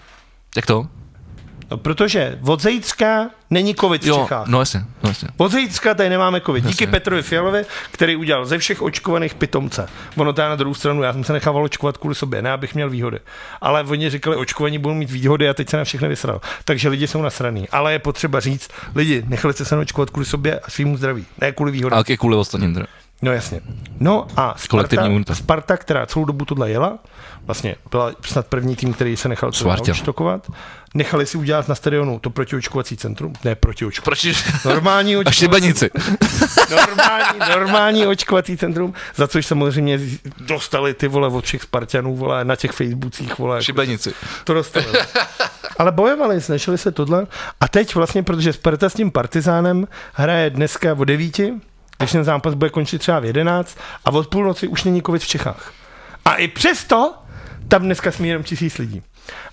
Jak to? no protože od zítřka není covid v Jo, Čechách. no jasně, no jasně. Od zítřka tady nemáme covid. Díky Jasně. Petrovi Fialovi, který udělal ze všech očkovaných pitomce. Ono teda na druhou stranu, já jsem se nechával očkovat kvůli sobě, ne abych měl výhody. Ale oni říkali, očkovaní budou mít výhody a teď se na všechny vysral. Takže lidi jsou nasraný. Ale je potřeba říct, lidi, nechali jste se očkovat kvůli sobě a svýmu zdraví, ne kvůli výhodám. A je kvůli ostatním teda. No jasně. No a Kolektivní Sparta, imunita. Sparta, která celou dobu tohle jela, vlastně byla snad první tým, který se nechal třeba Spartě. naočkovat, nechali si udělat na stadionu to protiočkovací centrum, ne protiočkovací, Proč? (laughs) normální No, A očkovací, šibenici. normální, normální očkovací centrum, za což samozřejmě z- dostali ty vole od všech Spartanů, vole, na těch Facebookích, vole, jako- Šibenici. to dostali. Ale bojovali, snažili se tohle. A teď vlastně, protože Sparta s tím Partizánem hraje dneska o 9, když ten zápas bude končit třeba v 11 a od půlnoci už není covid v Čechách. A i přesto tam dneska smírem tisíc lidí.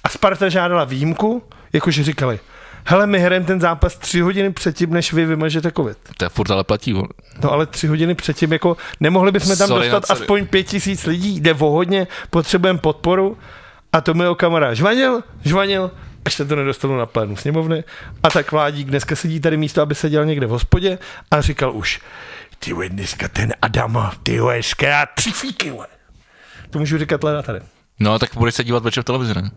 A Sparta žádala výjimku, jakože říkali, hele, my hrajeme ten zápas tři hodiny předtím, než vy vymažete covid. To je furt ale platí. vole. No ale tři hodiny předtím, jako nemohli bychom tam Sorry, Sorry, no, dostat sorry. aspoň pět tisíc lidí, jde o hodně, potřebujeme podporu. A to mi kamera žvanil, žvanil, až se to nedostalo na plénu sněmovny. A tak vládík dneska sedí tady místo, aby seděl někde v hospodě a říkal už, ty vole, dneska ten Adam, ty vole, skvělá tři fíky, vole. To můžu říkat leda tady. No tak budeš se dívat večer v televizi, ne?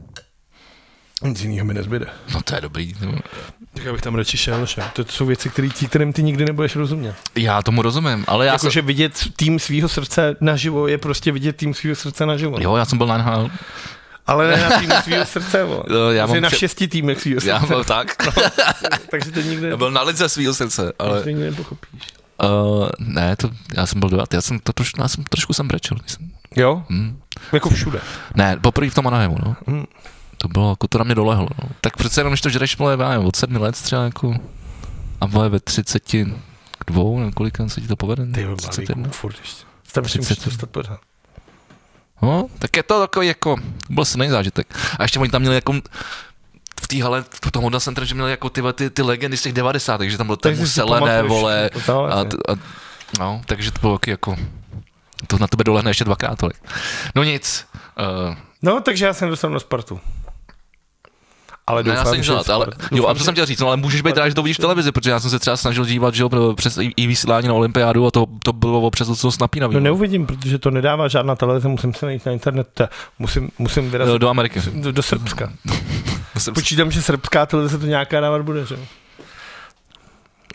Nic jiného mi nezbyde. No to je dobrý. ty vole. Tak já bych tam radši šel, šel. To jsou věci, které ti, kterým ty nikdy nebudeš rozumět. Já tomu rozumím, ale já jsem... Jakože vidět tým svého srdce naživo je prostě vidět tým svého srdce naživo. Jo, já jsem byl na NHL. Ale ne na týmu svého srdce, vole. No, já Že mám na pře- šesti týmech svého Já srdce, byl tak. (laughs) takže to nikdy, Já ne- byl na lidze svýho srdce, ale... to nikdy nepochopíš. Uh, ne, to, já jsem byl devátý, já jsem to troš, já jsem, trošku jsem brečel. když Jsem, Jo? hm. Jako všude. Ne, poprvé v tom Anaheimu, no. Hm. To bylo, jako to na mě dolehlo. No. Tak přece jenom, když to žereš, vole, já nevím, od sedmi let třeba, jako, a vole ve třiceti k dvou, nebo kolika se ti to povede? Ty jo, 31? furt ještě. Tam si 30. musíš dostat pořád. No, tak je to takový jako, to byl silný zážitek. A ještě oni tam měli jako v té hale, v tom Honda Center, že měli jako ty, ty, ty legendy z těch 90, takže tam byl ten Takže si Muselené, pamatuješ, vole, to záleží. a, t- a, no, takže to bylo taky jako, to na tebe dolehne ještě dvakrát tolik. No nic, uh, No, takže já jsem dostal na Spartu. Ale ne, doufám, já jsem nic že dělat, ale, Sparta- jo, a doufám, to že- jsem chtěl říct, no, ale můžeš být rád, že to vidíš v televizi, protože já jsem se třeba snažil dívat, že jo, pro- přes i, i vysílání na olympiádu a to, to bylo přes dost napínavý. No neuvidím, protože to nedává žádná televize, musím se najít na internet, Te- musím, musím do, vyrazit do Ameriky. do, do Srbska. Počítám, že srbská televize to nějaká dávat bude, že? jo?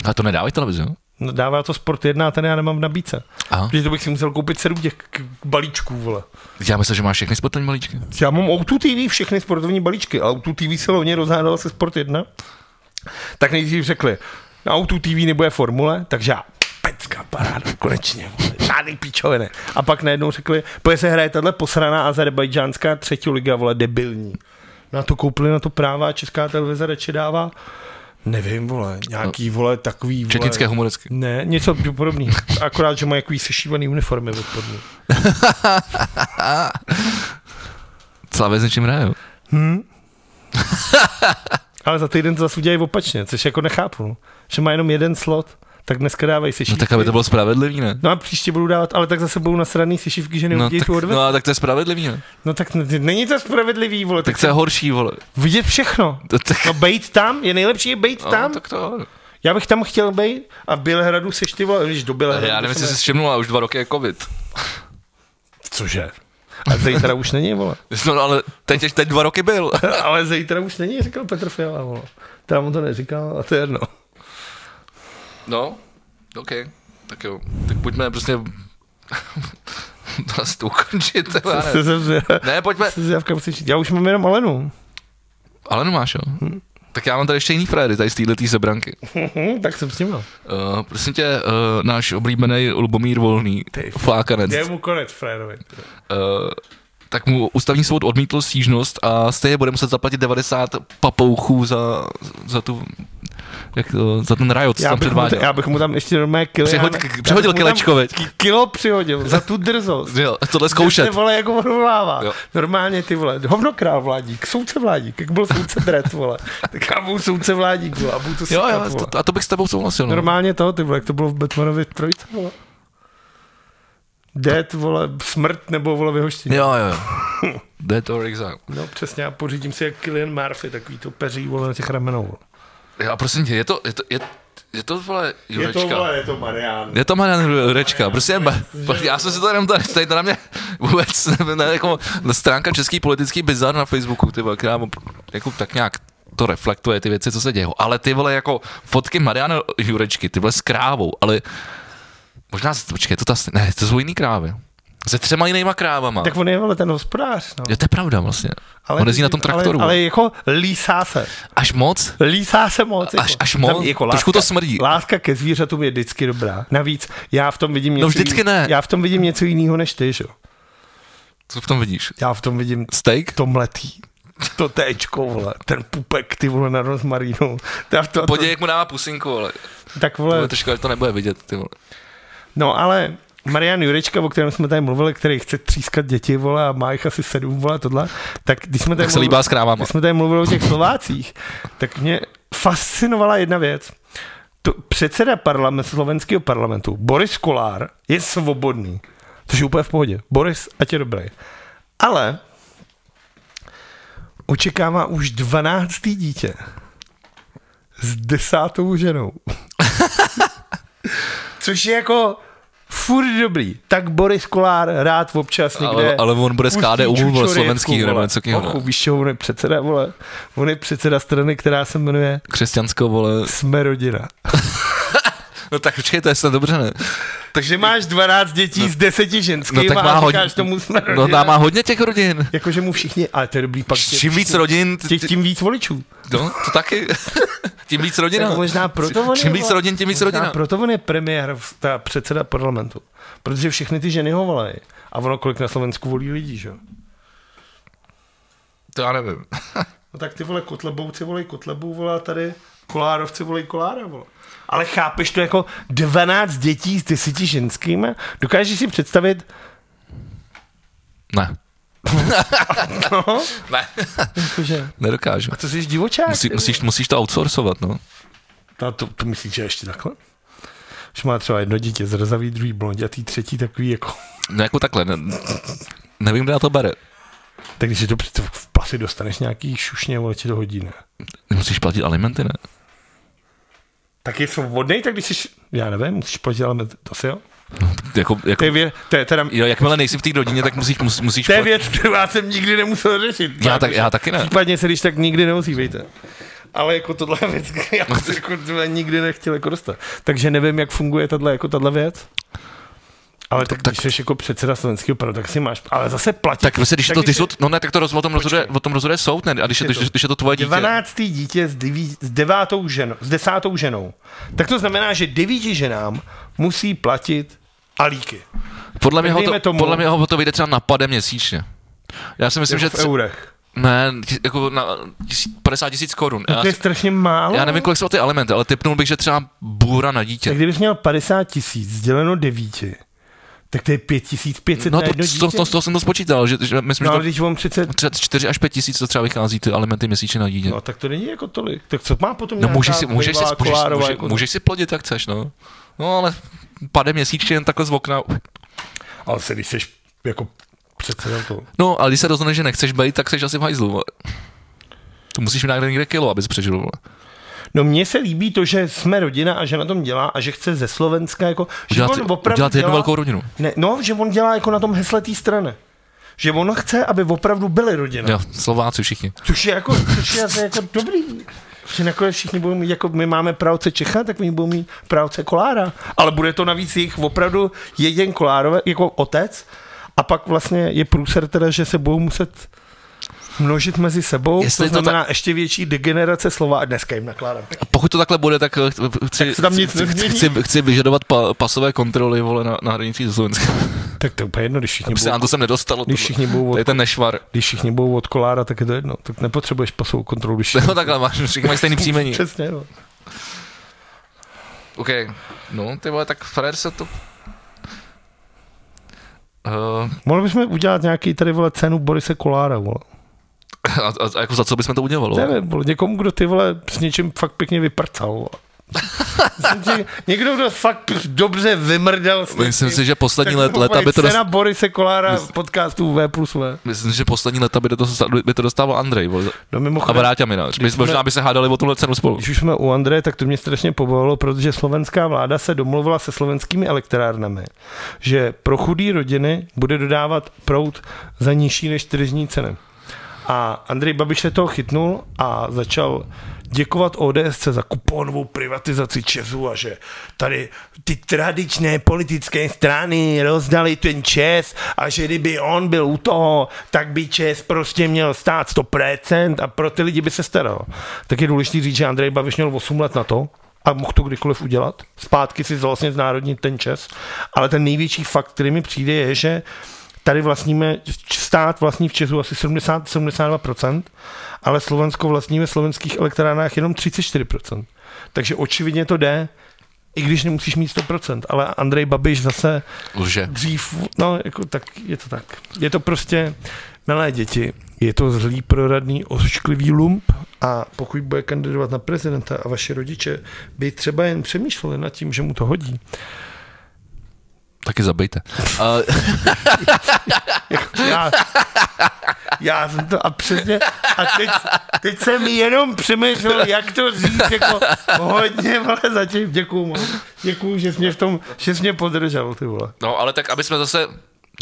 A to nedávají televizi, jo? No, dává to Sport 1 a ten já nemám v nabídce. Aha. Protože to bych si musel koupit sedm těch k- balíčků, vole. Já myslím, že máš všechny sportovní malíčky. Já mám Outu TV všechny sportovní balíčky, ale Outu TV se loni rozhádala se Sport 1. Tak nejdřív řekli, na Outu TV nebude formule, takže já, pecka, paráda, konečně, vole, žádný píčoviny. A pak najednou řekli, pojď se hraje tahle posraná azerbajdžánská třetí liga, vole, debilní. Na to koupili na to práva a česká televize radši dává, nevím, vole, nějaký, vole, takový, vole, Četnické humorické. Ne, něco podobného. Akorát, že mají jaký sešívaný uniformy odporný. Slavě s něčím hraje, jo? (laughs) Ale za týden to zase udělají opačně, což jako nechápu. No. Že má jenom jeden slot. tak dneska dávají No sešívky. tak, aby to bylo spravedlivý, ne? No a příště budu dávat, ale tak zase budou nasraný sešívky, že No neudějí tak, tu odvetu. no, a tak to je spravedlivý, ne? No tak n- není to spravedlivý, vole, tak Tak to je horší, vole. vidět všechno. To, tak, No bejt tam, je nejlepší je bejt tam. No, tak to, Já bych tam chtěl bejt a v Bělehradu seš ty vole, když do Bělehradu. já nevím, to jestli se jsi si všimnul, ale už dva roky je covid. (laughs) Cože? A zítra už není, vole. No, no, ale teď, teď dva roky byl. Ale zítra už není, říkal Petr Fiala, vole. Tam mu to neříkal a to je jedno. No, OK. Tak jo, tak pojďme prostě (laughs) to asi to ukončit. nebo já Se, nevím. se, se, Ne, pojďme. se, se, se, já už mám jenom Alenu. Ale no máš, jo. Tak já mám tady ještě jiný frajery, tady z této sebranky. Hm, tak jsem s tím. Uh, prosím tě, uh, náš oblíbený Lubomír Volný, Ty. flákanec, uh, mu konec, Frérovi. tak mu ústavní soud odmítl stížnost a stejně bude muset zaplatit 90 papouchů za, za tu, jak to, za ten riot, co Já tam bych, mu, předváděl. já bych mu tam ještě normálně kilo. Přihod- já- k- já přihodil bych mu tam kilečko, veď. ki- Kilo přihodil za tu drzost. Jo, tohle Ty zkoušet. vole, jak ho odvolává. Jo. Normálně ty vole, hovnokrál vládík, soudce vládík, jak byl soudce dret, (laughs) vole. Tak já budu soudce vládík, vole, a budu to Jo, sekat, jo, vole. to, a to bych s tebou souhlasil. No. Normálně to, ty vole, jak to bylo v Batmanovi trojce, vole. Dead, vole, smrt nebo vole vyhoštění. Jo, jo, (laughs) jo. Dead or exile. No přesně, já pořídím si jak Killian Murphy, takový to peří, vole, na těch ramenou. vole. Já prosím tě, je to, je to, je, je to vole, Je Jurečka. to, vole, je to Marian. Je to Marian Jurečka, prostě, (laughs) já jsem si to jenom tady, tady to na mě (laughs) vůbec, ne, jako stránka Český politický bizar na Facebooku, ty vole, která mu jako tak nějak to reflektuje ty věci, co se dějou. Ale ty vole jako fotky Mariana Jurečky, ty vole s krávou, ale možná, z- počkej, to ta, ne, to jsou jiný krávy. Se třema jinýma krávama. Tak on je, vole, ten hospodář, no. Jo, to je pravda vlastně. Ale, On jezdí na tom traktoru. Ale, ale jako lísá se. Až moc? Lísá se moc. Až- jako. až moc? Tam Trošku to smrdí. Láska ke zvířatům je vždycky dobrá. Navíc já v tom vidím něco No, vždycky jiný- ne. Já v tom vidím něco jiného než ty, že? jo. Co v tom vidíš? Já v tom vidím Steak? to mletý. To téčko, vole. Ten pupek, ty vole, na rozmarínu. Já v to, to, Podívej, jak mu dává pusinku, ale tak to je vole, trošku, ale to nebude vidět. Ty vole. no ale Marian Jurečka, o kterém jsme tady mluvili, který chce třískat děti, vole, a má jich asi sedm, vole, tohle, tak když jsme tady Tak se líbá s krávama. Když jsme tady mluvili o těch Slovácích, tak mě fascinovala jedna věc. To předseda parlament, slovenského parlamentu, Boris Kolár, je svobodný. Což je úplně v pohodě. Boris, ať je dobrý. Ale očekává už 12. dítě s desátou ženou. (laughs) Což je jako furt dobrý. Tak Boris Kolár rád občas někde... Ale, ale on bude z Pustí KDU, vole, čučory, slovenský, vole. nebo něco Ochu, takového. víš, čeho on je předseda, vole. On je předseda strany, která se jmenuje Křesťansko, vole. Jsme rodina. No tak počkej, to je snad dobře, ne? Takže máš 12 dětí no, z 10 No ženských tak má hodně, tomu jsme no, rodina. dá má hodně těch rodin. Jakože mu všichni, ale to je dobrý pak. tě- Čím víc rodin, t- tě- t- tím víc voličů. no, to taky. Tím víc rodina. Tak možná proto on je, no- Čím víc vole, rodin, tím víc možná rodina. Proto on je premiér, ta předseda parlamentu. Protože všechny ty ženy ho volají. A ono kolik na Slovensku volí lidí, že jo? To já nevím. No tak ty vole kotlebouci volej kotlebu, vole a tady kolárovci volej kolára, vole. Ale chápeš to jako 12 dětí s 10 ženskými? Dokážeš si představit, Ne. no, Ne, jakože, nedokážu. to jsi divočák? Musí, ty vole. musíš, musíš to outsourcovat, no. A to, to myslíš, že ještě takhle? Že má třeba jedno dítě zrzavý, druhý blond a tý třetí takový jako... No jako takhle, ne, nevím, kde na to bere. Tak když je to, při- to v pasy dostaneš nějaký šušně, vole, ti to hodí, ne? Musíš platit alimenty, ne? Tak je svobodnej, tak když jsi, já nevím, musíš platit, ale to si jo? Jako, jako, To je, vě, to je teda, jo, jakmile nejsi v té rodině, tak musíš, musí- musíš to je platit. věc, kterou já jsem nikdy nemusel řešit. Já, tak, já taky ne. Případně se když tak nikdy neozývejte. Ale jako tohle je věc, já se jako tohle nikdy nechtěl jako dostat. Takže nevím, jak funguje tato, jako tato věc. Ale No tak, tak, když jsi jako předseda slovenského pradu, tak si máš, ale zase platí. Tak prostě, když je to, když když to, no ne, tak to roz, o, tom rozhoduje, o tom rozhoduje soud, ne? A když je, to, Určitě. když je to tvoje dítě. 12. dítě s, deví, s, devátou ženou, s desátou ženou, tak to znamená, že devíti ženám musí platit alíky. Podle mě, ho dejme to, tomu- podle mě ho to vyjde třeba na pade měsíčně. Já si myslím, Jako že... v tře- eurech. Ne, tis- jako na tisíc, 50 tisíc korun. Já, No To je si- strašně málo. já nevím, kolik jsou ty alimenty, ale typnul bych, že třeba bůra na Tak dítě. kdybys měl 50 tisíc děleno devíti, Tak to je 5500 No na to, jedno to, dítě. to, to, jsem to spočítal, že, že myslím, no ale že když vám 30... to třeba 4 až 5 tisíc to třeba vychází ty alimenty měsíčně na dítě. No tak to není jako tolik. Tak co má potom No nějaká můžeš si, můžeš si, bývalá můžeš, Kolárova můžeš, jako- můžeš si plodit, jak chceš, no. No ale pade měsíčně jen takhle z okna. Ale se když seš jako předsedem toho. No, ale když se rozhodneš, že nechceš být, tak jsi asi v hajzlu. vole. To musíš mít někde, někde kilo, abys přežil. Vole. No mně se líbí to, že jsme rodina a že na tom dělá a že chce ze Slovenska jako... Že Udělat, on opravdu udělat jednu dělá, velkou rodinu. Ne, no, že on dělá jako na tom hesle té strany. Že on chce, aby opravdu byly rodina. Jo, Slováci všichni. Což je jako, což je asi jako dobrý. Že nakonec všichni budou mít, jako my máme právce Čecha, tak my budou mít právce Kolára. Ale bude to navíc jejich opravdu jeden Kolárové, jako otec. A pak vlastně je průser teda, že se budou muset množit mezi sebou, Jestli Jestli to to ta- znamená to ještě větší degenerace slova a dneska jim nakládám. A pokud to takhle bude, tak eh, chci, chci, se tam nic chci, chci, nezmění. chci, chci vyžadovat pa, pasové kontroly vole, na, na hranici ze Slovenska. Tak to je úplně jedno, když všichni, Aby se budou, nám to sem nedostalo. když tohle. všichni budou To od, je ten nešvar. (laughs) když všichni budou od Kolára, tak je to jedno. Tak nepotřebuješ pasovou kontrolu, když (laughs) No takhle máš, všichni mají stejný příjmení. Přesně, no. OK. No, ty vole, tak frajer se to... Uh, Mohli bychom udělat nějaký tady vole cenu Borise Kolára, vole. a, a, a, jako za co bychom to udělali? Nevím, vole, někomu, kdo ty vole s něčím fakt pěkně vyprcal. vole. Myslím si, Někdo, kdo fakt dobře vymrdal s Myslím si, že poslední let, léta by to dost... dost... na Borise Kolára v podcastu V plus V. Myslím si, že poslední léta by to, dosta- by to dostával Andrej. Vole. No A mimochodem, vrátě mi náš. My jsme- možná by se hádali o tuhle cenu spolu. když už jsme u Andreje, tak to mě strašně pobavilo, protože slovenská vláda se domluvila se slovenskými elektrárnami, že pro chudý rodiny bude dodávat prout za nižší než tržní ceny. A Andrej Babiš se toho chytnul a začal děkovat ODS za kuponovou privatizaci Česu a že tady ty tradičné politické strany rozdali ten Čes a že kdyby on byl u toho, tak by Čes prostě měl stát 100% a pro ty lidi by se staral. Tak je důležité říct, že Andrej Babiš měl 8 let na to, a mohl to kdykoliv udělat. Zpátky si vzal vlastně znárodnit ten čes. Ale ten největší fakt, který mi přijde, je, že tady vlastníme, stát vlastní v Česu asi 70-72%, ale Slovensko vlastní ve slovenských elektrárnách jenom 34%. Takže očividně to jde, i když nemusíš mít 100%, ale Andrej Babiš zase Lže. dřív, no jako tak, je to tak. Je to prostě, milé děti, je to zlý proradný ošklivý lump a pokud bude kandidovat na prezidenta a vaše rodiče by třeba jen přemýšleli nad tím, že mu to hodí, Taky Eh, zabejte. A, Já, já jsem to a přesně, a teď, teď jsem jenom přemýšlel, jak to říct, jako hodně, ale zatím děkuju moc. Děkuju, že jsi mě v tom, že jsi mě podržel, ty vole. no ale tak, aby jsme zase...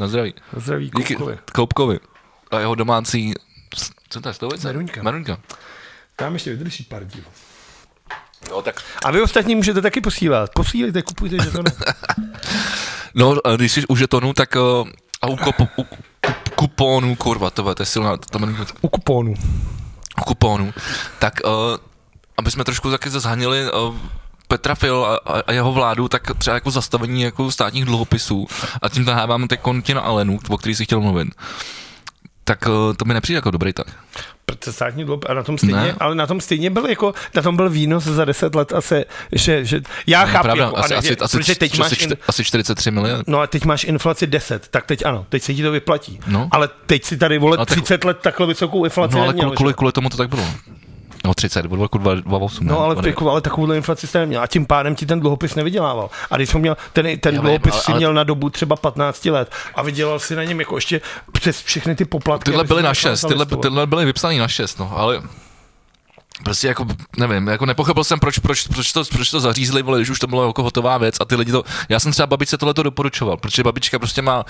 Na zdraví. Na Zdraví Díky kukovi. Koupkovi. A jeho domácí... Co to je? Stouvice? Meruňka. Meruňka. Tam ještě vydrží pár dílů. Jo, tak A vy ostatní můžete taky posílat. Posílejte, kupujte, že to ne. No, a když jsi u žetonů, tak uh, a u, kop, u, ku- kupónů, kurva, to je- to je silná, to jmenuje, U kupónu. u kupónů, tak uh, aby jsme trošku taky zazhanili uh, Petra Fil a, a- a, jeho vládu, tak třeba jako zastavení jako státních dluhopisů a tím nahávám teď na Alenu, o který si chtěl mluvit. Tak uh, to mi nepřijde jako dobrý tak. Protože státní dluh, a na tom stejně, ne. Ne. ale na tom stejně byl jako, na tom byl výnos za 10 let asi, že, že já no, chápu, Pravda, jako, asi, a ne, asi, asi, protože teď máš asi, in, čty- asi 43 miliard. No a teď máš inflaci 10, tak teď ano, teď se ti to vyplatí. No. Ale teď si tady, vole, Ale tak- 30 let takhle vysokou inflaci No ale neměl, kvůli, kvůli, že? kvůli tomu to tak bylo. No 30, od roku 2008. No ale, ne, jako, ale takovouhle inflaci jste neměl a tím pádem ti ten dluhopis nevydělával. A když jsi ho měl, ten, ten Já vím, dluhopis ale- si ale- měl na dobu třeba 15 let a vydělal si na něm jako ještě přes všechny ty poplatky. Tyhle aby byly si na nechal 6, tyhle, zalistovat. tyhle byly vypsaný na 6, no, ale prostě jako, nevím, jako nepochopil jsem, proč, proč, proč, to, proč to zařízli, vole, když už to bylo jako hotová věc a ty lidi to, já jsem třeba babičce tohle to doporučoval, protože babička prostě má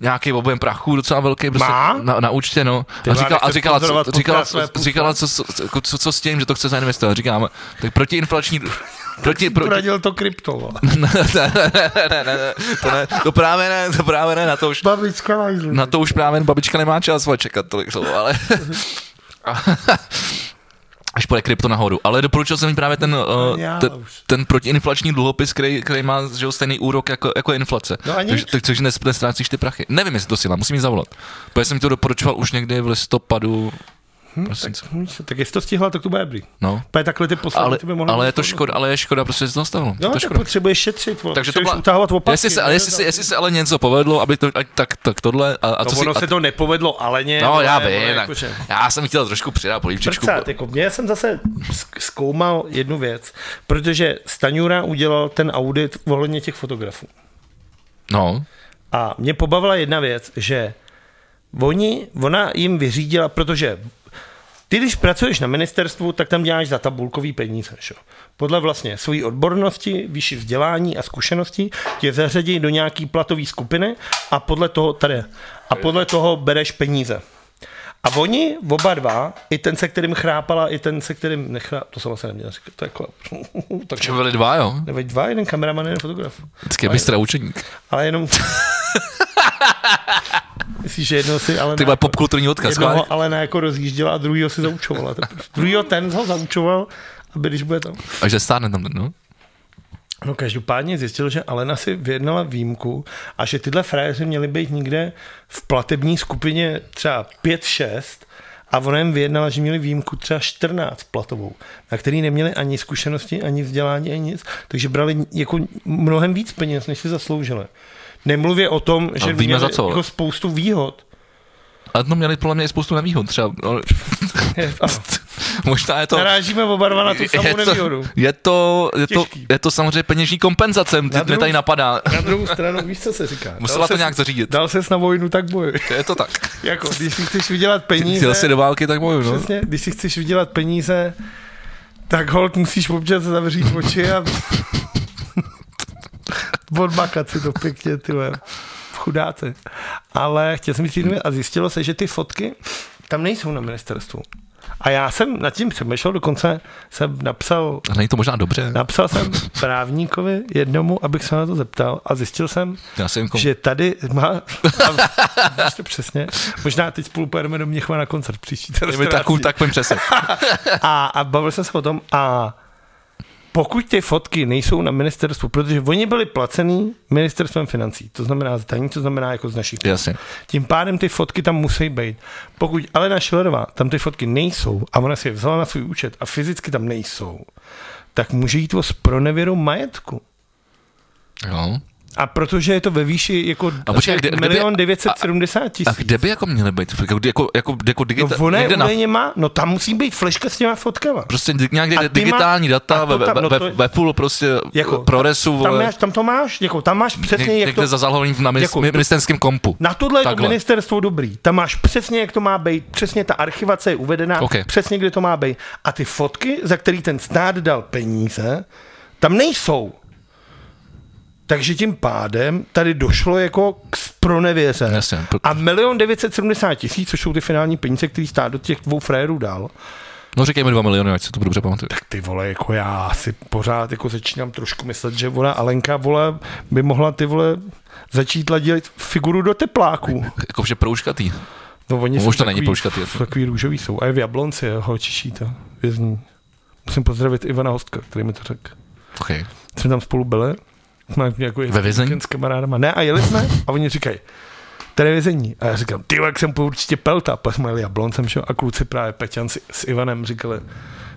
nějaký objem prachu docela velký prostě Má? Na, na, účtě, no. Ty a vole, říkala, a nechceš říkala, co, sponzorovat říkala, podcast své co, říkala co, co, jako co, co, s tím, že to chce zainvestovat, říkám, tak (laughs) protiinflační, proti, proti, Poradil to krypto. (laughs) vole. ne, ne, (laughs) ne, ne, ne, to ne, to právě ne, to právě ne, na to už, Babička má jízlu. na to už právě babička nemá čas vole, čekat tolik slovo, ale... A- (laughs) Až půjde krypto nahoru. Ale doporučil jsem jí právě ten, uh, Já ten, už. ten protiinflační dluhopis, který, který má že, jo, stejný úrok jako, jako inflace. No a nic. takže, tak, takže nes- nestrácíš ty prachy. Nevím, jestli to sila, musím jí zavolat. Protože jsem jí to doporučoval už někdy v listopadu Hm, Prosím, tak, hm, tak jestli to stihla, tak to bude dobrý. no. Pane, takhle ty poslední Ale, ty by mohla ale, je to dostat. škoda, ale je škoda, prostě že se to nestalo. No, je to tak škoda. potřebuješ šetřit, vole. Takže to potřebuješ byla, utahovat opasky. jestli, se, ale jestli, se, jestli se ale něco povedlo, aby to, ať- tak, tak tohle, a, a no, co si, ono a, se to nepovedlo, ale ně. no vole, já vole, vím, tak, jakože- já jsem chtěl trošku přidat polívčičku. Prcat, jako mě jsem zase sk- zkoumal jednu věc, protože Staňura udělal ten audit ohledně těch fotografů. No, A mě pobavila jedna věc, že oni, ona jim vyřídila, protože ty, když pracuješ na ministerstvu, tak tam děláš za tabulkový peníze. Že? jo. Podle vlastně své odbornosti, vyšší vzdělání a zkušeností tě zařadí do nějaký platové skupiny a podle toho tady. A podle toho bereš peníze. A oni, oba dva, i ten, se kterým chrápala, i ten, se kterým nechrá... To jsem asi neměl říkat, to je jako... (laughs) tak, že byli dva, jo? nebo dva, jeden kameraman, jeden fotograf. Vždycky je bystra učeník. Ale jenom... Myslíš, že jednoho si ale Ty na, vole popkulturní odkaz. schválně. jednoho ale na jako rozjížděla a druhýho si zaučovala. teprve. druhýho ten ho zaučoval, aby když bude tam. A že stárne tam, ten, no? No každopádně zjistil, že Alena si vyjednala výjimku a že tyhle frajeři měli být někde v platební skupině třeba 5-6 a ona jim vyjednala, že měli výjimku třeba 14 platovou, na který neměli ani zkušenosti, ani vzdělání, ani nic, takže brali jako mnohem víc peněz, než si zasloužili. Nemluvě o tom, že víme měli za co, ale. jako spoustu výhod. A to měli podle mě i spoustu nevýhod třeba. (laughs) No, Je- ano. možná je to... Narážíme oba dva na tu samou je to, nevýhodu. je, to, je, to, Těžký. je to samozřejmě peněžní kompenzace, mě Na druhou- tady napadá. Na druhou stranu, víš, co se No. říká. (laughs) Musela to nějak zařídit. Dal ses na vojnu, tak bojuj. Je to tak. (laughs) Jako, když si chceš vydělat peníze, Chtěl si do války, tak boju, no. Přesně, když si chceš vydělat peníze, tak hold musíš občas zavřít oči a odmakat si to pěkně, ty vole. chudáci. Ale chtěl jsem říct jednu věc a zjistilo se, že ty fotky tam nejsou na ministerstvu. A já jsem nad tím přemýšlel, dokonce jsem napsal A není to možná dobře. Napsal jsem právníkovi jednomu, abych se na to zeptal a zjistil jsem, Já si jako- jim kom... že tady má... A, víš to přesně. Možná teď spolu pojedeme do Měchova na koncert příští. Je mi takový, tak pojď přesně. A, a bavil jsem se o tom a pokud ty fotky nejsou na ministerstvu, protože oni byli placený ministerstvem financí, to znamená z daní, to znamená jako z našich Jasně. tím pádem ty fotky tam musí být. Pokud Alena Šilerová tam ty fotky nejsou a ona si je vzala na svůj účet a fyzicky tam nejsou, tak může jít o spronevěru majetku. Jo. A protože je to ve výši jako A počkej, kde- kde by- milion 970 A tisíc. kde by jako měly být? Jako, jako, jako, jako No digita- ona je někde na, údajně má, no tam musí být fleška s těma fotkama. prostě di- nějak někde A ty má- digitální a data to ve, tam- ve, no ve, to- ve full prostě Jako, jako, proresu, Tam, vole, máš, tam to máš, jako, tam máš přesně, něk- jak to, někde za zahlaveným na Jako- ministerském kompu. Na tohle je to Takhle. ministerstvo dobrý. Tam máš přesně, jak to má být, přesně ta archivace je uvedená, Ok. přesně, kde to má být. A ty fotky, za který ten stát dal peníze, tam nejsou. Takže tím pádem tady došlo jako k spronevěře. Jasně, pro- A milion 970 tisíc, což jsou ty finální peníze, který stát do těch dvou frajerů dal, No říkejme 2 miliony, ať se to dobře pamatuju. tak ty vole, jako já si pořád jako začínám trošku myslet, že vole Alenka, vole, by mohla ty vole začít ladit figuru do tepláku. Jako vše proužkatý. No oni No, jsou už to takový, není pouškatý, f- to- Takový růžový jsou. A je v Jablonci, je, ho čiší to vězní. Musím pozdravit Ivana Hostka, který mi to řekl. Okay. Jsme tam spolu byli. Jsme nějakou Ve vězení? s kamarádama. Ne, a jeli jsme a oni říkají, tady je vězení. A já říkám, ty jak jsem určitě pelta. Pak jsme jeli Jabloncem že? jo, a kluci právě Peťan s, s Ivanem říkali,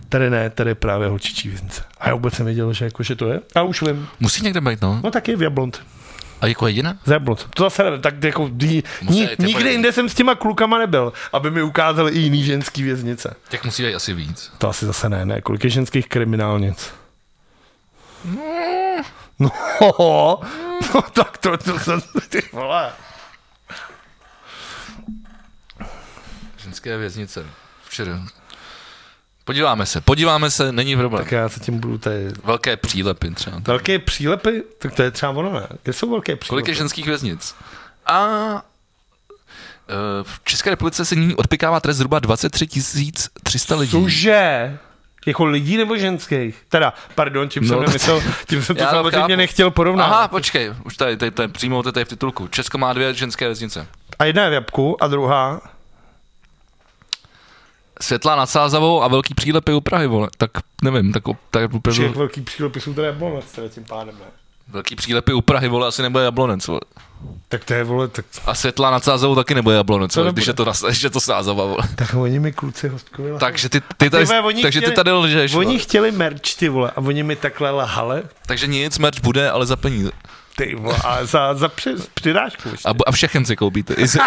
tady ne, tady je právě holčičí věznice. A já vůbec nevěděl, že, jako, že to je. A už vím. Musí někde být, no. No tak je v Jablonci. A jako jediná? Za Jablonce. To zase nevím, tak jako ni, Museli ni, ty nikde pojít. jinde jsem s těma klukama nebyl, aby mi ukázali i jiný ženský věznice. Tak musí být asi víc. To asi zase ne, ne, kolik je ženských kriminálnic? No, (laughs) no tak to, to jsem, ty vole. Ženské věznice. Včera. Podíváme se, podíváme se, není problém. Tak já se tím budu tady... Velké přílepy třeba. Velké přílepy? Tak to je třeba ono, ne? Kde jsou velké Kolik přílepy? je ženských věznic? A eh, v České republice se nyní odpikává trest zhruba 23 300 lidí. Cože? Jako lidí nebo ženských? Teda, pardon, tím jsem No. nemyslel, tím jsem to (laughs) Já to samozřejmě chápu. nechtěl porovnat. Aha, počkej, už tady, tady, tady přímo to je tady v titulku. Česko má dvě ženské věznice. A jedna je v Jabku a druhá Světla nad Sázavou a velký přílepy u Prahy, vole. Tak nevím, tak, o- tak Že opravdu... jak velký přílepy jsou teda bonus, teda tím pádem ne. Velký přílepy u Prahy, vole, asi nebude jablonec, vole. Tak to je, vole, tak... A světla nad Sázovou taky nebude jablonec, vole, nebude. když je to, nas, (laughs) když je to Sázova, vole. Tak oni mi kluci hostkovila. Takže ty, ty tady, vole, oni takže ty chtěli- tady lžeš, Oni oni... chtěli merch, ty vole, a oni mi takhle lahale, Takže nic, merch bude, ale za peníze. ty vole, a za, za při, přidášku. ještě. A, bu- a všechen si koupíte. I, z,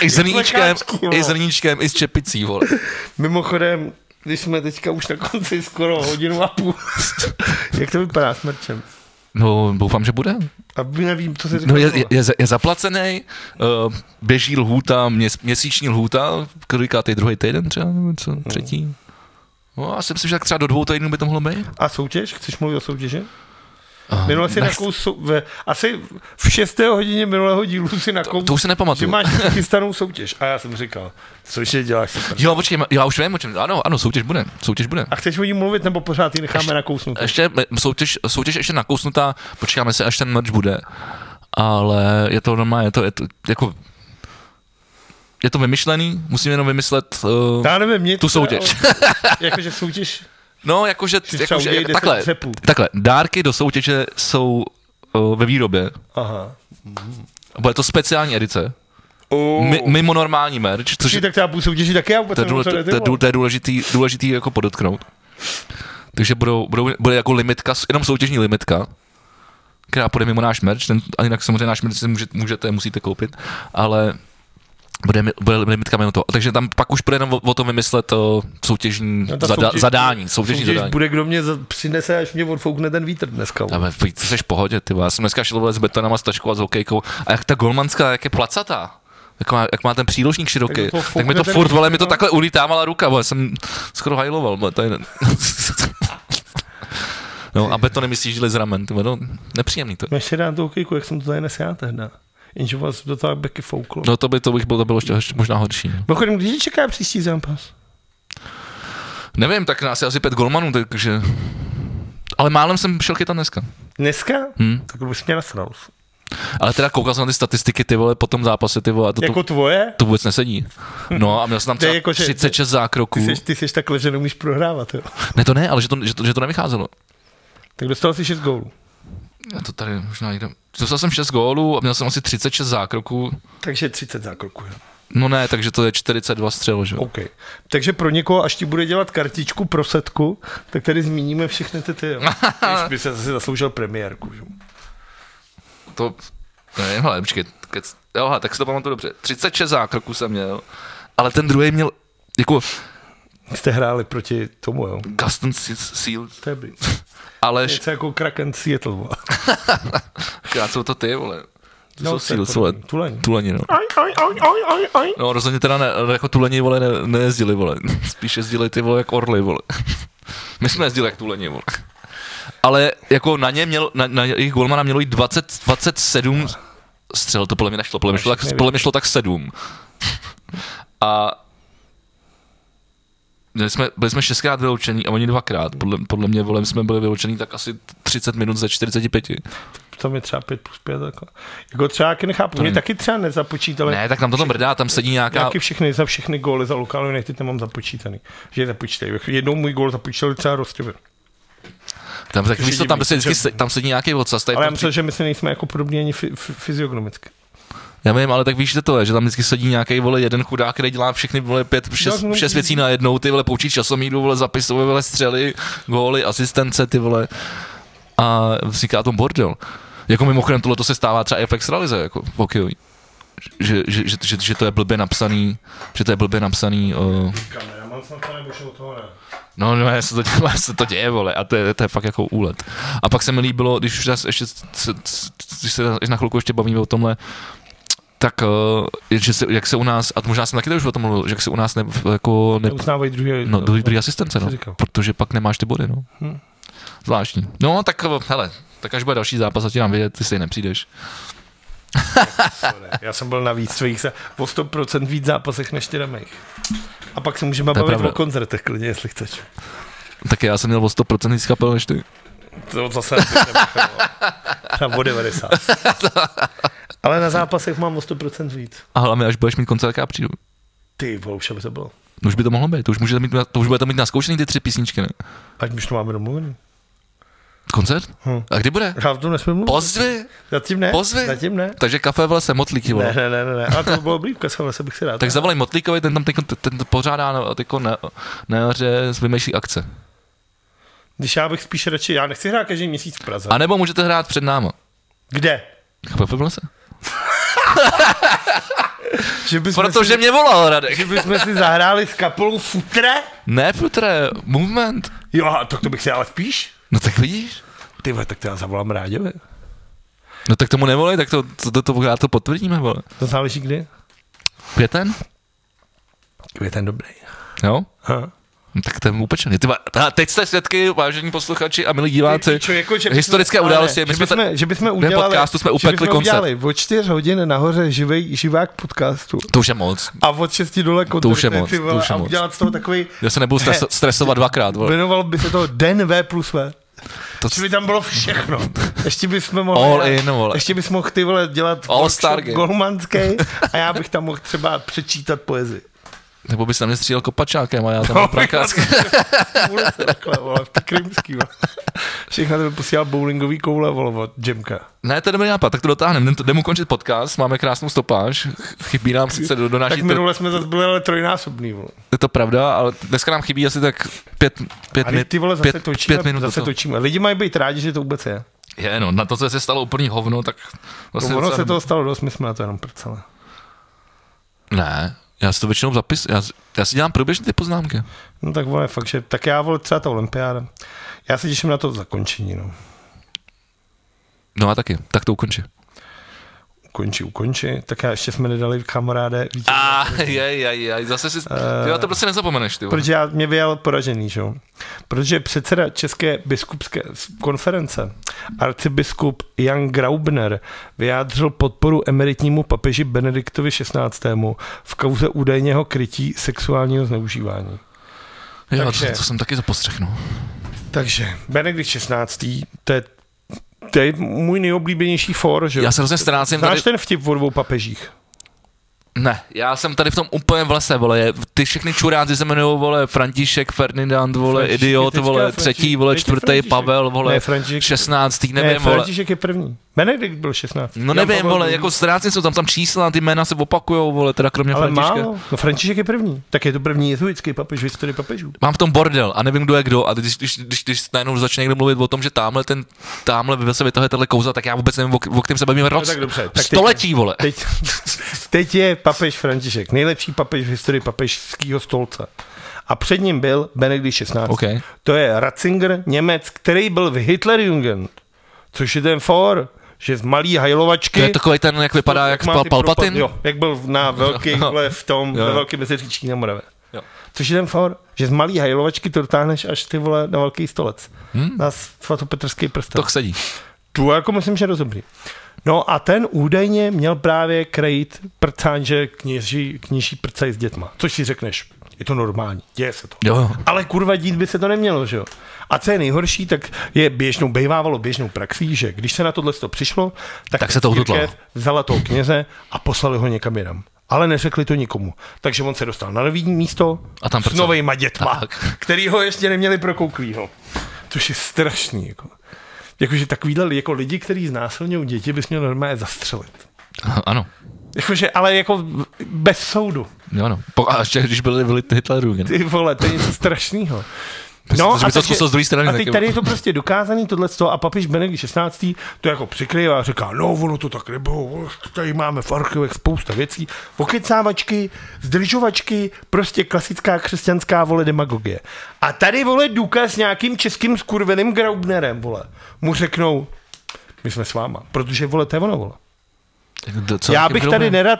i s zrníčkem, plekáčky, vole. i zrníčkem, i s čepicí, vole. Mimochodem, když jsme teďka už na konci skoro hodinu a (laughs) půl, jak to vypadá s merčem? No, doufám, že bude. A nevím, co se říká. No, je, je, je, za- je zaplacený, uh, běží lhůta, měs, měsíční lhůta, kolikátý druhý týden třeba, nebo co, třetí. No, já si myslím, že tak třeba do dvou týdnů by to mohlo být. A soutěž? Chceš mluvit o soutěži? Uh, Minule si takovou sou... ve, asi v šesté hodině minulého dílu si nakoupil, to už že se nepamatuju. máš (laughs) chystanou soutěž. A já jsem říkal, cože děláš super. Jo, počkej, já už vím, o čem. Ano, ano, soutěž bude. Soutěž bude. A chceš o ní mluvit, nebo pořád ji necháme nakousnout? Ještě m- soutěž, soutěž ještě nakousnutá, počkáme se, až ten merch bude. Ale je to normálně, je to, je to jako je to vymyšlený, musíme jenom vymyslet uh, Já nevím, mě tu to- soutěž. Jakože soutěž, (laughs) No, jakože, třeba jakože udělej deset takhle, dřepů. takhle, dárky do soutěže jsou uh, ve výrobě. aha. Bude to speciální edice, Oh. mi, mimo normální merch, což Ty tak třeba půl soutěži, tak já vůbec to je, důle, nevím, co to, jde, je ty dů- vole. to je důležitý, důležitý jako podotknout. Takže budou, budou, bude jako limitka, s- jenom soutěžní limitka, která půjde mimo náš merch, ten, a jinak samozřejmě náš merch si může, můžete, musíte koupit, ale bude, mi- bude limitka mimo to. Takže tam pak už bude jenom o, o tom vymyslet to soutěžní No, ta zada, zadání, soutěžní soutěž zadání. bude, kdo mě za- přinese, až mě odfoukne ten vítr dneska. vole. Ale ty jsi v pohodě, ty vole. já jsem dneska šel vole s betonama, s taškou a s hokejkou. A jak ta golmanská, jak je placatá. Jak má, jak má ten příložník široký, do toho tak, tak mi to foukne ten furt, vole, vítr, mi to no. takhle ulitávala ruka, vole, jsem skoro hajloval, vole, tady... (laughs) No a beton nemyslíš žili z ramen, ty vole, no, nepříjemný to. je. Já ještě dám tu hokejku, jak jsem to tady nesl já tehda. Jenže vás do toho beky fouklo. No. No to by to, bych byl, to bylo ještě ještě možná horší. no. Mimochodem, když je čeká příští zápas? Nevím, tak nás je asi pět golmanů, takže... Ale málem jsem šel chytat dneska. Dneska? Hm. Tak už jsi mě nasral. Ale teda koukal jsem na ty statistiky, ty vole, po tom zápase, ty vole, a to, to, Jako tvoje? to vůbec nesedí. No a měl jsem tam To je třeba jako, že- 36 zákroků. Ty jsi, ty jsi takhle, že neumíš prohrávat, jo. Ne, to ne, ale že to, že to, že to nevycházelo. Tak dostal jsi 6 gólů. Já to tady možná jde. Dostal jsem 6 gólů a měl jsem asi 36 zákroků. Takže 30 zákroků. jo. No ne, takže to je 42 střel, že? jo. OK. Takže pro někoho, až ti bude dělat kartičku pro setku, tak tady zmíníme všechny ty ty, jo. Když by se zase zasloužil premiérku, jo. To, ne, hele, počkej, kec, jo, hele, tak si to pamatuju dobře. 36 zákroků jsem měl, ale ten druhý měl, jako Jste hráli proti tomu, jo. Gaston Se- Seals, To je blíž. ale Něco jako Kraken Seattle, vole. škrát jsou to ty, vole. To No, jsou to je Seals, vole, podobný. Tuleň. tuleni, no. Aj, aj, aj, aj, aj, aj. No rozhodně teda ne, jako tuleni, vole, ne, nejezdili, vole. Spíš jezdili ty, vole, jak orly, vole. My jsme jezdili jak tuleni, vole. Ale jako na ně měl, na, na jejich golmana mělo jít 20, 27 střel, to podle mě nešlo, podle mě šlo tak, podle mě šlo tak 7. A Byli jsme, byli jsme šestkrát vyloučení a oni dvakrát. Podle, podle mě volem jsme byli vyloučení tak asi 30 minut ze 45. Tam je třeba 5 plus 5, takhle. Jako třeba taky nechápu, mě taky třeba nezapočítali. Hmm. Ne, tak tam toto mrdá, tam sedí nějaká... Taky všechny, za všechny góly za Lukánu United nemám započítaný. Že je započítají. Jednou můj gól započítali třeba Rostově. Tam, tak, Že víš, co, tam, divný, se vždycky, že- se- tam sedí nějaký ocas. tady Ale já tam myslím, že my si nejsme jako podobní ani f- f- fyziognomicky. Já vím, ale tak víš, že to je, že tam vždycky sedí nějaký vole jeden chudák, který dělá všechny vole pět, šest, Tak, no. šest věcí na jednou, ty vole poučí časomíru, vole zapisové, vole střely, góly, asistence, ty vole. A vzniká to bordel. Jako mimochodem tohle to se stává třeba i v extralize, jako v hokeju. Že, že, že, že, že, to je blbě napsaný, že to je blbě napsaný, uh, Kameraman snad to nebo toho ne. no, no, se to, (laughs) děje, se to děje, vole, a to je, to je fakt jako úlet. A pak se mi líbilo, když už nás ještě, se- se- když se na chvilku ještě bavíme o tomhle, tak eh, že se, jak se u nás, a možná jsem taky to už o tom mluvil, že jak se u nás ne, jako ne, Neuznávají druhý. no, druhý, druhý asistence, no, Co říkal? protože pak nemáš ty body, no. Hm. Zvláštní. No, tak eh, hele, tak až bude další zápas, a ti nám vědět, ty stejně nepřijdeš. Sorry, Já jsem byl na víc svých za- o 100% víc zápasech než teda mých. A pak se můžeme To je bavit pravda. o koncertech klidně, jestli chceš. Tak já jsem měl o 100% víc kapel než ty. To zase nepochybuji. Třeba o (laughs) 90. Ale na zápasech mám o 100% víc. A hlavně, až budeš mít koncert, tak já přijdu. Ty vole, už aby to bylo. No, už by to mohlo být, to už, můžete mít, na- to už budete mít naskoušený ty tři písničky, ne? Ať už to máme domluvený. Koncert? Hm. A kdy bude? Já v tom nesmím mluvit. Pozvi, Zatím ne. pozvi. Zatím ne. Takže kafe v lese, motlík, ty Ne, vole. ne, ne, ne, ne. Ale to by bylo oblíbka, se se bych si rád. Tak zavolej Motlíkovi, ten tam teď ten to pořádá na, teďko na, na jaře vymýšlí akce. Když já bych spíš radši, já nechci hrát každý měsíc v Praze. A nebo můžete hrát před náma. Kde? Kafe v lese. Že bychom, Protože mě volal Radek. si, bychom si zahráli s kapelou Futre? Ne, Futre, movement. Jo, a tak to bych si ale spíš. No tak vidíš. Ty vole, tak to já zavolám Ráďovi. No tak tomu nevolej, tak to, to, to, to, já to potvrdíme, vole. To záleží kdy? Květen? Květen dobrý. Jo? Ha. No, tak to je upečený. Ty, va- a teď jste svědky, vážení posluchači a milí diváci, Čo, jako, že bychom- historické ale události. Že My jsme ta... bychom, že bychom udělali, podcastu jsme že upekli bychom koncert. udělali o čtyř hodin nahoře živý, živák podcastu. To už je moc. A od 6 dole koncert. už je moc, to už je a moc. udělat z toho takový, Já se nebudu stres, Ne. stresovat dvakrát, vole. jmenoval by se to Den V plus V. To, Že by tam bylo všechno. Ještě bychom mohli... All in, vole. Ještě bys mohl ty vole dělat All workshop star game. golmanský a já bych tam mohl třeba přečítat poezii. nebo bys na mě střílel kopačákem a já (laughs) tam no, prakácky. Ulice takhle, vole, v té krymský, vole. Všechno to by posílal bowlingový koule, vole, od Jemka. Ne, to je dobrý nápad, tak to dotáhneme. Jdem- Jdeme ukončit podcast, máme krásnou stopáž. Chybí nám sice do, do naší... Tak minule jsme zase byli ale trojnásobný, vole. je to pravda, ale dneska nám chybí asi tak pět, pět, A teď minut, ty vole zase pět, točíme, pět minut. zase to. točíme. Lidi mají být rádi, že to vůbec je. Je, no, na to, co se stalo úplný hovno, tak... To Vlastně ono docela se dobrý. toho stalo dost, my jsme na to jenom prcele. Ne, já si to většinou zapis, já, si- já si dělám průběžně ty poznámky. No tak vole, fakt, že, tak já vole třeba ta olympiáda. Já se těším na to zakončení, no. No a taky, tak to ukončí. Ukonči, ukonči. Tak já ještě jsme nedali kamaráde vítěz. (laughs) A je, je, je, zase si, Eh, ty jo, to prostě nezapomeneš, ty vole. Protože já mě vyjel poražený, že jo. Protože předseda České biskupské konference, arcibiskup Jan Graubner, vyjádřil podporu emeritnímu papeži Benediktovi XVI. v kauze údajného krytí sexuálního zneužívání. Jo, takže- to, to, jsem taky no. zapostřechnul. Takže Benedikt XVI. to je, to je můj nejoblíbenější for, že jo. Já se hrozně ztrácím tady, Znáš ten vtip o dvou papežích? ne, já jsem tady v tom úplně v lese, vole, je- ty všechny čuráci se jmenují, vole, František, Ferdinand, vole, František, idiot, teďka vole, František, třetí, vole, teď je čtvrtý, František. Pavel, vole, Ne, František. 16. ne, nevím, vole. František je první. Benedikt byl 16. No Jan nevím, Pavel vole, II. jako ztrácím jsou tam, tam čísla, ty jména se opakujou, vole, teda kromě Ale Františka. málo. No František je první. Tak je to první jezuitský papež v historii papežů. mám v tom bordel a nevím, kdo je kdo. A když, když, když, když najednou začne někdo mluvit o tom, že tamhle ten, tamhle se vytahuje tahle kouza, tak já vůbec nevím, o, o kterém se bavíme roz. No, tak dobře, tak teď- Století, vole. Teď, (laughs) teď je papež František, nejlepší papež v historii papežského stolce. A před ním byl Benedikt 16. OK. To je Ratzinger, Němec, který byl v Hitlerjugend, což je ten for, že z malý hajlovačky... To je takový ten, jak vypadá, jak má pal, ty Palpatin. propad- Jo, jak byl na velký, Jo. vole, v tom, Jo. ve velký meziříčí na Moravě. Jo. Což je ten for, že z malý hajlovačky to dotáhneš až ty vole na velký stolec. Hm? Hmm. Na svatopetrský prsten. To sedí. Tu jako myslím, že rozumí. No a ten údajně měl právě krejt prcán, že kněží, kněží prcají s dětma. Což si řekneš, je to normální, děje se to. Jo, jo. Ale kurva dít by se to nemělo, že jo? A co je nejhorší, tak je běžnou, bejvávalo běžnou praxí, že když se na tohle to přišlo, tak, Tak se to církev ututlalo. Vzala toho kněze a poslali ho někam jinam. Ale neřekli to nikomu. Takže on se dostal na nový místo A tam s prcal. novejma dětma, Tak. který ho ještě neměli prokouklýho. Což je strašný. Jako. Jakože takovýhle li- jako lidi, kteří znásilňují děti, bys měl normálně zastřelit. Ano. Jakože, ale jako bez soudu. Jo, no. Po, a ještě, když byli, byli Hitlerů. No. Ty vole, to je něco strašného. to jsem to zkusil z druhé strany a teď taky. tady je to prostě dokázaný tohle a papiš Benedikt 16. to jako přikryvá a říká, no ono to tak nebylo, vole, tady máme v archivech spousta věcí, okecávačky, zdržovačky, prostě klasická křesťanská vole demagogie. A tady vole Duka s nějakým českým skurveným Graubnerem vole, mu řeknou, my jsme s váma, protože vole to je ono vole. Tak to- co Já taky bych budou tady mít? nerad,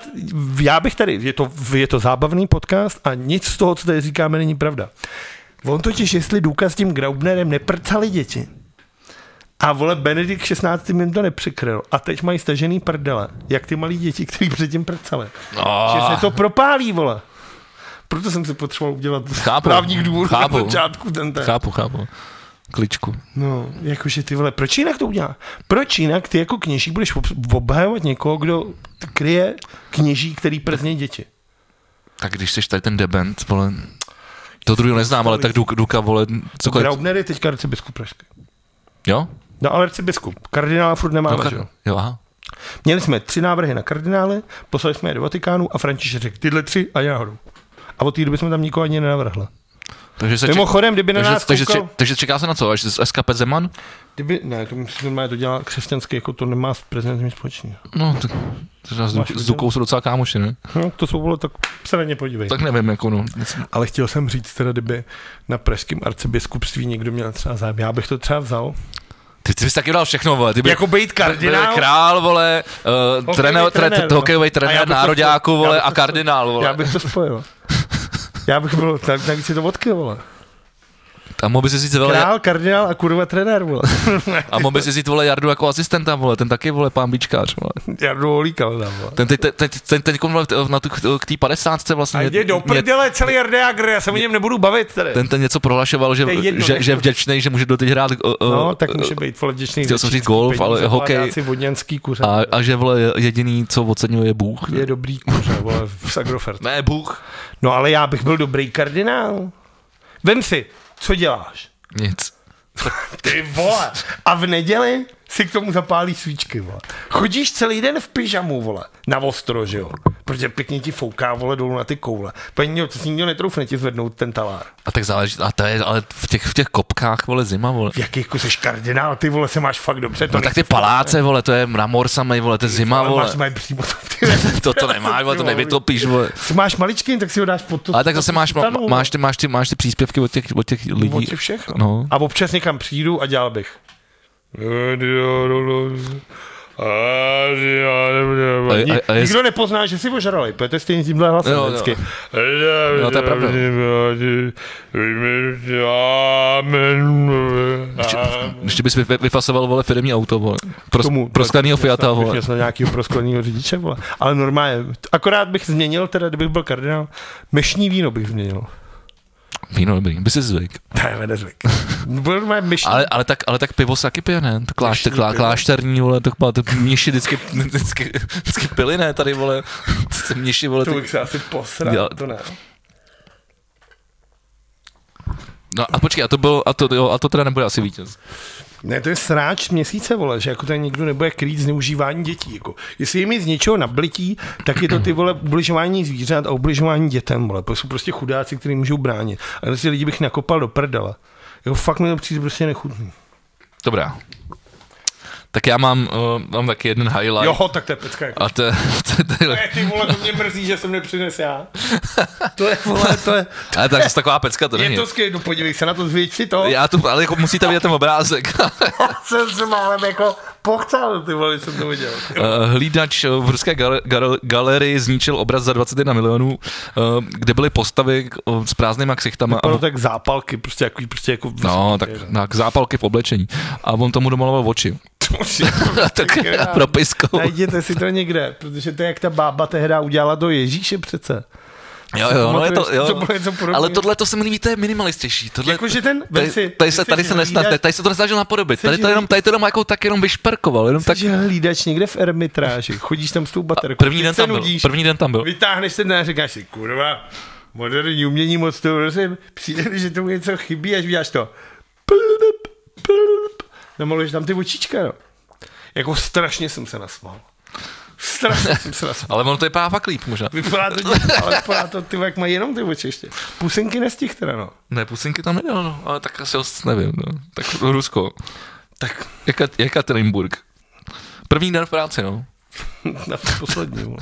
já bych tady, je to, je to zábavný podcast a nic z toho, co tady říkáme, není pravda. On totiž, jestli důkaz s tím Graubnerem neprcali děti, a vole, Benedikt 16. jim to nepřikryl. A teď mají stažený prdele, jak ty malí děti, který předtím prcali. A, Že se to propálí, vole. Proto jsem si potřeboval udělat Chápu. právních důvodů Chápu. na začátku ten ten. Chápu, chápu. Kličku. No, jakože ty vole, proč jinak to udělá? Proč jinak ty jako kněží budeš ob- obhajovat někoho, kdo t- kryje kněží, který przně děti? Tak když jsi tady ten debent, vole, to druhého neznám, ale tak Duka, Duka vole, cokoliv. Graubner je teďka arcibiskup Pražský. Jo? No ale arcibiskup, kardinála furt nemáme, no, že jo? jo, aha. Měli jsme tři návrhy na kardinále, poslali jsme je do Vatikánu a František řekl tyhle tři a já hru. A od té doby jsme tam nikoho ani nenavrhli. Takže se Mimochodem, kdyby na takže, nás takže, koukal... če- takže, čeká se na co? Až z SKP Zeman? Kdyby, ne, to myslím, že to dělá křesťanský, jako to nemá s prezidentem nic společného. No, tak, to s, Duk- s Dukou jsou docela kámoši, ne? No, to jsou bylo, tak se na ně podívej. Tak nevím, jako no. Ale chtěl jsem říct teda, kdyby na pražském arcibiskupství někdo měl třeba zájem, já bych to třeba vzal. Ty, ty bys taky dal všechno, vole. Ty by, Jako být kardinál? Byl král, vole, uh, trenér, trenér, trenér, no. hokejový A já trenér bych to nároďáku, spojil, já vole, bych a to kardinál, vole. Já bych to (laughs) spojil. Já bych byl, tak, tak si to odkyl, vole. A mohl bys říct, vole, Král, kardinál a kurva trenér, vole. a mohl bys říct, vole, Jardu jako asistenta, vole, ten taky, vole, pán Bíčkář, vole. Já jdu olíkal tam, vole. Ten teď, teď, teď, teď, teď vole, na tu, k té 50 vlastně. A jde do mě- prdele celý RDAGR, já se o něm nebudu bavit tady. ten, ten něco prohlašoval, že, To je jedno, že, nech to. že je vděčný, že může doteď hrát o, o, No, tak může být vole vděčný. eh, chtěl jsem říct vděčný golf, peníze, ale vole, hokej. dát si vodňanský kuře. a, a že vole jediný, co oceňuje je Bůh. Je dobrý kuře, vole, v Agrofert. Ne, Bůh. No ale já bych byl dobrý kardinál. Vem si, co děláš? Nic. Ty vole. A v neděli si k tomu zapálí svíčky, vole. Chodíš celý den v pyžamu, vole, na ostro, že jo? Protože pěkně ti fouká, vole, dolů na ty koule. Paní, jo, to si nikdo netroufne ti zvednout ten talár. A tak záleží, a to je, ale v těch, v těch kopkách, vole, zima, vole. V jakých kuseš jako kardinál, ty vole, se máš fakt dobře. To No tak ty paláce, vole, to je mramor samej, vole, to je zima, ale vole. Máš mají přímo ty (laughs) To, to nemáš, vole, to nevytopíš, vole. Když máš maličký, tak si ho dáš pod to. Ale tak zase pod tu máš, ma- sutanu, máš, ty, máš, ty, máš ty příspěvky od těch, od těch vole. lidí. Od těch všech, no. No. A občas někam přijdu a dělal bych. A je- a- a je- Nikdo nepozná, že si ožrali, protože to je stejně s tímhle hlasem Jo, jo. vždycky. No, to je pravda. Ještě, ještě bys vy- vy- vyfasoval, vole, firmní auto, vole. Pro, Tomu- pro skleného tak bych Fiata, měl snad- bych vole. Měl snad nějakýho proskleného řidiče, vole. Ale normálně, akorát bych změnil, teda kdybych byl kardinál, mešní víno bych změnil. Víno dobrý, by si zvyk. Ne, nezvyk. (laughs) Byl normálně mešní Ale, ale, tak, ale tak pivo se taky pije, ne? To kláš, tak klá, klášterní, vole, to, to mniši vždycky, vždycky, vždycky pili, ne? Tady, vole, se mniši, vole, To ty, bych se asi posral, Já- to ne. No a počkej, a to bylo, a to, jo, a to teda nebude asi vítěz. Ne, to je sráč měsíce, vole, že jako tady nikdo nebude krýt zneužívání dětí. Jako. Jestli jim je z něčeho nablití, tak je to ty vole ubližování zvířat a ubližování dětem, vole. To jsou prostě chudáci, kteří můžou bránit. A prostě lidi bych nakopal do prdele. Jo, fakt mi to přijde prostě nechutný. Dobrá. Tak já mám, uh, mám taky jeden highlight. Joho, tak to je pecka. Jako. A to, to, to, to, Ne, ty vole, to mě mrzí, že jsem nepřines já. To je, vole, to je, ale tak zase taková pecka to není. je to skvělé, no podívej se na to, zvěď si to. Já Já tu, ale jako musíte vidět (laughs) ten obrázek. jsem se málem jako pochcel, ty vole, jsem to viděl. Eh, Hlídač eh, v ruské gale- gale- galerii zničil obraz za 21 milionů, eh, kde byly postavy k- eh, s prázdnýma ksichtama. a- Ano, tak zápalky, prostě jako, prostě jako No, tak, tak zápalky v oblečení. A on tomu domaloval oči. (laughs) A tak Geniální. propiskou. Najděte si to někde, protože to je jak ta bába tehdy udělala do Ježíše přece. Jo, jo, no je to, Pamatuješ, jo. to bylo něco podobného. Ale tohle to se mi líbí, to je minimalistější. Tohle, Jakože ten- vem tady, si- tady, se, vem si, tady, že se nesna, hlídáš- tady se to nesnažil napodobit. Tady že to jenom, tady to jenom jako tak jenom vyšperkoval. Jenom tak, Takže hlídač někde v ermitráži, chodíš tam s tou baterkou. první teď den se tam byl. nudíš, První den tam byl. Vytáhneš ten den a říkáš si, kurva, moderní umění moc to rozumím, přijde, mi, že tomu něco chybí, až uděláš to. Plp, plp. Namaluješ tam ty očička, no. Jako strašně jsem se nasmál. Strašně jsem se nasmál. Ale ono to je právě fakt líp možná. Vypadá to, divně, ale vypadá to, ty, vole, jak mají jenom ty oči ještě. Pusinky nestih teda, no. Ne, pusinky tam nedal, no, ale tak asi host nevím. No. Tak Rusko. Tak Jaka, Jekaterinburg. První den v práci, no. na poslední, vole.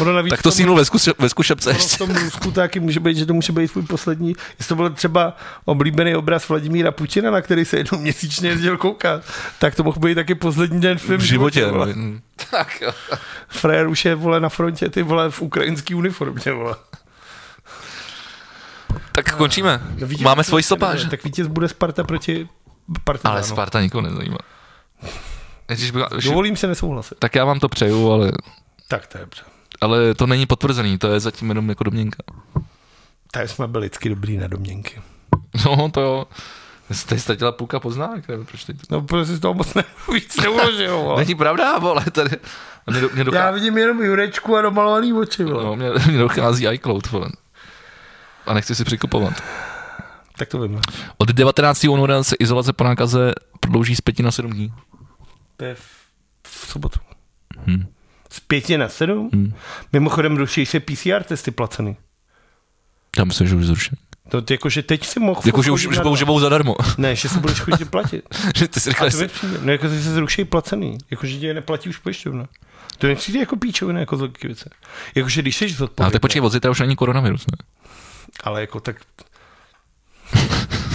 Ono navíc Tak to v tom- sínu ve, zkuše, ve zkušebce Ono v ještě. tom Rusku taky může být, že to může být tvůj poslední. Jestli to byl třeba oblíbený obraz Vladimíra Putina, na který se jednou měsíčně jezdil koukat, tak to mohl být taky poslední den v, tvém V (laughs) životě. vole. No. Tak jo. Frajer už je, vole, na frontě, ty vole, v ukrajinský uniformě, vole. No, Tak končíme. Máme svoji stopáž. Tak vítěz bude Sparta proti Partizánu. Ale Sparta nikoho nezajímá. Ježíš, byla- Dovolím se nesouhlasit. Tak já vám to přeju, ale, Tak to je dobře. ale to není potvrzený, to je zatím jenom jako domněnka. (laughs) Tady jsme byli lidsky dobrý na domněnky. No, to jo. Jste ztratila půlka poznámek, nevím, proč teď. No, protože si z toho moc (laughs) ne, víc neuložil, (laughs) vole. Není pravda, vole, tady. A Mě, do, mě, Já dochází, vidím jenom Jurečku a domalovaný oči, vole. no, mě, mě dochází iCloud, vole. A nechci si přikupovat. Tak to vím. no. Od 19. února se izolace po nákaze prodlouží z pěti na sedm dní. To je v, v sobotu. Hm. Z pěti na sedm? Hm. Mimochodem ruší se PCR testy placeny. Já myslím, že už zrušili. To ty jako, že teď si mohl... Jako, že chodit už, už na budou, dva. že budou zadarmo. (laughs) Ne, že si budeš chodit platit. Že ty si A říkal, to že mi přijde. No jako že se zruší placený. Jako že tě neplatí už pojišťovna. To mi přijde jako píčovina, jako z logiky věce. Jakože když jsi No, ale zodpovědný, tak počkej, od zítra už není koronavirus, ne? ale jako tak... (laughs)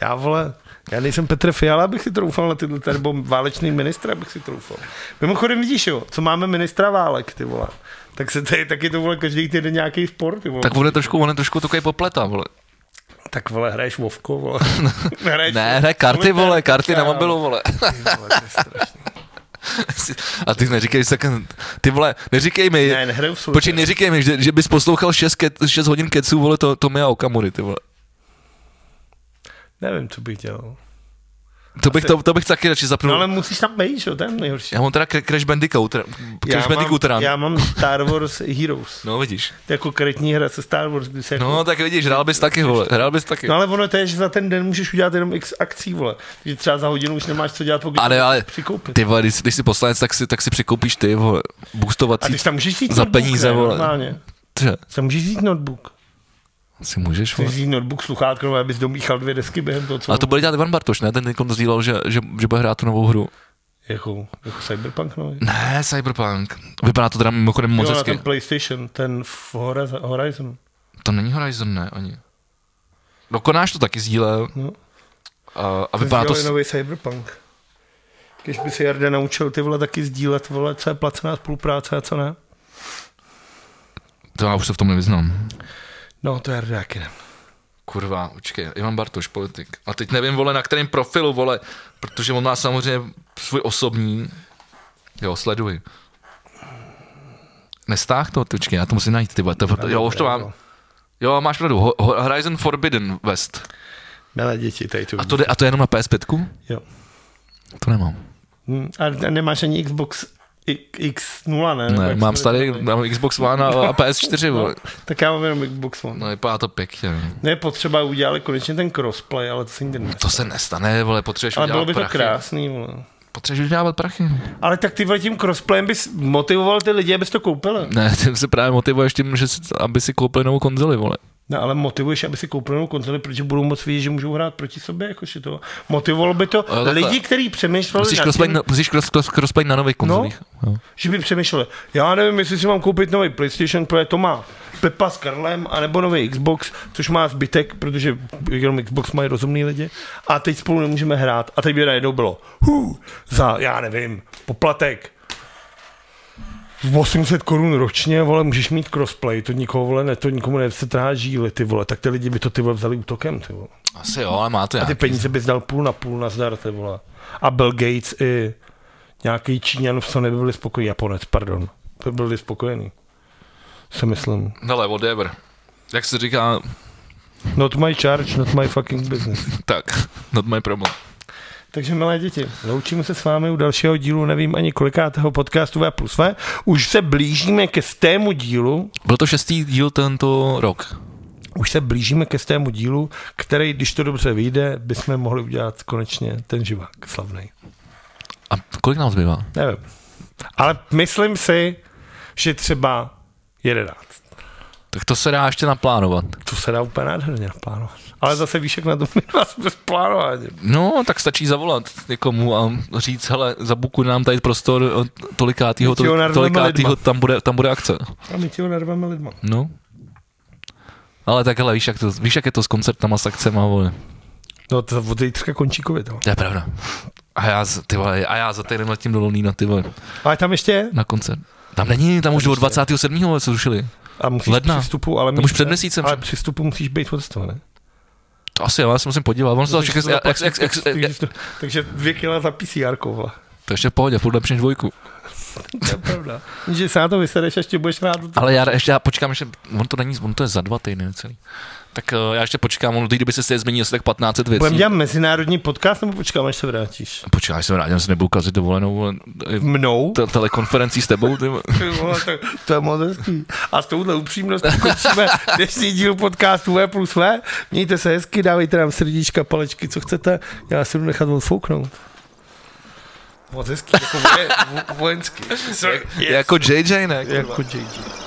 já vole, já nejsem Petr Fiala, abych si troufal na tyhle, tady, nebo válečný ministr, abych si troufal. Mimochodem vidíš, jo, co máme ministra válek, ty vole. Tak se tady taky to vole každý týden nějaký sport, ty vole. Tak on je trošku, on je trošku takový popleta, vole. tak vole, hraješ Vovko, (laughs) vole. hraješ Ne, hraje karty, vole, karty na kámo. mobilu, vole. (laughs) Ty vole, to je strašný. A ty neříkej, že tak, ty vole, neříkej mi, Ne, nehraju v Počkej, neříkej mi, že, že bys poslouchal 6, ke, 6 hodin keců, vole, to, to mi a Okamury, ty vole. Nevím, co bych dělal. To bych, to, to bych taky radši zapnul. No ale musíš tam být, že jo, to je nejhorší. Já mám teda Cra- Crash Bandicoot, teda- Crash Bandicoot mám, run. já mám Star Wars Heroes. No vidíš. To je jako kretní hra se Star Wars, kdy se jako... No tak vidíš, hrál bys taky, vole, hrál bys taky. No ale ono to je, že za ten den můžeš udělat jenom x akcí, vole. Takže třeba za hodinu už nemáš co dělat, pokud Ale, ale, přikoupit. ty vole, když, když jsi poslanec, tak si, tak si přikoupíš ty, vole, A boostovací. ty si tam můžeš jít za peníze, vole. Normálně. Ty, Tam můžeš jít notebook. si můžeš, vole. Můžeš jít notebook, sluchátko, no, abys domíchal dvě desky během toho, co... A to bude dělat Ivan Bartoš, ne? Ten někom sdílel, že, že, že bude hrát tu novou hru. Jako, jako Cyberpunk, no. Ne, Cyberpunk. Vypadá to teda mimochodem moc Jo, na hezky. ten PlayStation, ten v Horaz- Horizon. To není Horizon, ne, oni. No konáš to taky sdílel. No. A, a vypadá to... Sdílej nový Cyberpunk. Když by se Jarda naučil ty vole taky sdílet, vole, co je placená spolupráce a co ne. To já už se v tom nevyznám. No, to Jarda taky ne. Kurva, počkej, Ivan Bartoš, politik. A teď nevím, vole, na kterém profilu, vole, protože on má samozřejmě svůj osobní. Jo, sleduji. Nestáh to, ty, počkej, já to musím najít, ty vole. To, jo, už to mám. Jo, máš pravdu, Ho- Ho- Horizon Forbidden West. Milé děti, tady tu. A to, jde, a to je jenom na PS5? Jo. To nemám. Hm, A a nemáš ani Xbox I- X0, ne? Nebo Ne, jak mám se jmenuje? starý, mám Xbox One a, a PS4, vole. Tak já mám jenom Xbox One. No, vypadá to pěkně. no. Ne, potřeba udělali konečně ten crossplay, ale to se nikdy ne. To se nestane, vole, potřebuješ Ale bylo udělat by to prachy. krásný, vole. Potřebuješ udělat prachy. no. Ale tak ty vole, tím crossplayem bys motivoval ty lidi, aby to koupili. Ne, (laughs) ty se právě motivuješ tím, že si, aby si koupili novou konzoli, vole. No ale motivuješ, aby si koupili novou konzoli, protože budou moc vidět, že můžou hrát proti sobě, jakože to. Motivovalo by to Jo, takhle. lidi, kteří přemýšleli Musíš nad crossplay, tím, na, musíš cross, cross, crossplay na nových konzolích. No? že by přemýšleli, já nevím, jestli si mám koupit nový PlayStation, protože to má Pepa s Karlem, anebo nový Xbox, což má zbytek, protože jenom Xbox mají rozumný lidi, a teď spolu nemůžeme hrát. A teď by najednou bylo, hů, za, já nevím, poplatek, 800 korun ročně, vole, můžeš mít crossplay, to nikoho, vole, ne, to nikomu ne, se trhá žíly, ty vole, tak ty lidi by to ty vole vzali útokem, ty vole. Asi jo, ale má to A ty nějaký. peníze bys dal půl na půl na zdar, ty vole. A Bill Gates i nějaký Číňan, co nebyli byli spokojení, Japonec, pardon, to byli spokojení. Se myslím. Hele, whatever. Jak se říká, Not my charge, not my fucking business. tak, (laughs) not my problem. Takže milé děti, loučíme se s vámi u dalšího dílu, nevím ani kolikátého podcastu V plus V. Už se blížíme ke stému dílu, Byl to šestý díl tento rok. už se blížíme ke stému dílu, který, když to dobře vyjde, bychom mohli udělat konečně ten živák slavný. A kolik nám zbývá? Nevím. Ale myslím si, že třeba 11. Tak to se dá ještě naplánovat. To se dá úplně nádherně naplánovat. (laughs) Ale zase výšek na to my vás bez plánování. No, tak stačí zavolat někomu a říct, hele, zabukuj nám tady prostor od tolikátýho, Ti ho to, narveme tolikátýho lidma. tam, bude, tam bude akce. A my ti ho narveme lidma. No. Ale tak hele, víš, jak, to, víš, jak je to s koncertama, s akcema, vole. No to od zítřka končí covid. No. To je pravda. A já, za- ty vole, a já za týden letím do Londýna, ty vole, Ale tam ještě je. na koncert. Tam není, tam už od 27. vole se zrušili. A musíš Ledna. při vstupu, ale Tam už před měsícem. Ale při vstupu musíš být odstavený. To asi jo, já se musím podívat. On se to Musíš všechno, to jak, zaplatit, jak, jak, jak, takže- Takže dvě kila za PCR, vole. To ještě v pohodě, furt lepší než dvojku. To je pravda. Že se na to vysereš, ještě budeš rád. Ale já ještě já počkám, ještě, on to není, on to je za dva týdny celý. Tak eh, já ještě počkám, on do té doby se změní asi tak 15 věcí. Budeme dělat mezinárodní podcast nebo počkám, až se vrátíš? Počkej, já se vrátím, já se nebudu kazit dovolenou vole, eh, Mnou? te- telekonferencí s tebou. Ty. vole. Ty vole, to, (laughs) to je moc hezký. A s touhle upřímností končíme dnešní díl podcastu V plus V. Mějte se hezky, dávejte nám srdíčka, palečky, co chcete. Já si jdu nechat odfouknout. Moc hezký, jako voje, vo- vojenský. Jako JJ, ne? Jako JJ.